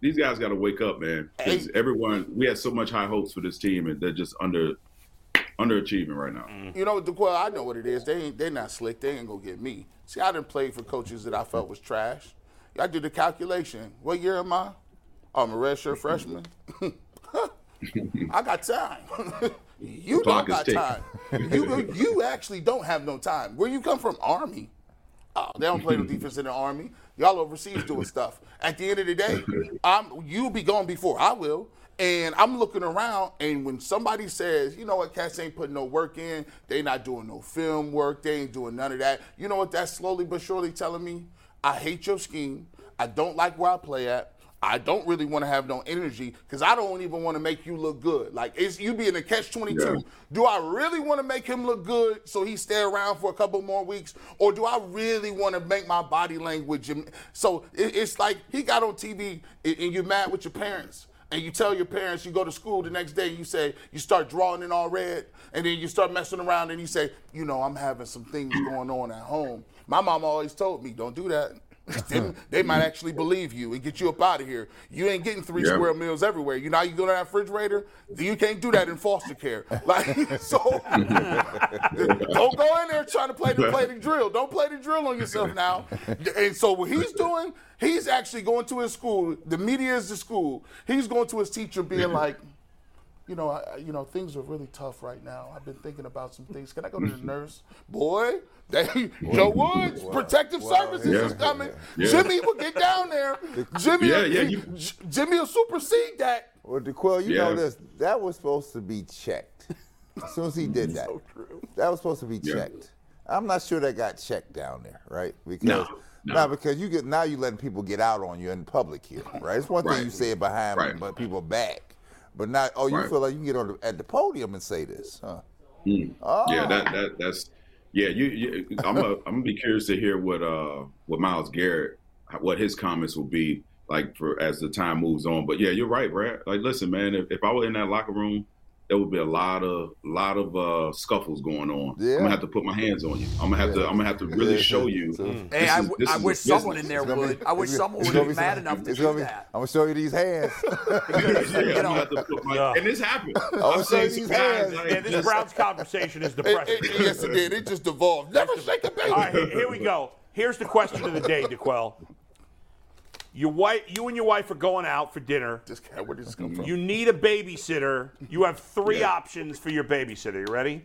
[SPEAKER 7] these, guys got to wake up, man. 'Cause
[SPEAKER 5] Hey.
[SPEAKER 7] everyone, we had so much high hopes for this team, and they're just under underachieving right now.
[SPEAKER 5] You know, the- well, I know what it is. They ain't, they not slick. They ain't gonna get me. See, I didn't play for coaches that I felt was trash. I did the calculation. What year am I? Oh, I'm a redshirt freshman. I got time. you don't
[SPEAKER 7] clock is
[SPEAKER 5] got
[SPEAKER 7] ticking.
[SPEAKER 5] time. You you actually don't have no time. Where you come from, Army? Oh, they don't play no defense in the Army. Y'all overseas doing stuff. At the end of the day, I'm you'll be gone before I will. And I'm looking around, and when somebody says, you know what, cats ain't putting no work in, they not doing no film work, they ain't doing none of that. You know what that's slowly but surely telling me? I hate your scheme. I don't like where I play at. I don't really want to have no energy because I don't even want to make you look good. Like it's you being a catch twenty two.
[SPEAKER 7] Yeah.
[SPEAKER 5] Do I really want to make him look good so he stay around for a couple more weeks, or do I really want to make my body language? and- So it- it's like he got on TV and, and you're mad with your parents. And you tell your parents you go to school the next day and you say you start drawing in all red and then you start messing around and you say, you know, I'm having some things going on at home. My mom always told me, don't do that. they, they might actually believe you and get you up out of here. You ain't getting three
[SPEAKER 7] Yeah.
[SPEAKER 5] square meals everywhere. You know, how you go to that refrigerator. You can't do that in foster care. Like so, don't go in there trying to play the play the drill. Don't play the drill on yourself now. And so what he's doing, he's actually going to his school. The media is the school. He's going to his teacher, being like. You know, I, I- you know, things are really tough right now. I've been thinking about some things. Can I go to the nurse, boy? They, Joe Woods, protective
[SPEAKER 3] Wow.
[SPEAKER 5] services is
[SPEAKER 7] Yeah.
[SPEAKER 5] coming.
[SPEAKER 7] Yeah.
[SPEAKER 5] Jimmy will get down there. Jimmy,
[SPEAKER 7] Yeah, yeah, you-
[SPEAKER 5] J- Jimmy will supersede that.
[SPEAKER 3] Well, DeQuil, you
[SPEAKER 7] Yeah.
[SPEAKER 3] know this. That was supposed to be checked. As soon as he did that, that was supposed to be
[SPEAKER 7] Yeah.
[SPEAKER 3] checked. I'm not sure that got checked down there, right? Because
[SPEAKER 7] no.
[SPEAKER 3] nah, because you get now you letting people get out on you in public here, right? It's one
[SPEAKER 7] Right.
[SPEAKER 3] thing you say it behind,
[SPEAKER 7] Right.
[SPEAKER 3] but people back. But now, oh, you
[SPEAKER 7] Right.
[SPEAKER 3] feel like you can get on the, at the podium and say this, huh?
[SPEAKER 7] Mm.
[SPEAKER 3] Oh.
[SPEAKER 7] Yeah, that, that that's yeah. You, you I'm a, I'm gonna be curious to hear what uh what Miles Garrett what his comments will be like for as the time moves on. But yeah, you're right, Brad. Like, listen, man, if, if I were in that locker room, there would be a lot of lot of uh, scuffles going on.
[SPEAKER 3] Yeah.
[SPEAKER 7] I'm gonna have to put my hands on you. I'm gonna have to I'm gonna have to really
[SPEAKER 3] Yeah.
[SPEAKER 7] show you.
[SPEAKER 3] So-
[SPEAKER 1] Hey,
[SPEAKER 7] this
[SPEAKER 1] I
[SPEAKER 7] is-
[SPEAKER 1] w-
[SPEAKER 7] this
[SPEAKER 1] I
[SPEAKER 7] is a
[SPEAKER 1] wish someone
[SPEAKER 7] business.
[SPEAKER 1] in there
[SPEAKER 3] It's gonna be-
[SPEAKER 1] would. I wish
[SPEAKER 3] it's gonna-
[SPEAKER 1] someone
[SPEAKER 3] it's
[SPEAKER 1] would
[SPEAKER 3] gonna
[SPEAKER 1] be
[SPEAKER 3] some-
[SPEAKER 1] mad enough to
[SPEAKER 3] it's
[SPEAKER 1] do
[SPEAKER 3] gonna be-
[SPEAKER 1] that.
[SPEAKER 3] I'm gonna show you these hands.
[SPEAKER 7] Yeah,
[SPEAKER 1] You
[SPEAKER 7] I'm gonna
[SPEAKER 1] know.
[SPEAKER 7] have to put my,
[SPEAKER 2] Yeah.
[SPEAKER 7] and this happened.
[SPEAKER 3] I'll
[SPEAKER 7] I've
[SPEAKER 3] show
[SPEAKER 7] seen
[SPEAKER 3] you
[SPEAKER 7] some
[SPEAKER 3] these
[SPEAKER 7] guys
[SPEAKER 3] hands.
[SPEAKER 7] like
[SPEAKER 2] Man, this
[SPEAKER 7] just-
[SPEAKER 2] Browns conversation is
[SPEAKER 5] It-
[SPEAKER 2] depressing.
[SPEAKER 5] it- yes, it did. It just devolved. Never shake a baby.
[SPEAKER 2] All right, here we go. Here's the question of the day, DeQuell. Your wife, you and your wife are going out for dinner.
[SPEAKER 5] This cat, where did this come from?
[SPEAKER 2] You need a babysitter. You have three
[SPEAKER 7] Yeah.
[SPEAKER 2] options for your babysitter. You ready?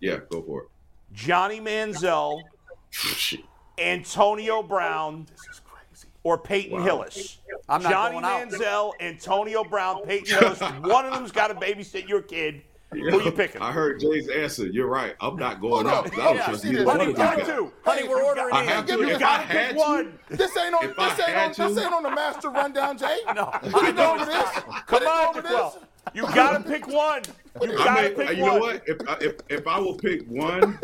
[SPEAKER 7] yeah, go for it.
[SPEAKER 2] Johnny Manziel,
[SPEAKER 7] Shit.
[SPEAKER 2] Antonio Brown,
[SPEAKER 5] this is crazy.
[SPEAKER 2] or Peyton Hillis.
[SPEAKER 1] I'm not
[SPEAKER 2] Johnny
[SPEAKER 1] going out.
[SPEAKER 2] Manziel, Antonio
[SPEAKER 7] Oh.
[SPEAKER 2] Brown, Peyton Hillis. One of them's got to babysit your kid. Who you picking?
[SPEAKER 7] I heard Jay's answer. You're right. I'm not going
[SPEAKER 5] Hold
[SPEAKER 7] out.
[SPEAKER 5] up.
[SPEAKER 7] I don't
[SPEAKER 5] Yeah,
[SPEAKER 7] trust
[SPEAKER 5] see
[SPEAKER 7] either
[SPEAKER 5] this.
[SPEAKER 7] one
[SPEAKER 2] Honey,
[SPEAKER 7] of these
[SPEAKER 2] you got
[SPEAKER 7] guys.
[SPEAKER 2] to. Honey, we're
[SPEAKER 5] you
[SPEAKER 2] ordering
[SPEAKER 7] I
[SPEAKER 2] in.
[SPEAKER 7] had
[SPEAKER 5] to.
[SPEAKER 2] You
[SPEAKER 5] If
[SPEAKER 2] got
[SPEAKER 5] I
[SPEAKER 2] to pick
[SPEAKER 7] had to.
[SPEAKER 2] one.
[SPEAKER 5] This ain't on.
[SPEAKER 7] If I
[SPEAKER 5] This ain't on.
[SPEAKER 7] had
[SPEAKER 5] This
[SPEAKER 7] to-
[SPEAKER 5] ain't on the master rundown, Jay.
[SPEAKER 2] No.
[SPEAKER 5] I know this.
[SPEAKER 2] Come
[SPEAKER 5] Put it
[SPEAKER 2] on,
[SPEAKER 5] over
[SPEAKER 2] DeQuell.
[SPEAKER 5] this.
[SPEAKER 2] You got to pick one. You got to
[SPEAKER 7] I mean,
[SPEAKER 2] pick
[SPEAKER 7] you
[SPEAKER 2] one.
[SPEAKER 7] know what? If I, if if I will pick one,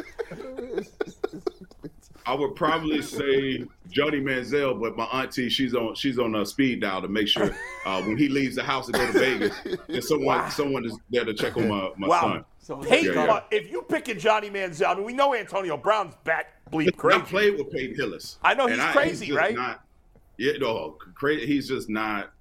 [SPEAKER 7] I would probably say Jody Manziel. But my auntie, she's on she's on a speed dial to make sure uh, when he leaves the house to go to Vegas, there's someone someone is there to check on my, my
[SPEAKER 2] Wow.
[SPEAKER 7] son.
[SPEAKER 2] Peyton,
[SPEAKER 7] Yeah, yeah.
[SPEAKER 2] Mar- if you picking Johnny Manziel, I mean, we know Antonio Brown's bat bleep
[SPEAKER 7] I
[SPEAKER 2] crazy.
[SPEAKER 7] played with Peyton Hillis.
[SPEAKER 2] I know, he's crazy,
[SPEAKER 7] just
[SPEAKER 2] right?
[SPEAKER 7] Not, yeah, no, crazy. He's just not.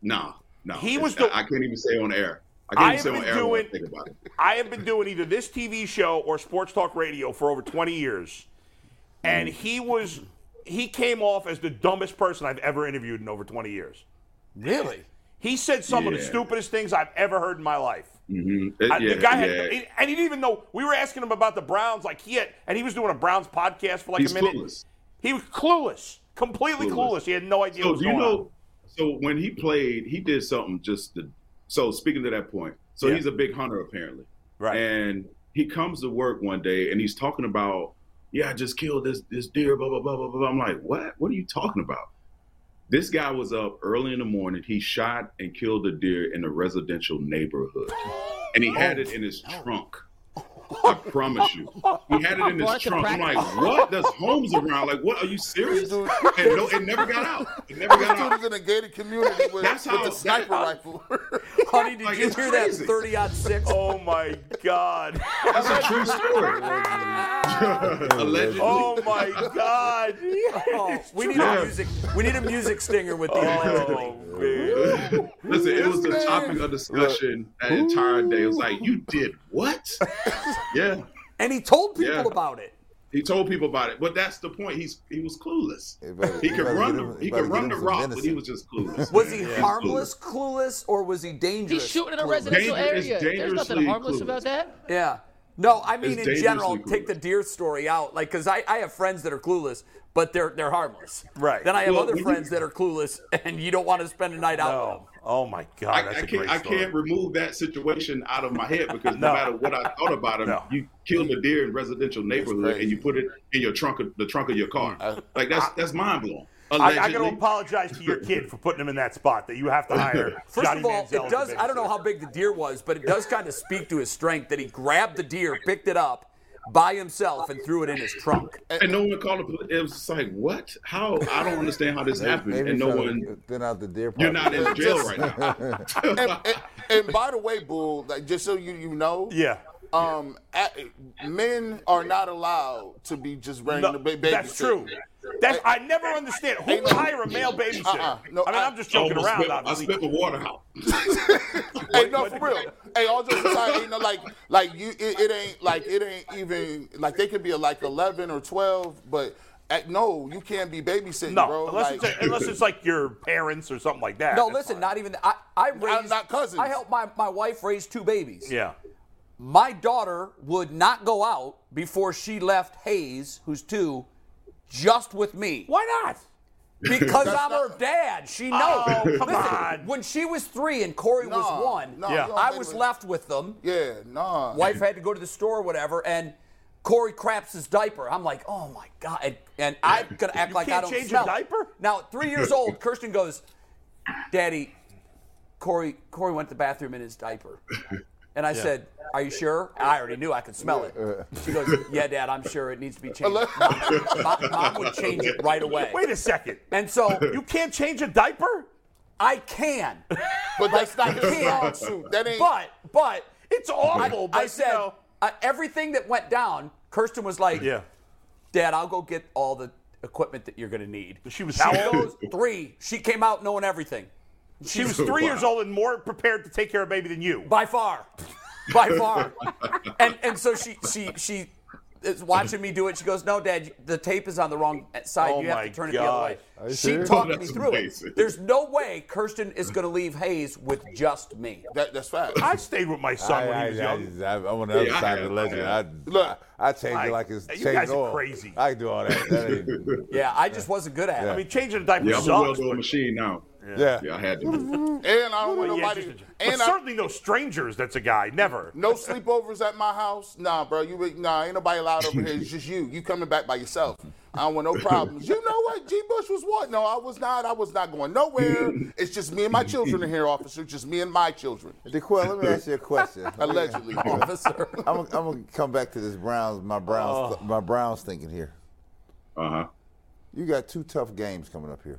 [SPEAKER 7] Nah, no.
[SPEAKER 2] He
[SPEAKER 7] It's-
[SPEAKER 2] was the-
[SPEAKER 7] I, I can't even say on air. I can't
[SPEAKER 2] I
[SPEAKER 7] even say
[SPEAKER 2] have
[SPEAKER 7] on
[SPEAKER 2] been
[SPEAKER 7] air. when I
[SPEAKER 2] doing-
[SPEAKER 7] think about it.
[SPEAKER 2] I have been doing either this TV show or sports talk radio for over 20 years,
[SPEAKER 7] Mm.
[SPEAKER 2] and he was he came off as the dumbest person I've ever interviewed in over 20 years.
[SPEAKER 1] Really?
[SPEAKER 2] He said some of the
[SPEAKER 7] Yeah.
[SPEAKER 2] stupidest things I've ever heard in my life.
[SPEAKER 7] Mm-hmm. It-
[SPEAKER 2] I-
[SPEAKER 7] yeah,
[SPEAKER 2] the guy had,
[SPEAKER 7] yeah.
[SPEAKER 2] he- and he didn't even know. We were asking him about the Browns, like he had, and he was doing a Browns podcast for like
[SPEAKER 7] He's
[SPEAKER 2] a minute.
[SPEAKER 7] clueless.
[SPEAKER 2] He was clueless, completely clueless.
[SPEAKER 7] Clueless.
[SPEAKER 2] He had no idea. what
[SPEAKER 7] So
[SPEAKER 2] was
[SPEAKER 7] do you
[SPEAKER 2] going
[SPEAKER 7] know?
[SPEAKER 2] on.
[SPEAKER 7] So when he played, he did something just to. So speaking to that point, so
[SPEAKER 2] Yeah.
[SPEAKER 7] he's a big hunter apparently,
[SPEAKER 2] Right.
[SPEAKER 7] And he comes to work one day and he's talking about, yeah, I just killed this this deer, blah blah blah blah blah. I'm like, what? What are you talking about? This guy was up early in the morning. He shot and
[SPEAKER 2] Oh.
[SPEAKER 7] killed a deer in a residential neighborhood, and he had it in his trunk. I promise you. He had it in his trunk. I'm like, what? There's homes around. Like, what? Are you serious? And no, it never got out. It never got
[SPEAKER 5] Dude
[SPEAKER 7] out.
[SPEAKER 5] was in a gated community with,
[SPEAKER 7] That's
[SPEAKER 5] with
[SPEAKER 7] how-
[SPEAKER 5] the
[SPEAKER 7] that's
[SPEAKER 5] sniper
[SPEAKER 7] how-
[SPEAKER 5] rifle.
[SPEAKER 1] Honey, did
[SPEAKER 7] Like,
[SPEAKER 1] you
[SPEAKER 7] it's
[SPEAKER 1] hear
[SPEAKER 7] crazy.
[SPEAKER 1] that 30 on 6?
[SPEAKER 2] Oh my God.
[SPEAKER 7] That's a true story. Allegedly.
[SPEAKER 2] Oh my God.
[SPEAKER 1] Oh, we need a
[SPEAKER 7] Yeah.
[SPEAKER 1] music. We need a music stinger with the
[SPEAKER 2] Oh,
[SPEAKER 1] allegedly.
[SPEAKER 2] man.
[SPEAKER 7] Listen, it was the topic of discussion that entire day. It was like, you did what? yeah.
[SPEAKER 1] And he told people
[SPEAKER 7] Yeah.
[SPEAKER 1] about it.
[SPEAKER 7] He told people about it, but that's the point. He's he was clueless.
[SPEAKER 3] He better-
[SPEAKER 7] He
[SPEAKER 3] he
[SPEAKER 7] could
[SPEAKER 3] better
[SPEAKER 7] run
[SPEAKER 3] get him-
[SPEAKER 7] the
[SPEAKER 3] he
[SPEAKER 7] he
[SPEAKER 3] better
[SPEAKER 7] could
[SPEAKER 3] get
[SPEAKER 7] run
[SPEAKER 3] him
[SPEAKER 7] the
[SPEAKER 3] some
[SPEAKER 7] route, but he
[SPEAKER 3] venison.
[SPEAKER 7] was just clueless.
[SPEAKER 1] Was he
[SPEAKER 7] man. was
[SPEAKER 1] harmless, clueless, or was he dangerous?
[SPEAKER 4] He's shooting in a
[SPEAKER 1] clueless?
[SPEAKER 4] residential
[SPEAKER 7] Danger- it's
[SPEAKER 4] area. There's nothing
[SPEAKER 7] dangerously
[SPEAKER 4] harmless
[SPEAKER 7] clueless.
[SPEAKER 4] about that.
[SPEAKER 1] Yeah. No, I mean
[SPEAKER 7] It's
[SPEAKER 1] in general,
[SPEAKER 7] dangerously
[SPEAKER 1] take the
[SPEAKER 7] clueless.
[SPEAKER 1] deer story out, like because I, I have friends that are clueless, but they're they're harmless.
[SPEAKER 2] Right.
[SPEAKER 1] Then I have
[SPEAKER 7] Well,
[SPEAKER 1] other
[SPEAKER 7] when you-
[SPEAKER 1] friends that are clueless, and you don't want to spend a night out with them.
[SPEAKER 2] No. Oh my God.
[SPEAKER 7] I,
[SPEAKER 2] That's
[SPEAKER 7] I
[SPEAKER 2] a
[SPEAKER 7] can't
[SPEAKER 2] great
[SPEAKER 7] I
[SPEAKER 2] story.
[SPEAKER 7] can't remove that situation out of my head because no,
[SPEAKER 2] No.
[SPEAKER 7] matter what I thought about him,
[SPEAKER 2] No.
[SPEAKER 7] you killed a deer in residential neighborhood
[SPEAKER 5] crazy.
[SPEAKER 7] and you put it in your trunk of the trunk of your car. like that's that's mind blowing.
[SPEAKER 2] I,
[SPEAKER 7] Allegedly,
[SPEAKER 2] I got to apologize to your kid for putting him in that spot that you have to hire.
[SPEAKER 1] First
[SPEAKER 2] Johnny
[SPEAKER 1] of all, it
[SPEAKER 2] Manziel as
[SPEAKER 1] does.
[SPEAKER 2] the
[SPEAKER 1] I don't know how big the deer was, but it does kind of speak to his strength that he grabbed the deer, picked it up by himself, and threw it in his trunk.
[SPEAKER 7] and no one called. the poli- It was just like what? How? I don't understand how this happened.
[SPEAKER 3] Maybe
[SPEAKER 7] and no
[SPEAKER 3] try to
[SPEAKER 7] one.
[SPEAKER 3] Thin out the deer
[SPEAKER 7] You're
[SPEAKER 3] park.
[SPEAKER 7] not in jail right now.
[SPEAKER 5] and, and, and by the way, Bull, like just so you you know,
[SPEAKER 2] Yeah.
[SPEAKER 5] um, at, men are not allowed to be just
[SPEAKER 2] No,
[SPEAKER 5] random ba- baby.
[SPEAKER 2] that's true. That's I never understand who would
[SPEAKER 5] no-
[SPEAKER 2] hire a male babysitter.
[SPEAKER 5] Uh-uh. No,
[SPEAKER 2] I mean,
[SPEAKER 5] I-
[SPEAKER 2] I'm just joking
[SPEAKER 7] Almost
[SPEAKER 2] around,
[SPEAKER 7] spit- I
[SPEAKER 2] obviously.
[SPEAKER 7] spit the water out.
[SPEAKER 5] Hey, no, for real. Hey, all jokes aside, you know, like, like you, it, it ain't like it ain't even like they could be uh, like eleven or twelve, but at, no, you can't be babysitting,
[SPEAKER 2] no,
[SPEAKER 5] bro.
[SPEAKER 2] unless,
[SPEAKER 5] like,
[SPEAKER 2] it's unless it's like your parents or something like that.
[SPEAKER 1] No,
[SPEAKER 2] That's
[SPEAKER 1] listen,
[SPEAKER 2] fine.
[SPEAKER 1] not even. I, I raised.
[SPEAKER 5] not cousins.
[SPEAKER 1] I helped my, my wife raise two babies.
[SPEAKER 2] Yeah.
[SPEAKER 1] My daughter would not go out before she left Hayes, who's two, just with me.
[SPEAKER 2] Why not?
[SPEAKER 1] Because I'm her dad. She knows.
[SPEAKER 2] Oh, come
[SPEAKER 1] Listen,
[SPEAKER 2] on.
[SPEAKER 1] when she was three and Corey was
[SPEAKER 5] No,
[SPEAKER 1] one,
[SPEAKER 5] no,
[SPEAKER 2] Yeah.
[SPEAKER 5] you don't
[SPEAKER 1] I
[SPEAKER 5] think
[SPEAKER 1] was
[SPEAKER 5] we-
[SPEAKER 1] left with them.
[SPEAKER 5] Yeah, nah.
[SPEAKER 1] Wife had to go to the store or whatever, and Corey craps his diaper. I'm like, oh my God. And, and I'm going to act like I
[SPEAKER 2] can't
[SPEAKER 1] don't
[SPEAKER 2] change a
[SPEAKER 1] smell it.
[SPEAKER 2] diaper?
[SPEAKER 1] Now, at three years old, Kirsten goes, Daddy, Corey, Corey went to the bathroom in his diaper. And I said, Are you sure? I already knew I could smell it. She goes, Yeah, Dad, I'm sure it needs to be changed. Mom, Mom- Mom would change it right away.
[SPEAKER 2] Wait a second.
[SPEAKER 1] And so
[SPEAKER 2] You can't change a diaper?
[SPEAKER 1] I can,
[SPEAKER 5] But that's not his
[SPEAKER 1] Like, yeah.
[SPEAKER 5] strong suit. That ain't.
[SPEAKER 1] but but
[SPEAKER 2] It's awful. but,
[SPEAKER 1] I
[SPEAKER 2] you
[SPEAKER 1] said
[SPEAKER 2] know,
[SPEAKER 1] uh, everything that went down. Kirsten was like,
[SPEAKER 2] yeah.
[SPEAKER 1] Dad, I'll go get all the equipment that you're going to need."
[SPEAKER 2] She was
[SPEAKER 1] How
[SPEAKER 2] how
[SPEAKER 1] old? Three. She came out knowing everything.
[SPEAKER 2] She was three years old and more prepared to take care of baby than you.
[SPEAKER 1] by far, by far. and and so she she she is watching me do it. She goes, "No, Dad, the tape is on the wrong side.
[SPEAKER 2] Oh
[SPEAKER 1] you have
[SPEAKER 2] my
[SPEAKER 1] to turn it the other way."
[SPEAKER 2] God.
[SPEAKER 3] you
[SPEAKER 1] She
[SPEAKER 3] serious?
[SPEAKER 7] Oh,
[SPEAKER 1] talked me
[SPEAKER 7] that's
[SPEAKER 1] through
[SPEAKER 7] amazing.
[SPEAKER 1] it. There's no way Kirsten is going to leave Hayes with just me.
[SPEAKER 5] that, that's fact.
[SPEAKER 2] I stayed with my son when he was
[SPEAKER 3] I,
[SPEAKER 2] young.
[SPEAKER 3] I, I, I'm on the other
[SPEAKER 7] Yeah, I
[SPEAKER 3] side of
[SPEAKER 7] have,
[SPEAKER 3] the
[SPEAKER 7] I
[SPEAKER 3] legend. I,
[SPEAKER 7] have.
[SPEAKER 5] Look,
[SPEAKER 3] I, I change
[SPEAKER 2] I-
[SPEAKER 3] it like it's
[SPEAKER 2] you
[SPEAKER 3] changed
[SPEAKER 2] guys are
[SPEAKER 3] oil.
[SPEAKER 2] crazy.
[SPEAKER 3] I can do all that. that ain't,
[SPEAKER 1] Yeah, I just wasn't good at it.
[SPEAKER 2] I mean, changing a diaper
[SPEAKER 7] Yeah, I'm a
[SPEAKER 2] sucks.
[SPEAKER 7] well-oiled machine now.
[SPEAKER 3] yeah.
[SPEAKER 7] Yeah, I had to.
[SPEAKER 5] and I don't want
[SPEAKER 2] but yeah,
[SPEAKER 5] nobody.
[SPEAKER 2] just- but
[SPEAKER 5] and I,
[SPEAKER 2] certainly no strangers. That's a guy. Never.
[SPEAKER 5] no sleepovers at my house. Nah, bro. You ain't- nah. Ain't nobody allowed over here. It's just you. You coming back by yourself. I don't want no problems. You know what? G. Bush was what? No, I was not. I was not going nowhere. It's just me and my children in here, officer. Just me and my children.
[SPEAKER 3] DeQuell, let me ask you a question.
[SPEAKER 5] Allegedly,
[SPEAKER 1] officer.
[SPEAKER 3] I'm, gonna- I'm gonna come back to this Browns, my Browns, my Browns thinking here.
[SPEAKER 7] Uh huh.
[SPEAKER 3] You got two tough games coming up here,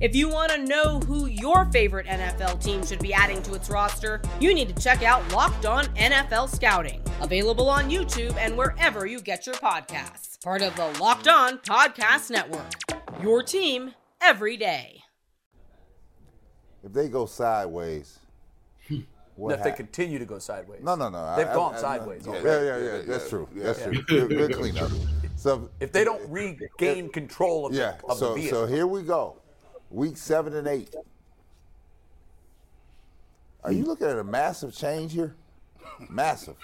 [SPEAKER 6] If you want to know who your favorite NFL team should be adding to its roster, you need to check out Locked On NFL Scouting, available on YouTube and wherever you get your podcasts. Part of the Locked On Podcast Network. Your team every day.
[SPEAKER 3] If they go sideways,
[SPEAKER 5] Hmm.
[SPEAKER 3] what
[SPEAKER 1] if they
[SPEAKER 3] hap-
[SPEAKER 1] continue to go sideways.
[SPEAKER 3] No, no, no.
[SPEAKER 1] They've
[SPEAKER 3] I-
[SPEAKER 1] gone
[SPEAKER 3] I- I-
[SPEAKER 1] sideways.
[SPEAKER 3] Yeah,
[SPEAKER 1] already.
[SPEAKER 3] yeah, yeah, yeah, That's true. That's true. Good, good cleanup. So
[SPEAKER 1] If they don't regain control of,
[SPEAKER 3] yeah.
[SPEAKER 1] the, of
[SPEAKER 3] So
[SPEAKER 1] the vehicle,
[SPEAKER 3] so here we go. Week seven and eight. Are you looking at a massive change here? Massive.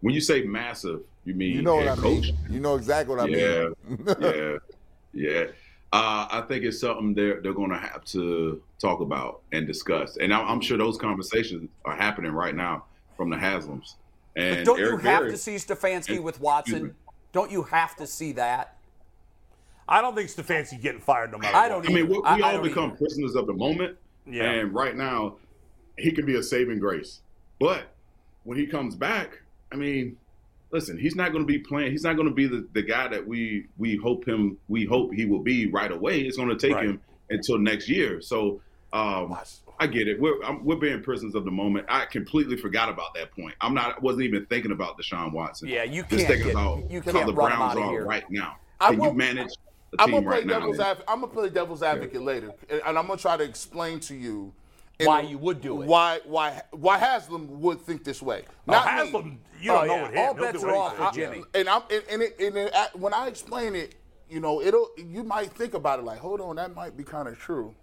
[SPEAKER 7] When you say massive, you mean
[SPEAKER 3] You know what
[SPEAKER 7] head
[SPEAKER 3] I mean?
[SPEAKER 7] coach?
[SPEAKER 3] You know exactly what I
[SPEAKER 7] Yeah,
[SPEAKER 3] mean.
[SPEAKER 7] yeah. Yeah. Uh, I think it's something they're they're going to have to talk about and discuss, and I'm, I'm sure those conversations are happening right now from the Haslam's. And
[SPEAKER 1] But don't you
[SPEAKER 7] Eric
[SPEAKER 1] have
[SPEAKER 7] Berry-
[SPEAKER 1] to see Stefanski
[SPEAKER 7] and-
[SPEAKER 1] with
[SPEAKER 7] excuse
[SPEAKER 1] Watson?
[SPEAKER 7] me.
[SPEAKER 1] Don't you have to see that?
[SPEAKER 2] I don't think Stefanski getting fired no matter.
[SPEAKER 1] I
[SPEAKER 2] what.
[SPEAKER 1] don't e-
[SPEAKER 7] I mean, we, we
[SPEAKER 1] I- I
[SPEAKER 7] all
[SPEAKER 1] don't
[SPEAKER 7] become
[SPEAKER 1] either.
[SPEAKER 7] prisoners of the moment.
[SPEAKER 2] Yeah.
[SPEAKER 7] And right now, he can be a saving grace. But when he comes back, I mean, listen, he's not going to be playing. He's not going to be the, the guy that we we hope him we hope he will be right away. It's going to take
[SPEAKER 2] Right.
[SPEAKER 7] him until next year. So um, I get it. We're I'm, we're being prisoners of the moment. I completely forgot about that point. I'm not. I wasn't even thinking about Deshaun Watson.
[SPEAKER 1] Yeah, you can't
[SPEAKER 7] Just thinking
[SPEAKER 1] get-
[SPEAKER 7] about
[SPEAKER 1] you
[SPEAKER 7] how
[SPEAKER 1] can't
[SPEAKER 7] the
[SPEAKER 1] run him
[SPEAKER 7] Browns
[SPEAKER 1] outta
[SPEAKER 7] are
[SPEAKER 1] here.
[SPEAKER 7] right now.
[SPEAKER 5] I
[SPEAKER 7] Can
[SPEAKER 5] will-
[SPEAKER 7] you manage a
[SPEAKER 5] I'm gonna
[SPEAKER 7] team
[SPEAKER 5] play
[SPEAKER 7] right now?
[SPEAKER 5] devil's advocate. I'm gonna play devil's advocate later, and and I'm gonna try to explain to you in
[SPEAKER 1] Why
[SPEAKER 5] a-
[SPEAKER 1] you would do it.
[SPEAKER 5] Why why why Haslam would think this way?
[SPEAKER 2] Oh,
[SPEAKER 5] Not me.
[SPEAKER 2] Haslam, you don't
[SPEAKER 1] Oh,
[SPEAKER 2] know
[SPEAKER 1] yeah.
[SPEAKER 2] what him.
[SPEAKER 1] All
[SPEAKER 2] He'll
[SPEAKER 1] bets
[SPEAKER 2] do
[SPEAKER 1] are off
[SPEAKER 2] anything.
[SPEAKER 1] with Jimmy.
[SPEAKER 5] and I'm and, and, it, and it, I- when I explain it, you know, it'll you might think about it like, hold on, that might be kind of true.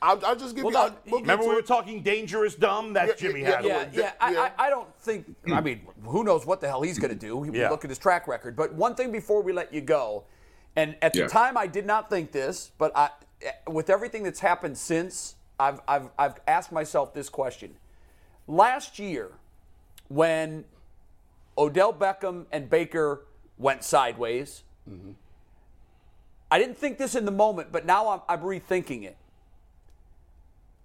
[SPEAKER 5] I'll, I'll just give
[SPEAKER 1] Well,
[SPEAKER 5] you. I'll,
[SPEAKER 1] no,
[SPEAKER 5] we'll get
[SPEAKER 2] Remember
[SPEAKER 5] to
[SPEAKER 2] we were
[SPEAKER 5] it.
[SPEAKER 2] talking dangerous dumb? That's
[SPEAKER 5] Yeah,
[SPEAKER 2] Jimmy
[SPEAKER 5] yeah,
[SPEAKER 2] had.
[SPEAKER 1] Yeah,
[SPEAKER 5] Th-
[SPEAKER 1] yeah. I,
[SPEAKER 5] yeah.
[SPEAKER 1] I, I don't think. I mean, who knows what the hell he's going to do? We
[SPEAKER 2] Yeah.
[SPEAKER 1] look at his track record. But one thing before we let you go, and at the
[SPEAKER 7] Yeah.
[SPEAKER 1] time I did not think this, but I, with everything that's happened since, I've, I've, I've asked myself this question. Last year, when Odell Beckham and Baker went sideways, I didn't think this in the moment, but now I'm, I'm rethinking it.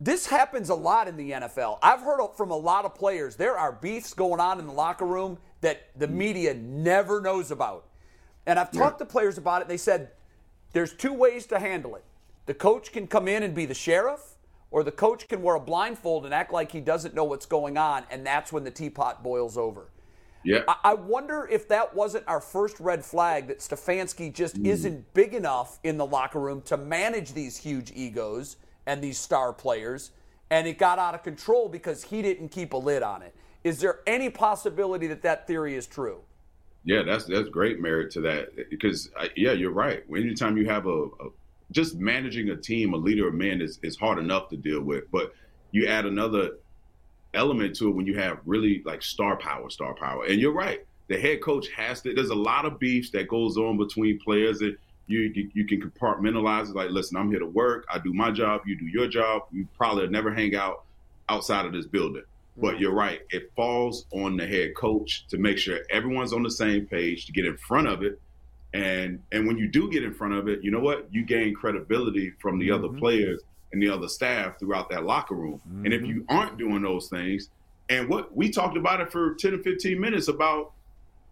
[SPEAKER 1] This happens a lot in the NFL. I've heard from a lot of players there are beefs going on in the locker room that the media never knows about. And I've talked to players about it. They said there's two ways to handle it. The coach can come in and be the sheriff, or the coach can wear a blindfold and act like he doesn't know what's going on, and that's when the teapot boils over.
[SPEAKER 7] Yeah.
[SPEAKER 1] I- I wonder if that wasn't our first red flag that Stefanski just isn't big enough in the locker room to manage these huge egos and these star players, and it got out of control because he didn't keep a lid on it. Is there any possibility that that theory is true?
[SPEAKER 7] Yeah, that's that's great merit to that because I, yeah, you're right. Anytime you have a, a just managing a team, a leader, a man is is hard enough to deal with, but you add another element to it when you have really like star power, star power. And you're right. The head coach has to. There's a lot of beefs that goes on between players, and you you, you can compartmentalize it. Like, listen, I'm here to work. I do my job. You do your job. We probably never hang out outside of this building. But you're right. It falls on the head coach to make sure everyone's on the same page to get in front of it. And and when you do get in front of it, you know what? You gain credibility from the other players and the other staff throughout that locker room. And if you aren't doing those things, and what we talked about it for 10 or 15 minutes about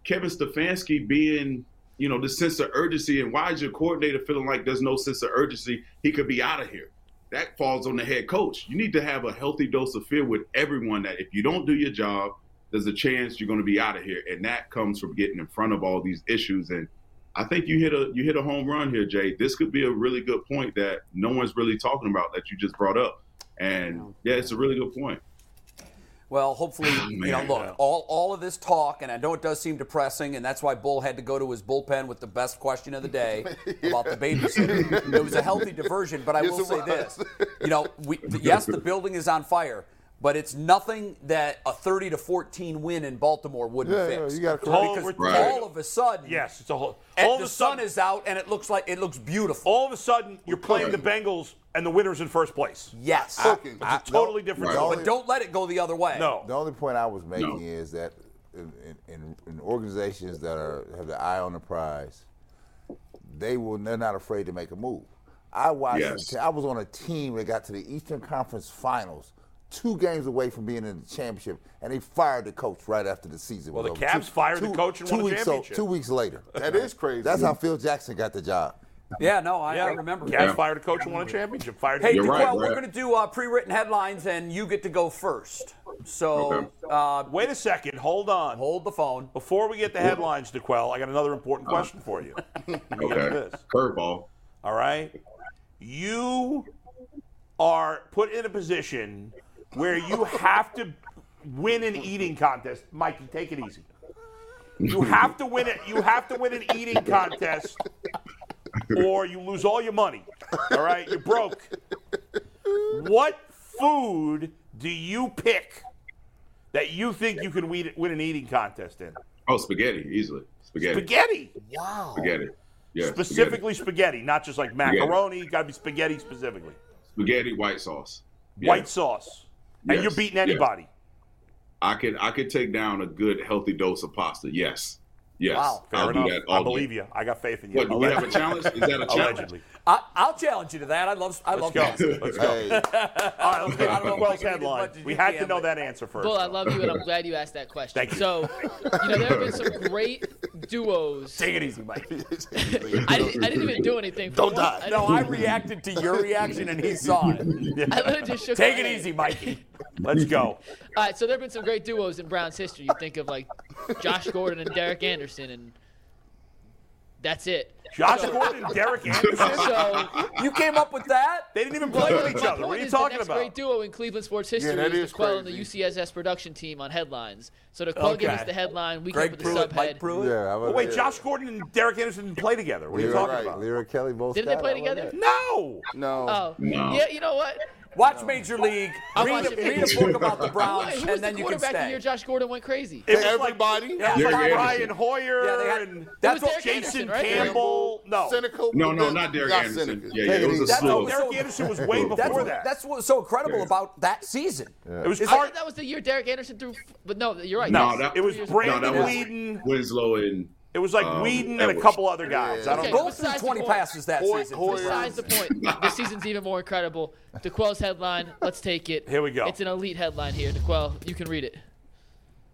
[SPEAKER 7] Kevin Stefanski being, you know, the sense of urgency and why is your coordinator feeling like there's no sense of urgency? He could be out of here. That falls on the head coach. You need to have a healthy dose of fear with everyone that if you don't do your job, there's a chance you're going to be out of here, and that comes from getting in front of all these issues. And I think you hit a you hit a home run here, Jay. This could be a really good point that no one's really talking about that you just brought up. And yeah, it's a really good point.
[SPEAKER 1] Well, hopefully, you know,
[SPEAKER 7] man.
[SPEAKER 1] look, all, all of this talk, and I know it does seem depressing, and that's why Bull had to go to his bullpen with the best question of the day about the babysitter. it was a healthy diversion, but I
[SPEAKER 5] Yes,
[SPEAKER 1] will
[SPEAKER 5] it
[SPEAKER 1] say
[SPEAKER 5] was.
[SPEAKER 1] this. You know, we, th- yes, the building is on fire, but it's nothing that a 30 to 14 win in Baltimore wouldn't
[SPEAKER 3] Yeah, yeah,
[SPEAKER 1] fix.
[SPEAKER 3] you gotta
[SPEAKER 2] Home
[SPEAKER 1] because
[SPEAKER 2] return.
[SPEAKER 1] all of a sudden,
[SPEAKER 2] Yes, it's a whole.
[SPEAKER 1] and
[SPEAKER 2] all of
[SPEAKER 1] the
[SPEAKER 2] a
[SPEAKER 1] sun
[SPEAKER 2] sudden,
[SPEAKER 1] is out, and it looks like it looks beautiful.
[SPEAKER 2] all of a sudden you're playing the Bengals and the winners in first place.
[SPEAKER 1] Yes,
[SPEAKER 5] Cooking.
[SPEAKER 2] It's a totally different.
[SPEAKER 3] Right.
[SPEAKER 2] story.
[SPEAKER 1] but don't let it go the other way.
[SPEAKER 2] No.
[SPEAKER 3] The only point I was making
[SPEAKER 7] No.
[SPEAKER 3] is that in, in- in, in organizations that are have the eye on the prize, they will they're not afraid to make a move. I watched.
[SPEAKER 7] Yes.
[SPEAKER 3] I was on a team that got to the Eastern Conference Finals, two games away from being in the championship, and they fired the coach right after the season.
[SPEAKER 2] Well,
[SPEAKER 3] was
[SPEAKER 2] the
[SPEAKER 3] over.
[SPEAKER 2] Cavs fired the coach and
[SPEAKER 3] two
[SPEAKER 2] won the
[SPEAKER 3] weeks
[SPEAKER 2] championship.
[SPEAKER 3] two weeks later,
[SPEAKER 5] That is crazy.
[SPEAKER 3] that's how Phil Jackson got the job.
[SPEAKER 1] Yeah, no, I,
[SPEAKER 2] Yeah,
[SPEAKER 1] I remember.
[SPEAKER 2] Cavs fired a coach and won a championship. Fired.
[SPEAKER 1] Hey,
[SPEAKER 7] You're
[SPEAKER 1] DeQuell,
[SPEAKER 7] right,
[SPEAKER 1] we're
[SPEAKER 7] right.
[SPEAKER 1] going to do uh, pre-written headlines, and you get to go first. So
[SPEAKER 7] Okay.
[SPEAKER 1] uh,
[SPEAKER 2] wait a second. Hold on.
[SPEAKER 1] hold the phone.
[SPEAKER 2] Before we get the headlines, DeQuell, I got another important question for you.
[SPEAKER 7] Uh-huh. Okay,
[SPEAKER 2] this.
[SPEAKER 7] curveball.
[SPEAKER 2] All right. You are put in a position where you have to win an eating contest. Mikey, take it easy. You have to win it. You have to win an eating contest, or you lose all your money. All right, you're broke. What food do you pick that you think you can win win an eating contest in?
[SPEAKER 7] Oh, spaghetti, easily spaghetti,
[SPEAKER 2] Spaghetti.
[SPEAKER 7] spaghetti. Yeah,
[SPEAKER 2] specifically spaghetti. not just like macaroni. Got to be spaghetti specifically.
[SPEAKER 7] Spaghetti white sauce.
[SPEAKER 2] White sauce, and
[SPEAKER 7] Yes,
[SPEAKER 2] you're beating
[SPEAKER 7] yes.
[SPEAKER 2] anybody.
[SPEAKER 7] I could I could take down a good healthy dose of pasta. Yes. Yes.
[SPEAKER 2] Wow, fair
[SPEAKER 7] I'll
[SPEAKER 2] enough.
[SPEAKER 7] do that all
[SPEAKER 2] I believe
[SPEAKER 7] day.
[SPEAKER 2] you. I got faith in you.
[SPEAKER 7] What do we have a challenge? Is that a challenge?
[SPEAKER 2] Allegedly.
[SPEAKER 1] I, I'll challenge you to that. I love. I love
[SPEAKER 2] Let's go.
[SPEAKER 1] pasta.
[SPEAKER 2] Let's go.
[SPEAKER 3] Hey,
[SPEAKER 2] All right, let's get
[SPEAKER 1] I don't know
[SPEAKER 2] to the
[SPEAKER 1] if
[SPEAKER 2] Wells
[SPEAKER 1] we can get as
[SPEAKER 2] headline.
[SPEAKER 1] much as
[SPEAKER 2] We
[SPEAKER 1] you
[SPEAKER 2] had
[SPEAKER 1] can,
[SPEAKER 2] to know
[SPEAKER 1] but-
[SPEAKER 2] that answer first.
[SPEAKER 4] Bull, I love you, and I'm glad you asked that question.
[SPEAKER 2] Thank you.
[SPEAKER 4] So, you know, there have been some great duos.
[SPEAKER 1] Take it easy, Mike.
[SPEAKER 4] I didn't, I didn't even do anything.
[SPEAKER 5] Don't
[SPEAKER 4] One,
[SPEAKER 5] die.
[SPEAKER 4] I,
[SPEAKER 1] No,
[SPEAKER 4] didn't-
[SPEAKER 1] I reacted to your reaction, and he saw it.
[SPEAKER 4] I literally just shook.
[SPEAKER 1] Take
[SPEAKER 4] my
[SPEAKER 1] it
[SPEAKER 4] head.
[SPEAKER 1] easy, Mikey.
[SPEAKER 2] Let's go.
[SPEAKER 4] All right, so there have been some great duos in Browns history. You think of like Josh Gordon and Derek Anderson, and that's it.
[SPEAKER 2] Josh Gordon, Derek Anderson.
[SPEAKER 4] So
[SPEAKER 1] You came up with that?
[SPEAKER 2] They didn't even play with each
[SPEAKER 4] my
[SPEAKER 2] other.
[SPEAKER 4] point
[SPEAKER 2] What are you
[SPEAKER 4] is the
[SPEAKER 2] talking
[SPEAKER 4] next
[SPEAKER 2] about?
[SPEAKER 4] Great duo in Cleveland sports history
[SPEAKER 5] that
[SPEAKER 4] is
[SPEAKER 5] is
[SPEAKER 4] the Quell and the
[SPEAKER 5] crazy.
[SPEAKER 4] UCSS production team on headlines. So the Quell gives
[SPEAKER 2] Okay.
[SPEAKER 4] us the headline. We
[SPEAKER 1] Greg
[SPEAKER 4] come with
[SPEAKER 1] Pruitt,
[SPEAKER 4] the
[SPEAKER 1] Mike
[SPEAKER 4] subhead.
[SPEAKER 1] Pruitt.
[SPEAKER 3] yeah. I'm
[SPEAKER 2] Oh,
[SPEAKER 3] a-
[SPEAKER 2] wait,
[SPEAKER 3] yeah.
[SPEAKER 2] Josh Gordon and Derek Anderson didn't play together. What are you
[SPEAKER 3] Leroy,
[SPEAKER 2] talking
[SPEAKER 3] right.
[SPEAKER 2] about?
[SPEAKER 3] Leroy Kelly both.
[SPEAKER 4] Didn't they
[SPEAKER 3] got
[SPEAKER 4] play
[SPEAKER 3] it. I love
[SPEAKER 4] together?
[SPEAKER 2] No.
[SPEAKER 5] No.
[SPEAKER 4] Oh, yeah. You know what?
[SPEAKER 1] Watch Major League.
[SPEAKER 4] I'm
[SPEAKER 1] Read, a-
[SPEAKER 4] watching
[SPEAKER 1] read a
[SPEAKER 4] Major
[SPEAKER 1] book
[SPEAKER 7] League.
[SPEAKER 1] about the
[SPEAKER 4] What?
[SPEAKER 1] Browns,
[SPEAKER 4] Who was
[SPEAKER 1] Um, and
[SPEAKER 4] the
[SPEAKER 1] then you can
[SPEAKER 4] quarterback the
[SPEAKER 1] stay.
[SPEAKER 4] year Josh Gordon went crazy?
[SPEAKER 2] It was
[SPEAKER 5] everybody?
[SPEAKER 2] Like, yeah,
[SPEAKER 1] Derek
[SPEAKER 2] like
[SPEAKER 7] Anderson.
[SPEAKER 2] Brian Hoyer
[SPEAKER 1] Yeah, they had-
[SPEAKER 2] and
[SPEAKER 1] That's
[SPEAKER 4] Who was
[SPEAKER 1] what
[SPEAKER 4] Derek
[SPEAKER 2] Jason
[SPEAKER 4] Anderson, right?
[SPEAKER 2] Campbell. No.
[SPEAKER 5] Cynical.
[SPEAKER 7] No, no,
[SPEAKER 5] Then
[SPEAKER 7] not Derek
[SPEAKER 5] got
[SPEAKER 7] Anderson.
[SPEAKER 5] cynical.
[SPEAKER 7] Yeah, yeah, it was a
[SPEAKER 3] That's
[SPEAKER 7] slew.
[SPEAKER 2] No,
[SPEAKER 7] of-
[SPEAKER 2] Derek Anderson was way
[SPEAKER 3] That's
[SPEAKER 1] That's
[SPEAKER 2] before
[SPEAKER 1] what,
[SPEAKER 2] that.
[SPEAKER 1] that's what's so incredible
[SPEAKER 7] Yeah.
[SPEAKER 1] about that season.
[SPEAKER 2] it was
[SPEAKER 1] It's
[SPEAKER 4] I
[SPEAKER 2] Clark.
[SPEAKER 4] thought that was the year Derek Anderson threw. f- But no, you're right.
[SPEAKER 2] No,
[SPEAKER 4] Yes.
[SPEAKER 7] that-
[SPEAKER 2] it was
[SPEAKER 4] Two years ago.
[SPEAKER 2] Brandon
[SPEAKER 7] No, that was-
[SPEAKER 2] Whedon.
[SPEAKER 7] Winslow and
[SPEAKER 2] It was like
[SPEAKER 7] Um,
[SPEAKER 2] Whedon and a
[SPEAKER 7] Edwards.
[SPEAKER 2] couple other guys. I don't
[SPEAKER 4] Okay.
[SPEAKER 2] know.
[SPEAKER 1] Go
[SPEAKER 4] besides
[SPEAKER 1] through
[SPEAKER 4] the
[SPEAKER 1] 20
[SPEAKER 4] point-
[SPEAKER 1] passes that
[SPEAKER 5] Hoy-
[SPEAKER 1] season. for the
[SPEAKER 5] Hoyer-
[SPEAKER 1] Browns.
[SPEAKER 4] Besides the point, the season's even more incredible. DeQuell's headline. Let's take it.
[SPEAKER 2] Here we go.
[SPEAKER 4] It's an elite headline here. DeQuell, you can read it.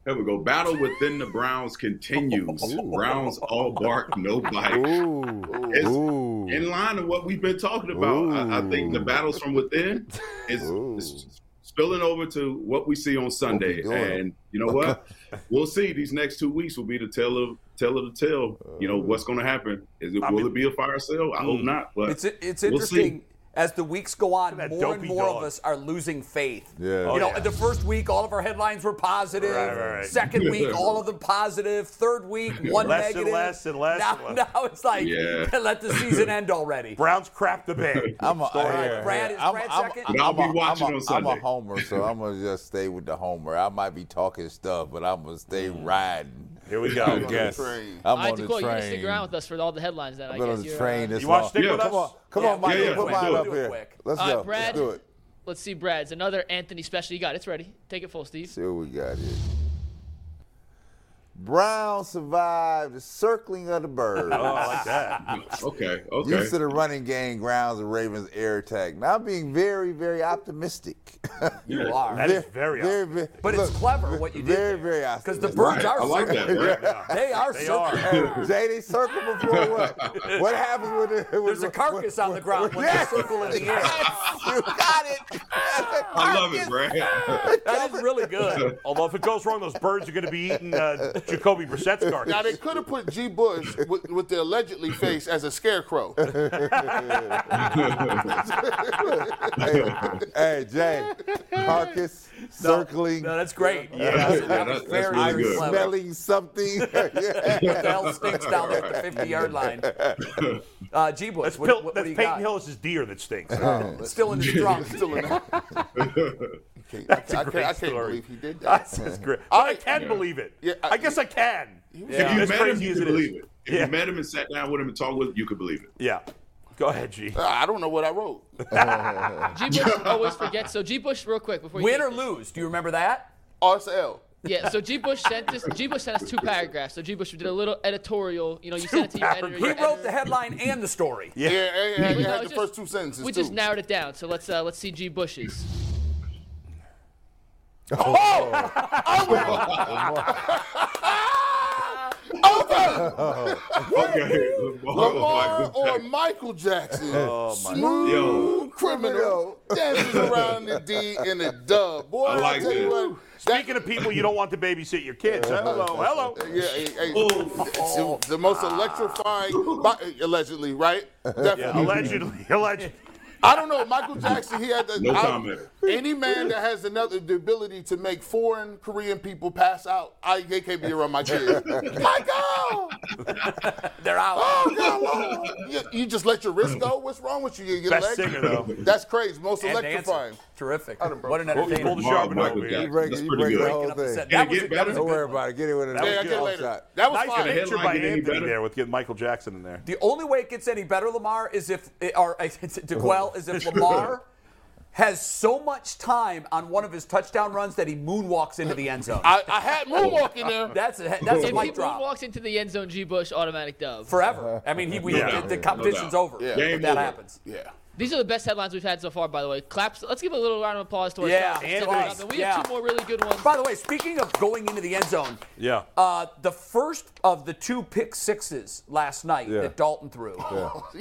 [SPEAKER 7] There we go. Battle within the Browns continues. Browns all bark, no bite.
[SPEAKER 3] Ooh,
[SPEAKER 7] It's
[SPEAKER 3] ooh.
[SPEAKER 7] in line with what we've been talking about. I, I think the battles from within is, is spilling over to what we see on Sunday.
[SPEAKER 3] doing.
[SPEAKER 7] And you know what? we'll see. These next two weeks will be the tale of tale of the tale. You know what's going to happen? Is it will it be a fire sale? I
[SPEAKER 3] Mm.
[SPEAKER 7] hope not. But
[SPEAKER 1] It's it's
[SPEAKER 7] we'll see.
[SPEAKER 1] interesting as the weeks go on,
[SPEAKER 2] Look at that
[SPEAKER 1] more and
[SPEAKER 2] dopey
[SPEAKER 1] more
[SPEAKER 2] dog. Oh,
[SPEAKER 1] of us are losing faith.
[SPEAKER 3] Yeah.
[SPEAKER 1] You know,
[SPEAKER 2] yeah.
[SPEAKER 1] the first week, all of our headlines were positive.
[SPEAKER 2] Right, right, right.
[SPEAKER 1] Second week, all of them positive. Third week, one
[SPEAKER 2] Less and
[SPEAKER 1] negative.
[SPEAKER 2] less and less
[SPEAKER 1] Now,
[SPEAKER 2] and less.
[SPEAKER 1] now it's like,
[SPEAKER 7] Yeah.
[SPEAKER 1] let the season end already.
[SPEAKER 2] Browns crap the bag.
[SPEAKER 3] I'm a,
[SPEAKER 1] right, Brad, is
[SPEAKER 3] I'm,
[SPEAKER 1] Brad
[SPEAKER 3] I'm,
[SPEAKER 1] second?
[SPEAKER 3] I'm,
[SPEAKER 7] I'll be
[SPEAKER 3] a- I'm
[SPEAKER 7] watching
[SPEAKER 3] a,
[SPEAKER 7] on
[SPEAKER 3] I'm a
[SPEAKER 7] Sunday.
[SPEAKER 3] homer, so I'm gonna just stay with the homer. I might be talking stuff, but I'm gonna stay riding.
[SPEAKER 2] Here we go.
[SPEAKER 3] I
[SPEAKER 5] On the
[SPEAKER 3] guess.
[SPEAKER 5] train.
[SPEAKER 3] I'm
[SPEAKER 4] All right,
[SPEAKER 3] on the
[SPEAKER 4] DeQuell, you're gonna
[SPEAKER 3] train.
[SPEAKER 4] stick around with us for all the headlines. Then I
[SPEAKER 3] I'm gonna
[SPEAKER 4] guess you're. uh,
[SPEAKER 3] train this
[SPEAKER 2] You want to
[SPEAKER 3] long.
[SPEAKER 2] stick
[SPEAKER 7] Yeah,
[SPEAKER 2] with
[SPEAKER 7] come
[SPEAKER 2] us?
[SPEAKER 3] Come
[SPEAKER 1] Yeah,
[SPEAKER 3] on, Mike,
[SPEAKER 7] yeah, yeah,
[SPEAKER 3] put
[SPEAKER 7] let's
[SPEAKER 3] mine
[SPEAKER 7] do it.
[SPEAKER 3] up
[SPEAKER 1] Do it
[SPEAKER 3] here.
[SPEAKER 1] quick.
[SPEAKER 3] Let's
[SPEAKER 4] All
[SPEAKER 3] go.
[SPEAKER 4] right, Brad.
[SPEAKER 3] Let's do it.
[SPEAKER 4] Let's see Brad's another Anthony special. You got it. It's ready. Take it full, Steve.
[SPEAKER 3] See what we got here. Brown survived the circling of the birds.
[SPEAKER 2] I like that.
[SPEAKER 7] okay, okay.
[SPEAKER 3] Used to the running game grounds of Ravens air attack. Now I'm being very, very optimistic.
[SPEAKER 1] You are.
[SPEAKER 2] That is very
[SPEAKER 3] very,
[SPEAKER 2] awesome.
[SPEAKER 3] very-
[SPEAKER 1] but
[SPEAKER 3] look,
[SPEAKER 1] it's clever what you did.
[SPEAKER 3] Very, very
[SPEAKER 1] Because the
[SPEAKER 3] optimistic.
[SPEAKER 1] birds are
[SPEAKER 7] I like
[SPEAKER 1] circling.
[SPEAKER 7] that. Brad.
[SPEAKER 1] They are
[SPEAKER 2] They
[SPEAKER 1] circling.
[SPEAKER 2] are.
[SPEAKER 3] Hey, Jay, they circle before what? What happens when it, when,
[SPEAKER 1] There's a carcass on the ground with a
[SPEAKER 3] Yes.
[SPEAKER 1] circle in the air.
[SPEAKER 3] You got it.
[SPEAKER 7] I love it, Brad.
[SPEAKER 1] That is really good.
[SPEAKER 2] Although if it goes wrong, those birds are going to be eating uh, Jacoby Brissett's
[SPEAKER 5] Now they
[SPEAKER 2] carcass.
[SPEAKER 5] could have put G. Bush with, with the allegedly face as a scarecrow.
[SPEAKER 3] hey, hey, Jay, carcass circling.
[SPEAKER 1] No, that's great.
[SPEAKER 7] Yeah,
[SPEAKER 1] That's-
[SPEAKER 7] that-
[SPEAKER 1] that was
[SPEAKER 7] that's
[SPEAKER 1] very,
[SPEAKER 7] really
[SPEAKER 1] very
[SPEAKER 7] good.
[SPEAKER 1] clever.
[SPEAKER 3] Smelling something. Yeah.
[SPEAKER 1] Bell stinks down at the 50 yard line. Uh, G. Bush,
[SPEAKER 2] That's,
[SPEAKER 1] what,
[SPEAKER 2] Pil-
[SPEAKER 1] what, what
[SPEAKER 2] that's
[SPEAKER 1] do you
[SPEAKER 2] Peyton
[SPEAKER 1] got?
[SPEAKER 2] Hillis's deer that stinks.
[SPEAKER 1] Still in his trunk. Still in
[SPEAKER 5] That's I, can't,
[SPEAKER 2] great
[SPEAKER 5] I can't
[SPEAKER 2] story.
[SPEAKER 5] believe he did that.
[SPEAKER 2] That's just great. But I can believe it.
[SPEAKER 5] Yeah, I-
[SPEAKER 2] I guess I can.
[SPEAKER 7] If you
[SPEAKER 2] As
[SPEAKER 7] met him,
[SPEAKER 2] crazy
[SPEAKER 7] you
[SPEAKER 2] as
[SPEAKER 7] could
[SPEAKER 2] it is.
[SPEAKER 7] believe it. If
[SPEAKER 2] Yeah.
[SPEAKER 7] you met him and sat down with him and talked with him, you could believe it.
[SPEAKER 2] Yeah. Go ahead, G.
[SPEAKER 5] I don't know what I wrote.
[SPEAKER 4] G. Bush always forgets. So G. Bush, real quick before you
[SPEAKER 1] Win
[SPEAKER 4] take
[SPEAKER 1] or
[SPEAKER 4] this.
[SPEAKER 1] lose. Do you remember that?
[SPEAKER 5] RSL.
[SPEAKER 4] Yeah, so G. Bush sent us. G. Bush sent us two paragraphs. So G. Bush did a little editorial. You know, you sent it to your editor.
[SPEAKER 1] He
[SPEAKER 4] your
[SPEAKER 1] wrote
[SPEAKER 4] editor-
[SPEAKER 1] the headline and the story.
[SPEAKER 5] Yeah, and, and,
[SPEAKER 4] We-
[SPEAKER 5] and
[SPEAKER 4] no,
[SPEAKER 5] had the
[SPEAKER 4] it's just-
[SPEAKER 5] first two sentences
[SPEAKER 4] We
[SPEAKER 5] too.
[SPEAKER 4] just narrowed it down. So let's uh, let's see G. Bush's.
[SPEAKER 7] Okay. Oh,
[SPEAKER 5] Lamar or Michael Jackson, smooth
[SPEAKER 7] Yo.
[SPEAKER 5] criminal, dances around the D in a dub. Boy, I,
[SPEAKER 7] I like
[SPEAKER 5] tell you
[SPEAKER 7] this.
[SPEAKER 5] what.
[SPEAKER 2] Speaking of people you don't want to babysit your kids. huh? Hello, hello.
[SPEAKER 5] Yeah, hey, hey,
[SPEAKER 7] Oh.
[SPEAKER 5] the- the most electrifying, bo- allegedly, right? Definitely.
[SPEAKER 2] Allegedly, allegedly.
[SPEAKER 5] I don't know. Michael Jackson, he had the,
[SPEAKER 7] No
[SPEAKER 5] I-
[SPEAKER 7] comment.
[SPEAKER 5] any man that has another the ability to make foreign Korean people pass out, I they can't be around my kids. Michael,
[SPEAKER 1] They're out.
[SPEAKER 5] oh God, Lord. You, you just let your wrist go. What's wrong with you? Your, your
[SPEAKER 2] Best
[SPEAKER 5] leg?
[SPEAKER 2] singer, though.
[SPEAKER 5] That's crazy. Most
[SPEAKER 1] And
[SPEAKER 5] electrifying.
[SPEAKER 1] dancing. Terrific. What an
[SPEAKER 2] Well,
[SPEAKER 1] entertainer.
[SPEAKER 2] Golden
[SPEAKER 7] Mark
[SPEAKER 2] Charbonneau,
[SPEAKER 7] Michael
[SPEAKER 2] man.
[SPEAKER 7] Jackson.
[SPEAKER 3] You break,
[SPEAKER 7] That's
[SPEAKER 3] you
[SPEAKER 7] pretty
[SPEAKER 3] break the
[SPEAKER 7] good.
[SPEAKER 3] whole
[SPEAKER 1] Breaking up the
[SPEAKER 3] thing.
[SPEAKER 1] set.
[SPEAKER 7] Can
[SPEAKER 1] That
[SPEAKER 7] it
[SPEAKER 1] was
[SPEAKER 7] get
[SPEAKER 1] a- that
[SPEAKER 7] better?
[SPEAKER 1] was a
[SPEAKER 3] Don't
[SPEAKER 1] good
[SPEAKER 3] worry about it. Get it with
[SPEAKER 5] Yeah, I
[SPEAKER 3] it.
[SPEAKER 2] was
[SPEAKER 5] get
[SPEAKER 2] good.
[SPEAKER 5] later. That
[SPEAKER 2] Nice
[SPEAKER 5] was fine.
[SPEAKER 2] little
[SPEAKER 7] hit.
[SPEAKER 2] picture
[SPEAKER 7] headline
[SPEAKER 2] by
[SPEAKER 7] get any
[SPEAKER 2] Anthony
[SPEAKER 7] better?
[SPEAKER 2] there with good Michael Jackson in there.
[SPEAKER 1] The only way it gets any better, Lamar, is if or to Quell is if Lamar has so much time on one of his touchdown runs that he moonwalks into the end zone.
[SPEAKER 5] I, I had moonwalk in there.
[SPEAKER 1] that's a that's a
[SPEAKER 4] If he
[SPEAKER 1] mic drop
[SPEAKER 4] walks into the end zone, G. Bush automatic dub.
[SPEAKER 1] forever. I mean, he we,
[SPEAKER 7] No doubt.
[SPEAKER 1] the, the
[SPEAKER 7] No
[SPEAKER 1] competition's
[SPEAKER 7] doubt.
[SPEAKER 1] over
[SPEAKER 5] Yeah.
[SPEAKER 1] if
[SPEAKER 7] Game
[SPEAKER 1] that
[SPEAKER 7] over.
[SPEAKER 1] happens.
[SPEAKER 5] Yeah.
[SPEAKER 4] These are the best headlines we've had so far, by the way. Claps. Let's give a little round of applause to our
[SPEAKER 1] Yeah,
[SPEAKER 4] staff for
[SPEAKER 1] and
[SPEAKER 4] stepping
[SPEAKER 1] us.
[SPEAKER 4] up. And we have
[SPEAKER 1] Yeah.
[SPEAKER 4] two more really good ones.
[SPEAKER 1] By the way, speaking of going into the end zone,
[SPEAKER 2] Yeah.
[SPEAKER 1] uh, the first of the two pick sixes last night
[SPEAKER 3] Yeah.
[SPEAKER 1] that Dalton threw.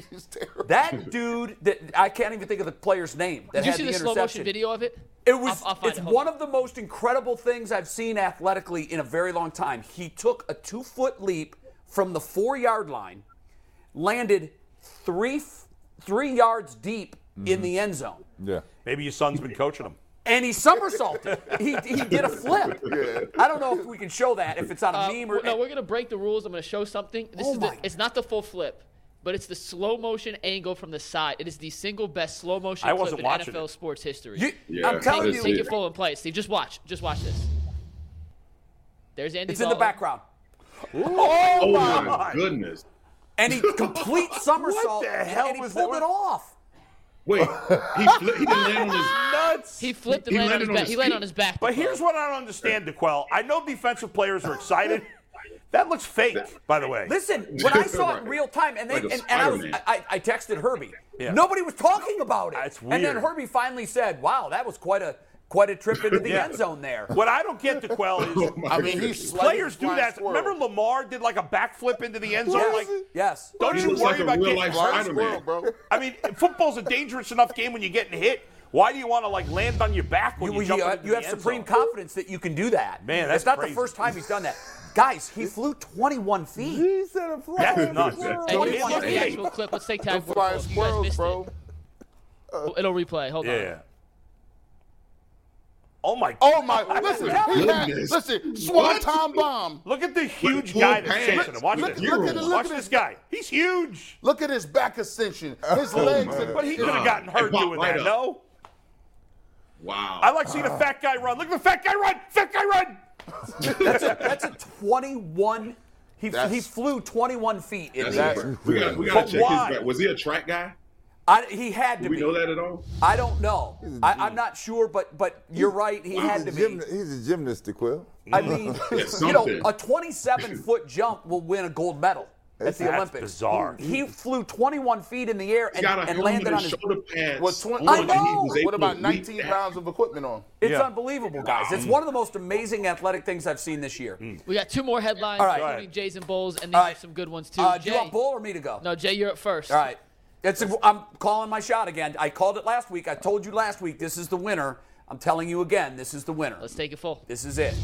[SPEAKER 5] He's terrible.
[SPEAKER 1] That dude, that I can't even think of the player's name. That
[SPEAKER 4] Did you
[SPEAKER 1] had
[SPEAKER 4] see
[SPEAKER 1] the
[SPEAKER 4] the slow motion
[SPEAKER 1] interception.
[SPEAKER 4] video of it?
[SPEAKER 1] It was.
[SPEAKER 4] I'll- I'll find
[SPEAKER 1] it's
[SPEAKER 4] it. Hold
[SPEAKER 1] one
[SPEAKER 4] on.
[SPEAKER 1] of the most incredible things I've seen athletically in a very long time. He took a two-foot leap from the four-yard line, landed three f- three yards deep in the end zone,
[SPEAKER 3] Yeah.
[SPEAKER 2] Maybe your son's been coaching him.
[SPEAKER 1] and he somersaulted. he, he did a flip. I don't know if we can show that if it's on a
[SPEAKER 4] Uh,
[SPEAKER 1] meme or
[SPEAKER 4] no, we're gonna break the rules. I'm gonna show something. This
[SPEAKER 1] Oh
[SPEAKER 4] is the,
[SPEAKER 1] my-
[SPEAKER 4] it's not the full flip, but it's the slow motion angle from the side. It is the single best slow motion
[SPEAKER 2] I
[SPEAKER 4] clip
[SPEAKER 2] wasn't
[SPEAKER 4] in
[SPEAKER 2] watching
[SPEAKER 4] NFL
[SPEAKER 2] it.
[SPEAKER 4] sports history.
[SPEAKER 1] You-
[SPEAKER 7] Yeah,
[SPEAKER 1] I'm telling
[SPEAKER 7] that's
[SPEAKER 1] you,
[SPEAKER 4] take it
[SPEAKER 7] it.
[SPEAKER 4] full and play, Steve. Just watch. Just watch this. There's Andy.
[SPEAKER 1] it's in the
[SPEAKER 4] Dalton.
[SPEAKER 1] background.
[SPEAKER 7] Oh my goodness.
[SPEAKER 1] And he complete somersault.
[SPEAKER 2] the hell
[SPEAKER 1] and he
[SPEAKER 2] was that?
[SPEAKER 1] pulled it off.
[SPEAKER 7] Wait, he fli he didn't land on his.
[SPEAKER 2] Nuts.
[SPEAKER 4] He flipped and
[SPEAKER 7] He landed
[SPEAKER 4] landed on his
[SPEAKER 7] on
[SPEAKER 4] back.
[SPEAKER 7] his
[SPEAKER 4] He landed
[SPEAKER 7] feet.
[SPEAKER 4] on his back.
[SPEAKER 2] But here's what I don't understand, DeQuell. I know defensive players are excited. that looks fake, by the way.
[SPEAKER 1] Listen, when I saw it in
[SPEAKER 7] Right.
[SPEAKER 1] real time, and they
[SPEAKER 7] Like a
[SPEAKER 1] and, and I was,
[SPEAKER 7] Spider-Man.
[SPEAKER 1] I, I texted Herbie.
[SPEAKER 2] Yeah.
[SPEAKER 1] Nobody was talking about it.
[SPEAKER 2] That's
[SPEAKER 1] And then
[SPEAKER 2] weird.
[SPEAKER 1] Herbie finally said, "Wow, that was quite a quite a trip into the
[SPEAKER 2] Yeah.
[SPEAKER 1] end zone there."
[SPEAKER 2] What I don't get, DeQuell, is
[SPEAKER 7] Oh,
[SPEAKER 5] I mean, he's
[SPEAKER 2] players do
[SPEAKER 5] flying
[SPEAKER 2] that.
[SPEAKER 5] squirrel.
[SPEAKER 2] Remember Lamar did like a backflip into the end zone?
[SPEAKER 1] yes.
[SPEAKER 2] Like,
[SPEAKER 1] yes.
[SPEAKER 2] don't
[SPEAKER 7] He
[SPEAKER 2] you
[SPEAKER 7] looks
[SPEAKER 2] worry
[SPEAKER 7] like a
[SPEAKER 2] about getting
[SPEAKER 7] real-life
[SPEAKER 2] hurt?
[SPEAKER 5] Flying
[SPEAKER 7] Spider-Man.
[SPEAKER 5] squirrel, bro.
[SPEAKER 2] I mean, football's a dangerous enough game when you're getting hit. Why do you want to like land on your back when
[SPEAKER 1] You,
[SPEAKER 2] you,
[SPEAKER 1] you
[SPEAKER 2] jump
[SPEAKER 1] have,
[SPEAKER 2] into
[SPEAKER 1] you
[SPEAKER 2] the
[SPEAKER 1] have
[SPEAKER 2] end
[SPEAKER 1] supreme
[SPEAKER 2] zone?
[SPEAKER 1] confidence that you can do that.
[SPEAKER 2] Man, that's
[SPEAKER 1] it's not
[SPEAKER 2] crazy.
[SPEAKER 1] the first time he's done that. Guys, he flew 21 feet.
[SPEAKER 3] He said a fly.
[SPEAKER 2] That's nuts.
[SPEAKER 4] Hey,
[SPEAKER 2] Don't
[SPEAKER 4] here's
[SPEAKER 2] hit
[SPEAKER 4] here's
[SPEAKER 2] my
[SPEAKER 4] the
[SPEAKER 2] head.
[SPEAKER 4] actual clip. Let's take time
[SPEAKER 5] Them
[SPEAKER 4] for
[SPEAKER 5] flying
[SPEAKER 4] it. You guys
[SPEAKER 5] squirrels,
[SPEAKER 4] missed
[SPEAKER 5] bro.
[SPEAKER 4] it. It'll replay. Hold on.
[SPEAKER 2] Yeah. Oh my!
[SPEAKER 5] Oh my! Listen, he had,
[SPEAKER 7] Goodness.
[SPEAKER 5] listen,
[SPEAKER 7] What?
[SPEAKER 5] swanton bomb.
[SPEAKER 2] Look at the huge
[SPEAKER 7] full
[SPEAKER 2] guy that's
[SPEAKER 7] pants.
[SPEAKER 2] chasing him. Watch
[SPEAKER 7] Look-
[SPEAKER 2] this.
[SPEAKER 7] look at it,
[SPEAKER 5] look
[SPEAKER 2] Watch
[SPEAKER 5] at
[SPEAKER 2] this guy. He's huge.
[SPEAKER 5] Look at his back extension, his legs.
[SPEAKER 7] my.
[SPEAKER 5] and-
[SPEAKER 2] But he could
[SPEAKER 7] God.
[SPEAKER 2] have gotten
[SPEAKER 7] It
[SPEAKER 2] hurt
[SPEAKER 7] popped
[SPEAKER 2] doing
[SPEAKER 7] right up.
[SPEAKER 2] that. No.
[SPEAKER 7] Wow.
[SPEAKER 2] I like seeing a fat guy run. Look at the fat guy run. Fat guy run.
[SPEAKER 1] That's a, that's a 21. He,
[SPEAKER 5] That's-
[SPEAKER 1] he flew 21 feet. In the
[SPEAKER 7] That's
[SPEAKER 1] air.
[SPEAKER 7] we got we
[SPEAKER 2] But
[SPEAKER 7] got to check
[SPEAKER 2] why?
[SPEAKER 7] his back. Was he a track guy?
[SPEAKER 1] I, he had to
[SPEAKER 7] Do
[SPEAKER 1] be.
[SPEAKER 7] we know that at all?
[SPEAKER 1] I don't know. I, I'm not sure, but but you're right. He had to
[SPEAKER 3] He's a,
[SPEAKER 1] be.
[SPEAKER 3] gymna- he's a gymnast, to quill.
[SPEAKER 1] I mean, you know,
[SPEAKER 7] something.
[SPEAKER 1] a 27 foot jump will win a gold medal at the
[SPEAKER 2] That's
[SPEAKER 1] Olympics.
[SPEAKER 2] bizarre.
[SPEAKER 1] He flew 21on feet in the air
[SPEAKER 7] He
[SPEAKER 1] and,
[SPEAKER 7] got a
[SPEAKER 1] and
[SPEAKER 7] helmet
[SPEAKER 1] landed
[SPEAKER 7] and
[SPEAKER 1] on his.
[SPEAKER 7] shoulder pads.
[SPEAKER 5] Well,
[SPEAKER 7] on,
[SPEAKER 5] twen-
[SPEAKER 1] I
[SPEAKER 7] and
[SPEAKER 1] know.
[SPEAKER 7] he was able
[SPEAKER 5] what about
[SPEAKER 7] to leap
[SPEAKER 5] 19
[SPEAKER 7] that.
[SPEAKER 5] pounds of equipment on?
[SPEAKER 1] It's
[SPEAKER 2] Yeah.
[SPEAKER 1] unbelievable, guys.
[SPEAKER 7] Mm.
[SPEAKER 1] It's one of the most amazing athletic things I've seen this year.
[SPEAKER 2] Mm.
[SPEAKER 4] We got two more headlines,
[SPEAKER 1] All right.
[SPEAKER 4] including Jays and Bulls, and these
[SPEAKER 1] All
[SPEAKER 4] are
[SPEAKER 1] right.
[SPEAKER 4] some good ones too.
[SPEAKER 1] Uh, do
[SPEAKER 4] Jay,
[SPEAKER 1] you want Bull or me to go?
[SPEAKER 4] no, Jay, you're up first.
[SPEAKER 1] All right. It's a, I'm calling my shot again. I called it last week. I told you last week this is the winner. I'm telling you again, this is the winner.
[SPEAKER 4] Let's take it full.
[SPEAKER 1] This is it.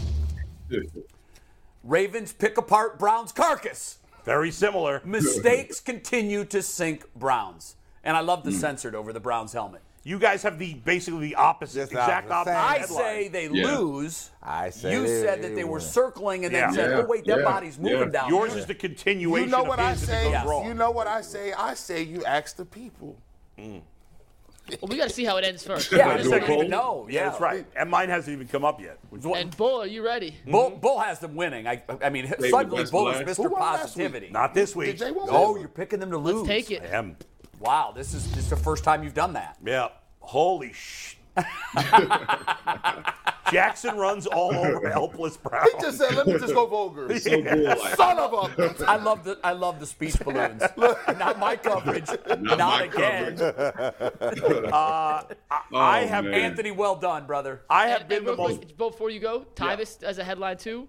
[SPEAKER 1] Ravens pick apart Brown's carcass.
[SPEAKER 2] Very similar.
[SPEAKER 1] Mistakes continue to sink Browns. And I love the censored over the Browns helmet.
[SPEAKER 2] You guys have the basically the opposite,
[SPEAKER 3] Just the
[SPEAKER 2] exact
[SPEAKER 3] opposite.
[SPEAKER 2] opposite.
[SPEAKER 3] Same.
[SPEAKER 1] I
[SPEAKER 2] headline.
[SPEAKER 1] say they
[SPEAKER 7] Yeah.
[SPEAKER 1] lose.
[SPEAKER 3] I say
[SPEAKER 1] you
[SPEAKER 3] they-
[SPEAKER 1] said that they were
[SPEAKER 3] win.
[SPEAKER 1] circling and then
[SPEAKER 2] Yeah.
[SPEAKER 1] said,
[SPEAKER 7] Yeah.
[SPEAKER 1] "Oh wait, that
[SPEAKER 7] Yeah.
[SPEAKER 1] body's moving
[SPEAKER 7] Yeah.
[SPEAKER 1] down."
[SPEAKER 2] yours
[SPEAKER 1] here."
[SPEAKER 2] is the continuation.
[SPEAKER 5] You know
[SPEAKER 2] of
[SPEAKER 5] what I
[SPEAKER 2] his if it
[SPEAKER 5] say?
[SPEAKER 2] goes wrong.
[SPEAKER 5] You know what I say? I say you ask the people.
[SPEAKER 4] Well, we got to see how it ends first.
[SPEAKER 1] yeah, I
[SPEAKER 7] Like
[SPEAKER 1] just
[SPEAKER 7] doing
[SPEAKER 1] don't even
[SPEAKER 7] bowl?
[SPEAKER 1] know. Yeah,
[SPEAKER 2] That's right. And mine hasn't even come up yet.
[SPEAKER 4] And Bull, are you ready?
[SPEAKER 1] Bull, Bull has them winning. I, I mean,
[SPEAKER 7] the
[SPEAKER 1] suddenly
[SPEAKER 7] best
[SPEAKER 1] Bull is
[SPEAKER 7] line.
[SPEAKER 5] Who
[SPEAKER 1] Mr.
[SPEAKER 5] won last
[SPEAKER 1] Positivity.
[SPEAKER 2] Not this
[SPEAKER 5] Did
[SPEAKER 2] week.
[SPEAKER 5] Jay Wilson?
[SPEAKER 1] Oh, you're picking them to lose.
[SPEAKER 4] Let's take it.
[SPEAKER 2] I am.
[SPEAKER 1] Wow, this is this is the first time you've done that.
[SPEAKER 2] Yeah. Holy sh. Jackson runs all over helpless Brown.
[SPEAKER 5] He just said, "Let me just go vulgar."
[SPEAKER 7] So bull-like.
[SPEAKER 5] Son of a.
[SPEAKER 1] I love the I love the speech balloons. not my coverage. Not,
[SPEAKER 7] my
[SPEAKER 1] again.
[SPEAKER 7] coverage.
[SPEAKER 2] I
[SPEAKER 7] Oh,
[SPEAKER 2] have
[SPEAKER 7] man.
[SPEAKER 1] Anthony, well done, brother.
[SPEAKER 2] I
[SPEAKER 4] And,
[SPEAKER 2] have been
[SPEAKER 4] and
[SPEAKER 2] the
[SPEAKER 4] real
[SPEAKER 2] most.
[SPEAKER 4] quick, Bull, before you go, Tyvis has a headline too.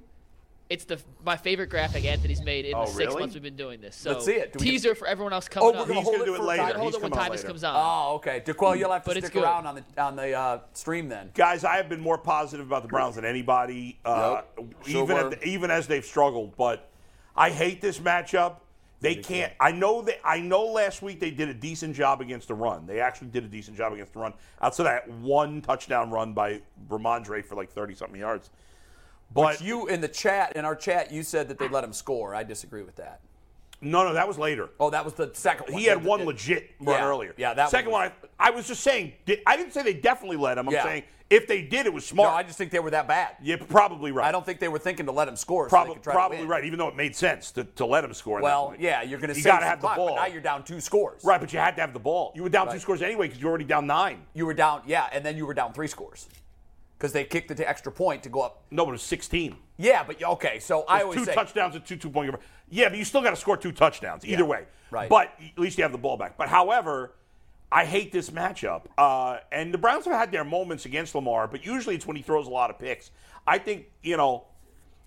[SPEAKER 4] It's the my favorite graphic Anthony's made in
[SPEAKER 2] Oh,
[SPEAKER 4] the six
[SPEAKER 2] really?
[SPEAKER 4] months we've been doing this. So
[SPEAKER 1] Let's see it. Do we- Oh,
[SPEAKER 4] teaser for everyone else coming
[SPEAKER 1] we're
[SPEAKER 4] up.
[SPEAKER 1] gonna
[SPEAKER 2] He's
[SPEAKER 1] hold
[SPEAKER 2] gonna
[SPEAKER 1] it
[SPEAKER 2] do it
[SPEAKER 1] for-
[SPEAKER 2] later.
[SPEAKER 1] Hold it
[SPEAKER 4] Hold
[SPEAKER 2] He's
[SPEAKER 4] it when
[SPEAKER 2] coming on
[SPEAKER 4] Tyvis
[SPEAKER 2] later.
[SPEAKER 4] comes on.
[SPEAKER 1] Oh, okay. DeQuell, you'll have to
[SPEAKER 4] But it's
[SPEAKER 1] stick
[SPEAKER 4] good.
[SPEAKER 1] around on the on the uh, stream then.
[SPEAKER 2] Guys, I have been more positive about the Browns than anybody, uh,
[SPEAKER 5] Yep. Sure
[SPEAKER 2] even
[SPEAKER 5] were.
[SPEAKER 2] at the, even as they've struggled. But I hate this matchup. They can't. I know that. I know. Last week they did a decent job against the run. They actually did a decent job against the run. Outside of that one touchdown run by Ramondre for like thirty something yards, but
[SPEAKER 1] You in the chat, in our chat, you said that they let him score. I disagree with that.
[SPEAKER 2] no, no, that was later.
[SPEAKER 1] Oh, that was the second one.
[SPEAKER 2] He had
[SPEAKER 1] The-
[SPEAKER 2] one
[SPEAKER 1] the-
[SPEAKER 2] legit run
[SPEAKER 1] Yeah,
[SPEAKER 2] earlier.
[SPEAKER 1] yeah, that
[SPEAKER 2] second
[SPEAKER 1] one
[SPEAKER 2] one. I, I was just saying. di- I didn't say they definitely let him. I'm
[SPEAKER 1] Yeah.
[SPEAKER 2] saying if they did, it was
[SPEAKER 1] No,
[SPEAKER 2] smart.
[SPEAKER 1] I just think they were that bad.
[SPEAKER 2] You're probably right.
[SPEAKER 1] I don't think they were thinking to let him score. so they
[SPEAKER 2] Probably,
[SPEAKER 1] could try to
[SPEAKER 2] probably
[SPEAKER 1] win.
[SPEAKER 2] right. Even though it made sense to, to let him score. at that
[SPEAKER 1] Well,
[SPEAKER 2] point.
[SPEAKER 1] yeah, you're going to
[SPEAKER 2] You
[SPEAKER 1] save
[SPEAKER 2] gotta
[SPEAKER 1] some
[SPEAKER 2] have the
[SPEAKER 1] clock, but
[SPEAKER 2] ball.
[SPEAKER 1] now you're down two scores.
[SPEAKER 2] Right, but you had to have the ball. You were down two
[SPEAKER 1] Right.
[SPEAKER 2] scores anyway because you were already down nine.
[SPEAKER 1] You were down, yeah, and then you were down three scores because they kicked the t- extra point to go up.
[SPEAKER 2] No, but it was 16.
[SPEAKER 1] Yeah, but okay. So I
[SPEAKER 2] It's
[SPEAKER 1] always
[SPEAKER 2] two
[SPEAKER 1] say
[SPEAKER 2] touchdowns and two two point conver- Yeah, but you still got to score two touchdowns either
[SPEAKER 1] Yeah,
[SPEAKER 2] way.
[SPEAKER 1] right.
[SPEAKER 2] But at least you have the ball back. But however, I hate this matchup. Uh, and the Browns have had their moments against Lamar, but usually it's when he throws a lot of picks. I think you know,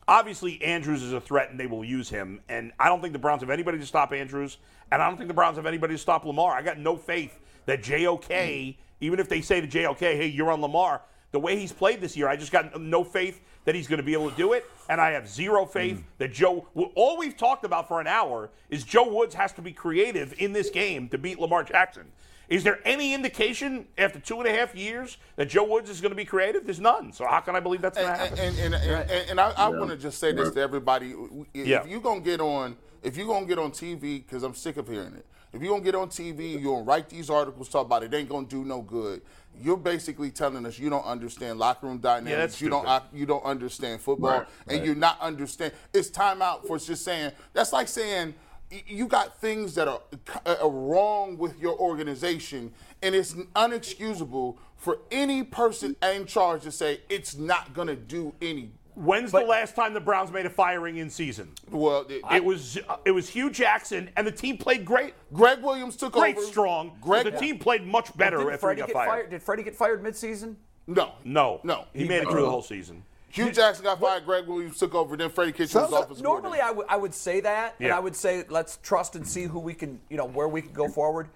[SPEAKER 2] obviously Andrews is a threat and they will use him. And I don't think the Browns have anybody to stop Andrews, and I don't think the Browns have anybody to stop Lamar. I got no faith that JOK, even if they say to JOK, "Hey, you're on Lamar," the way he's played this year, I just got no faith that he's going to be able to do it, and I have zero faith that Joe. All we've talked about for an hour is Joe Woods has to be creative in this game to beat Lamar Jackson. Is there any indication after two and a half years that Joe Woods is going to be creative? There's none. So how can I believe that's going to happen?
[SPEAKER 5] and, and, and, and, and, and I, I want to just say this
[SPEAKER 7] Right.
[SPEAKER 5] to everybody: if
[SPEAKER 2] Yeah.
[SPEAKER 5] you're gonna get on, if you're gonna get on TV, because I'm sick of hearing it. If you're gonna get on TV, you're gonna write these articles, talk about it, it ain't gonna do no good. You're basically telling us you don't understand locker room dynamics.
[SPEAKER 2] that's
[SPEAKER 5] you don't
[SPEAKER 2] stupid.
[SPEAKER 5] you don't understand football,
[SPEAKER 7] Right,
[SPEAKER 5] and you're not understand. It's timeout for just saying. That's like saying y- you got things that are, c- are wrong with your organization, and it's unexcusable for any person in charge to say it's not going to do any.
[SPEAKER 2] When's the last time the Browns made a firing in season?
[SPEAKER 5] Well, it,
[SPEAKER 2] it was uh, it was Hugh Jackson, and the team played great,
[SPEAKER 5] Greg Williams took
[SPEAKER 2] great,
[SPEAKER 5] over.
[SPEAKER 2] strong.
[SPEAKER 5] Greg,
[SPEAKER 2] the team played much better
[SPEAKER 1] did
[SPEAKER 2] after he
[SPEAKER 1] Freddie
[SPEAKER 2] got
[SPEAKER 1] get
[SPEAKER 2] fired.
[SPEAKER 1] fired? Did Freddie get fired midseason?
[SPEAKER 5] No,
[SPEAKER 2] No,
[SPEAKER 5] No.
[SPEAKER 2] he made it through the whole season.
[SPEAKER 5] Hugh Jackson got fired. Greg Williams took over. Then Freddie Kitchens was
[SPEAKER 3] Sounds-
[SPEAKER 5] office
[SPEAKER 1] Normally, I, w- I would say that, and
[SPEAKER 2] Yeah.
[SPEAKER 1] I would say let's trust and see who we can, you know, where we can go forward.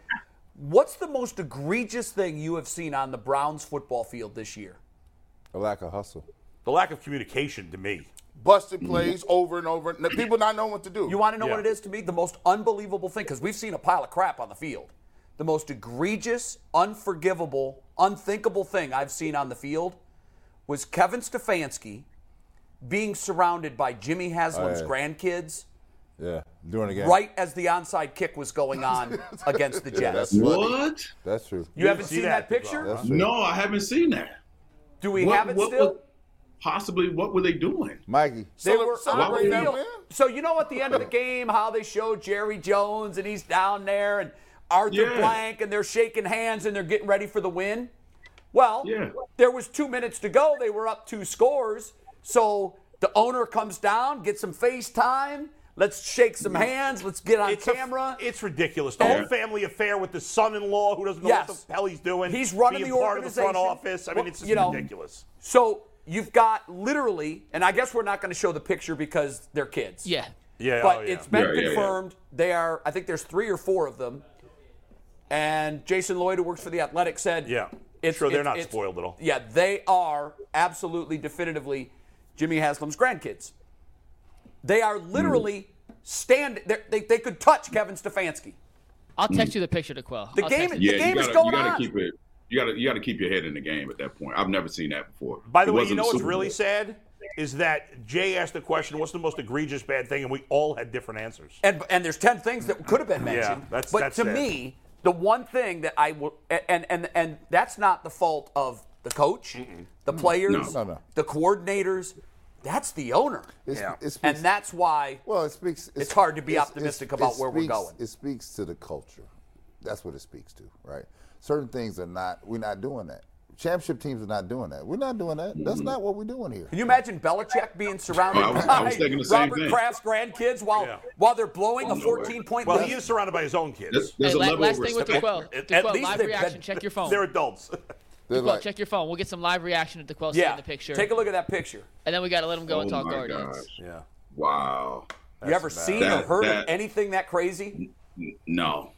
[SPEAKER 1] What's the most egregious thing you have seen on the Browns football field this year?
[SPEAKER 3] A lack of hustle.
[SPEAKER 2] The lack of communication to me.
[SPEAKER 5] busted plays over and over. N- People not knowing what to do.
[SPEAKER 1] You want to know
[SPEAKER 2] Yeah.
[SPEAKER 1] what it is to me? The most unbelievable thing, because we've seen a pile of crap on the field. The most egregious, unforgivable, unthinkable thing I've seen on the field was Kevin Stefanski being surrounded by Jimmy Haslam's
[SPEAKER 3] yeah.
[SPEAKER 1] grandkids
[SPEAKER 3] Yeah, during the game.
[SPEAKER 1] right as the onside kick was going on against the Jets.
[SPEAKER 3] that's- Buddy.
[SPEAKER 7] What?
[SPEAKER 3] That's true.
[SPEAKER 1] you haven't
[SPEAKER 2] see
[SPEAKER 1] seen that,
[SPEAKER 2] that,
[SPEAKER 1] picture?
[SPEAKER 3] That's true.
[SPEAKER 7] No, I haven't seen that.
[SPEAKER 1] Do we
[SPEAKER 7] What-
[SPEAKER 1] have it
[SPEAKER 7] what
[SPEAKER 1] still?
[SPEAKER 7] was- possibly, what were they doing?
[SPEAKER 3] Mikey.
[SPEAKER 1] They were
[SPEAKER 7] Why would
[SPEAKER 1] on
[SPEAKER 5] celebrate
[SPEAKER 7] you-
[SPEAKER 5] that
[SPEAKER 1] video.
[SPEAKER 5] win.
[SPEAKER 1] So you know at the end of the game how they show Jerry Jones and he's down there and Arthur
[SPEAKER 7] Yeah.
[SPEAKER 1] Blank and they're shaking hands and they're getting ready for the win. Well,
[SPEAKER 7] Yeah.
[SPEAKER 1] there was two minutes to go. They were up two scores. So the owner comes down, gets some FaceTime. Let's shake some hands. Let's get on
[SPEAKER 2] It's a-
[SPEAKER 1] camera.
[SPEAKER 2] it's ridiculous. The whole family affair with the son-in-law who doesn't know what
[SPEAKER 1] Yes.
[SPEAKER 2] the hell he's doing.
[SPEAKER 1] He's running
[SPEAKER 2] being
[SPEAKER 1] the
[SPEAKER 2] part of the front
[SPEAKER 1] organization.
[SPEAKER 2] office. I
[SPEAKER 1] Well,
[SPEAKER 2] mean, it's just
[SPEAKER 1] you know,
[SPEAKER 2] ridiculous.
[SPEAKER 1] so you've got literally, and I guess we're not going to show the picture because they're kids.
[SPEAKER 4] Yeah.
[SPEAKER 2] Yeah,
[SPEAKER 1] but
[SPEAKER 2] oh, yeah.
[SPEAKER 1] it's been
[SPEAKER 7] Yeah, yeah, yeah.
[SPEAKER 1] confirmed. They are. I think there's three or four of them. And Jason Lloyd, who works for the Athletic, said,
[SPEAKER 2] yeah.
[SPEAKER 1] it's-
[SPEAKER 2] sure, they're
[SPEAKER 1] it's-
[SPEAKER 2] not
[SPEAKER 1] it's-
[SPEAKER 2] spoiled at all.
[SPEAKER 1] yeah, they are absolutely definitively Jimmy Haslam's grandkids. They are literally
[SPEAKER 2] Hmm.
[SPEAKER 1] stand. they're- They they could touch Kevin Stefanski.
[SPEAKER 4] I'll text you the picture to Quell.
[SPEAKER 1] The
[SPEAKER 4] I'll
[SPEAKER 1] game
[SPEAKER 4] text
[SPEAKER 1] is-
[SPEAKER 4] it.
[SPEAKER 7] Yeah,
[SPEAKER 1] The game
[SPEAKER 7] you
[SPEAKER 1] is
[SPEAKER 7] gotta,
[SPEAKER 1] going
[SPEAKER 7] you gotta
[SPEAKER 1] on.
[SPEAKER 7] keep it. You gotta you gotta keep your head in the game at that point. I've never seen that before.
[SPEAKER 2] By the
[SPEAKER 7] It
[SPEAKER 2] way, you
[SPEAKER 7] wasn't
[SPEAKER 2] know
[SPEAKER 7] the
[SPEAKER 2] what's
[SPEAKER 7] Super
[SPEAKER 2] really
[SPEAKER 7] Bowl.
[SPEAKER 2] sad is that Jay asked the question, "What's the most egregious bad thing?" and we all had different answers.
[SPEAKER 1] and and there's 10 things that could have been mentioned
[SPEAKER 2] that's-
[SPEAKER 1] but
[SPEAKER 2] that's
[SPEAKER 1] to
[SPEAKER 2] it.
[SPEAKER 1] me the one thing that i will and and and that's not the fault of the coach the players
[SPEAKER 3] No. No, no.
[SPEAKER 1] the coordinators that's the owner
[SPEAKER 3] It's, it
[SPEAKER 1] and
[SPEAKER 3] speaks-
[SPEAKER 1] that's why
[SPEAKER 3] Well, it speaks.
[SPEAKER 1] It's hard to be optimistic about where we're
[SPEAKER 3] speaks-
[SPEAKER 1] going.
[SPEAKER 3] It speaks to the culture. That's what it speaks to, right? Certain things are not. We're not doing that. Championship teams are not doing that. We're not doing that.
[SPEAKER 7] Mm-hmm.
[SPEAKER 3] That's not what we're doing here.
[SPEAKER 1] can you imagine Belichick being surrounded
[SPEAKER 7] Oh, I was-
[SPEAKER 1] by
[SPEAKER 7] I was thinking the same
[SPEAKER 1] Robert
[SPEAKER 7] thing.
[SPEAKER 1] Kraft's grandkids while
[SPEAKER 2] Yeah.
[SPEAKER 1] while they're blowing a
[SPEAKER 7] no way.
[SPEAKER 1] 14 point
[SPEAKER 2] Well,
[SPEAKER 1] lead?
[SPEAKER 2] he is surrounded by his own kids.
[SPEAKER 7] There's,
[SPEAKER 4] Hey,
[SPEAKER 7] there's a
[SPEAKER 4] la-
[SPEAKER 7] level
[SPEAKER 4] last
[SPEAKER 7] of
[SPEAKER 4] thing with
[SPEAKER 7] respect.
[SPEAKER 4] the Quell.
[SPEAKER 1] At-
[SPEAKER 4] The
[SPEAKER 1] at
[SPEAKER 4] Quell,
[SPEAKER 1] least
[SPEAKER 4] live
[SPEAKER 1] they-
[SPEAKER 4] reaction.
[SPEAKER 1] that-
[SPEAKER 4] check your phone.
[SPEAKER 2] They're adults.
[SPEAKER 3] They're
[SPEAKER 4] Quell,
[SPEAKER 3] like-
[SPEAKER 4] check your phone. We'll get some live reaction at the Quell
[SPEAKER 1] yeah
[SPEAKER 4] in the picture.
[SPEAKER 1] take a look at that picture
[SPEAKER 4] And then we got to let him go
[SPEAKER 7] Oh
[SPEAKER 4] and talk
[SPEAKER 7] my
[SPEAKER 4] Guardians.
[SPEAKER 7] gosh!
[SPEAKER 2] yeah.
[SPEAKER 7] Wow.
[SPEAKER 1] you ever seen or
[SPEAKER 7] That-
[SPEAKER 1] heard of
[SPEAKER 7] that-
[SPEAKER 1] anything that crazy
[SPEAKER 7] No,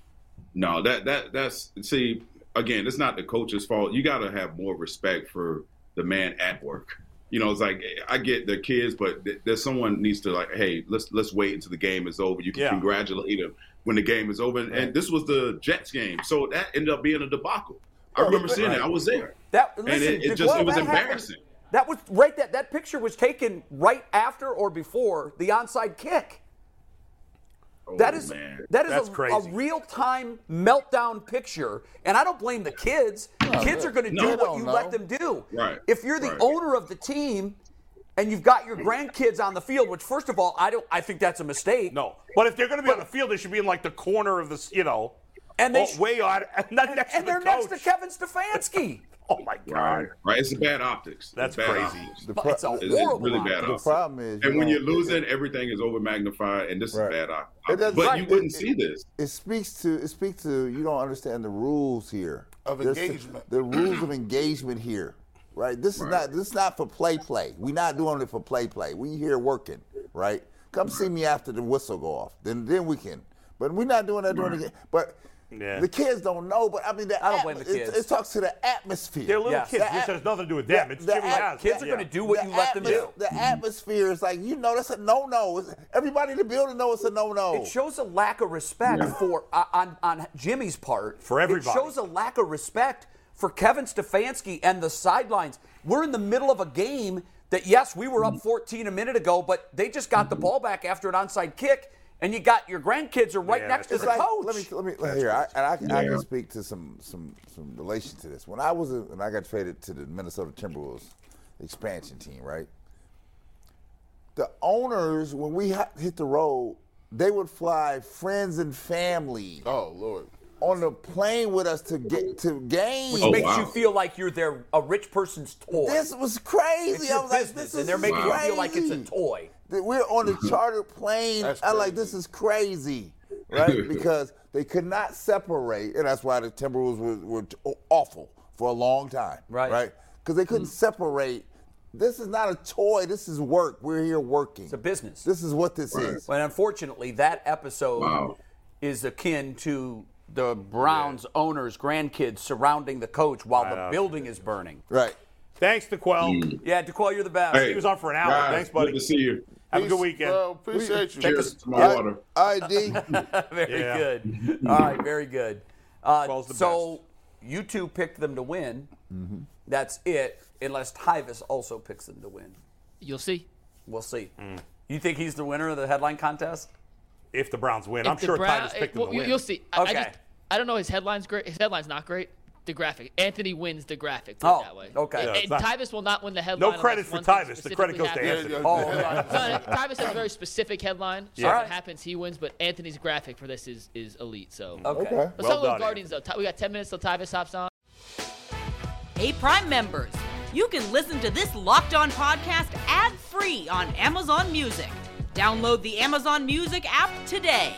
[SPEAKER 7] no. That that that's see again. It's not the coach's fault. You got to have more respect for the man at work. you know, it's like I get the kids, but th- there's someone needs to like, hey, let's let's wait until the game is over. You can
[SPEAKER 2] Yeah.
[SPEAKER 7] congratulate them when the game is over. And, and this was the Jets game, so that ended up being a debacle.
[SPEAKER 2] Oh,
[SPEAKER 7] I remember seeing it. I was there.
[SPEAKER 1] That
[SPEAKER 7] And
[SPEAKER 1] listen,
[SPEAKER 7] it- it
[SPEAKER 1] did-
[SPEAKER 7] just-
[SPEAKER 1] well,
[SPEAKER 7] it was
[SPEAKER 1] that happened-
[SPEAKER 7] embarrassing.
[SPEAKER 1] That was right. That that picture was taken right after or before the onside kick. That
[SPEAKER 7] Oh,
[SPEAKER 1] is
[SPEAKER 7] man.
[SPEAKER 1] that is
[SPEAKER 2] That's
[SPEAKER 1] a,
[SPEAKER 2] crazy.
[SPEAKER 1] real time meltdown picture, and I don't blame the kids. kids are going to
[SPEAKER 7] Oh, No.
[SPEAKER 1] do
[SPEAKER 7] They
[SPEAKER 1] what
[SPEAKER 3] don't
[SPEAKER 1] you
[SPEAKER 3] know.
[SPEAKER 1] let them do.
[SPEAKER 7] Right,
[SPEAKER 1] If you're the
[SPEAKER 7] right.
[SPEAKER 1] owner of the team, and you've got your grandkids on the field, which first of all, I don't. I think that's a mistake.
[SPEAKER 2] No, but if they're going to be on the field, they should be in like the corner of the, s- you know,
[SPEAKER 1] And they
[SPEAKER 2] oh,
[SPEAKER 1] sh-
[SPEAKER 2] way out, and not
[SPEAKER 1] and,
[SPEAKER 2] next
[SPEAKER 1] and
[SPEAKER 2] to the
[SPEAKER 1] they're
[SPEAKER 2] coach.
[SPEAKER 1] next to Kevin Stefanski.
[SPEAKER 2] oh my god,
[SPEAKER 7] Right, right. It's bad optics. It's
[SPEAKER 2] That's
[SPEAKER 7] bad
[SPEAKER 2] crazy.
[SPEAKER 7] optics.
[SPEAKER 3] The
[SPEAKER 1] But
[SPEAKER 3] pro-
[SPEAKER 1] it's a
[SPEAKER 7] It's-
[SPEAKER 1] horrible.
[SPEAKER 7] it's really
[SPEAKER 1] option.
[SPEAKER 7] bad
[SPEAKER 3] The
[SPEAKER 7] optics.
[SPEAKER 3] problem is, you
[SPEAKER 7] and when
[SPEAKER 3] know,
[SPEAKER 7] you're losing, everything is over magnified, and this
[SPEAKER 3] Right.
[SPEAKER 7] is bad op-
[SPEAKER 3] It doesn't-
[SPEAKER 7] optics. But
[SPEAKER 3] Right.
[SPEAKER 7] you wouldn't
[SPEAKER 3] It-
[SPEAKER 7] see this.
[SPEAKER 3] it speaks to it speaks to you don't understand the rules here
[SPEAKER 5] Of
[SPEAKER 3] There's-
[SPEAKER 5] engagement.
[SPEAKER 3] The, rules of engagement here, right? This is
[SPEAKER 7] Right.
[SPEAKER 3] not this is not for play play. We're not doing it for play play. We here working, right? Come see me after the whistle go off. Then then we can. But we're not doing that during the game. But
[SPEAKER 2] Yeah.
[SPEAKER 3] the kids don't know. But I mean, the
[SPEAKER 1] I don't blame the
[SPEAKER 3] atmos- It,
[SPEAKER 1] kids.
[SPEAKER 3] it talks to the atmosphere.
[SPEAKER 2] they're little
[SPEAKER 1] Yeah.
[SPEAKER 2] kids.
[SPEAKER 3] The
[SPEAKER 2] This
[SPEAKER 3] app-
[SPEAKER 2] has nothing to do with them.
[SPEAKER 3] the-
[SPEAKER 2] it's
[SPEAKER 3] the
[SPEAKER 2] Jimmy
[SPEAKER 3] app-
[SPEAKER 2] Haslam.
[SPEAKER 1] Kids are going to do what
[SPEAKER 3] The
[SPEAKER 1] you let them
[SPEAKER 3] atmos-
[SPEAKER 1] do.
[SPEAKER 3] The atmosphere is like you know that's a no no. Everybody in the building knows it's a no no.
[SPEAKER 1] It shows a lack of respect for uh, on on Jimmy's part.
[SPEAKER 2] For everybody.
[SPEAKER 1] it shows a lack of respect for Kevin Stefanski and the sidelines. We're in the middle of a game that yes, we were up 14 a minute ago, but they just got the ball back after an onside kick, and you got your grandkids are right
[SPEAKER 2] Yeah,
[SPEAKER 1] next to
[SPEAKER 2] that's
[SPEAKER 1] the
[SPEAKER 3] It's like-
[SPEAKER 1] coach.
[SPEAKER 3] Let me let me let- here. I, and I, can I
[SPEAKER 7] Yeah.
[SPEAKER 3] can speak to some some some relation to this. When I was a, when I got traded to the Minnesota Timberwolves expansion team, right? The owners, when we ha- hit the road, they would fly friends and family
[SPEAKER 5] Oh Lord.
[SPEAKER 3] on the plane with us to get to games.
[SPEAKER 7] Oh,
[SPEAKER 1] Makes
[SPEAKER 7] wow.
[SPEAKER 1] you feel like you're their a rich person's toy.
[SPEAKER 3] This was crazy.
[SPEAKER 1] it's
[SPEAKER 3] I
[SPEAKER 1] your
[SPEAKER 3] was
[SPEAKER 1] business,
[SPEAKER 3] like, this
[SPEAKER 1] and
[SPEAKER 3] is
[SPEAKER 1] they're making
[SPEAKER 3] crazy.
[SPEAKER 1] you feel like it's a toy.
[SPEAKER 3] that we're on a charter plane.
[SPEAKER 5] That's
[SPEAKER 3] I like
[SPEAKER 5] crazy.
[SPEAKER 3] this is crazy, right? because they could not separate, and that's why the Timberwolves were, were t- awful for a long time,
[SPEAKER 1] Right.
[SPEAKER 3] Right? Because they couldn't separate. This is not a toy. This is work. We're here working. It's
[SPEAKER 1] a business.
[SPEAKER 3] This is what this is.
[SPEAKER 1] But unfortunately, that episode
[SPEAKER 7] Wow.
[SPEAKER 1] is akin to the Browns owners' grandkids surrounding the coach while the building is burning.
[SPEAKER 3] Right.
[SPEAKER 2] Thanks to Quell.
[SPEAKER 1] Yeah, DeQuell, you're the best.
[SPEAKER 7] Hey,
[SPEAKER 2] He was on for an hour.
[SPEAKER 7] guys,
[SPEAKER 2] Thanks, buddy.
[SPEAKER 7] Mm. Good to see you.
[SPEAKER 2] Have a good
[SPEAKER 5] Peace,
[SPEAKER 2] weekend.
[SPEAKER 5] Bro, appreciate you.
[SPEAKER 7] Cheers to my water.
[SPEAKER 3] ID.
[SPEAKER 1] very
[SPEAKER 2] Yeah.
[SPEAKER 1] good. All right, very good. Uh,
[SPEAKER 2] Quell's the
[SPEAKER 1] so you two picked them to win. That's it, unless Tyvis also picks them to win.
[SPEAKER 4] You'll see.
[SPEAKER 1] We'll see. You think he's the winner of the headline contest?
[SPEAKER 2] If the Browns win, I'm
[SPEAKER 4] If the
[SPEAKER 2] sure
[SPEAKER 4] Brown-
[SPEAKER 2] Titus picked
[SPEAKER 4] well,
[SPEAKER 2] them to
[SPEAKER 4] you-
[SPEAKER 2] win.
[SPEAKER 4] You'll see. I, I
[SPEAKER 1] Okay.
[SPEAKER 4] just I don't know his headline's great. His headline's not great. The graphic. Anthony wins the graphic. Put
[SPEAKER 1] Oh,
[SPEAKER 4] it that way.
[SPEAKER 1] okay.
[SPEAKER 4] And,
[SPEAKER 1] Yeah,
[SPEAKER 2] it's
[SPEAKER 4] and
[SPEAKER 2] not-
[SPEAKER 4] Tyvus will not win the headline.
[SPEAKER 2] No
[SPEAKER 4] unless
[SPEAKER 2] credit for
[SPEAKER 4] one thing
[SPEAKER 2] Tyvus. The credit
[SPEAKER 4] specifically
[SPEAKER 2] goes to
[SPEAKER 4] happens.
[SPEAKER 2] Anthony.
[SPEAKER 1] Oh, okay.
[SPEAKER 4] No, no, Tyvus has a very specific headline. So
[SPEAKER 2] Yeah.
[SPEAKER 4] if it happens, he wins. But Anthony's graphic for this is is elite. So
[SPEAKER 1] okay.
[SPEAKER 3] Okay.
[SPEAKER 4] let's
[SPEAKER 2] Well
[SPEAKER 4] talk about
[SPEAKER 2] done,
[SPEAKER 4] Guardians though. Ty- We got 10 minutes till Tyvus hops on.
[SPEAKER 6] Hey, Prime members, you can listen to this Locked On podcast ad free on Amazon Music. Download the Amazon Music app today.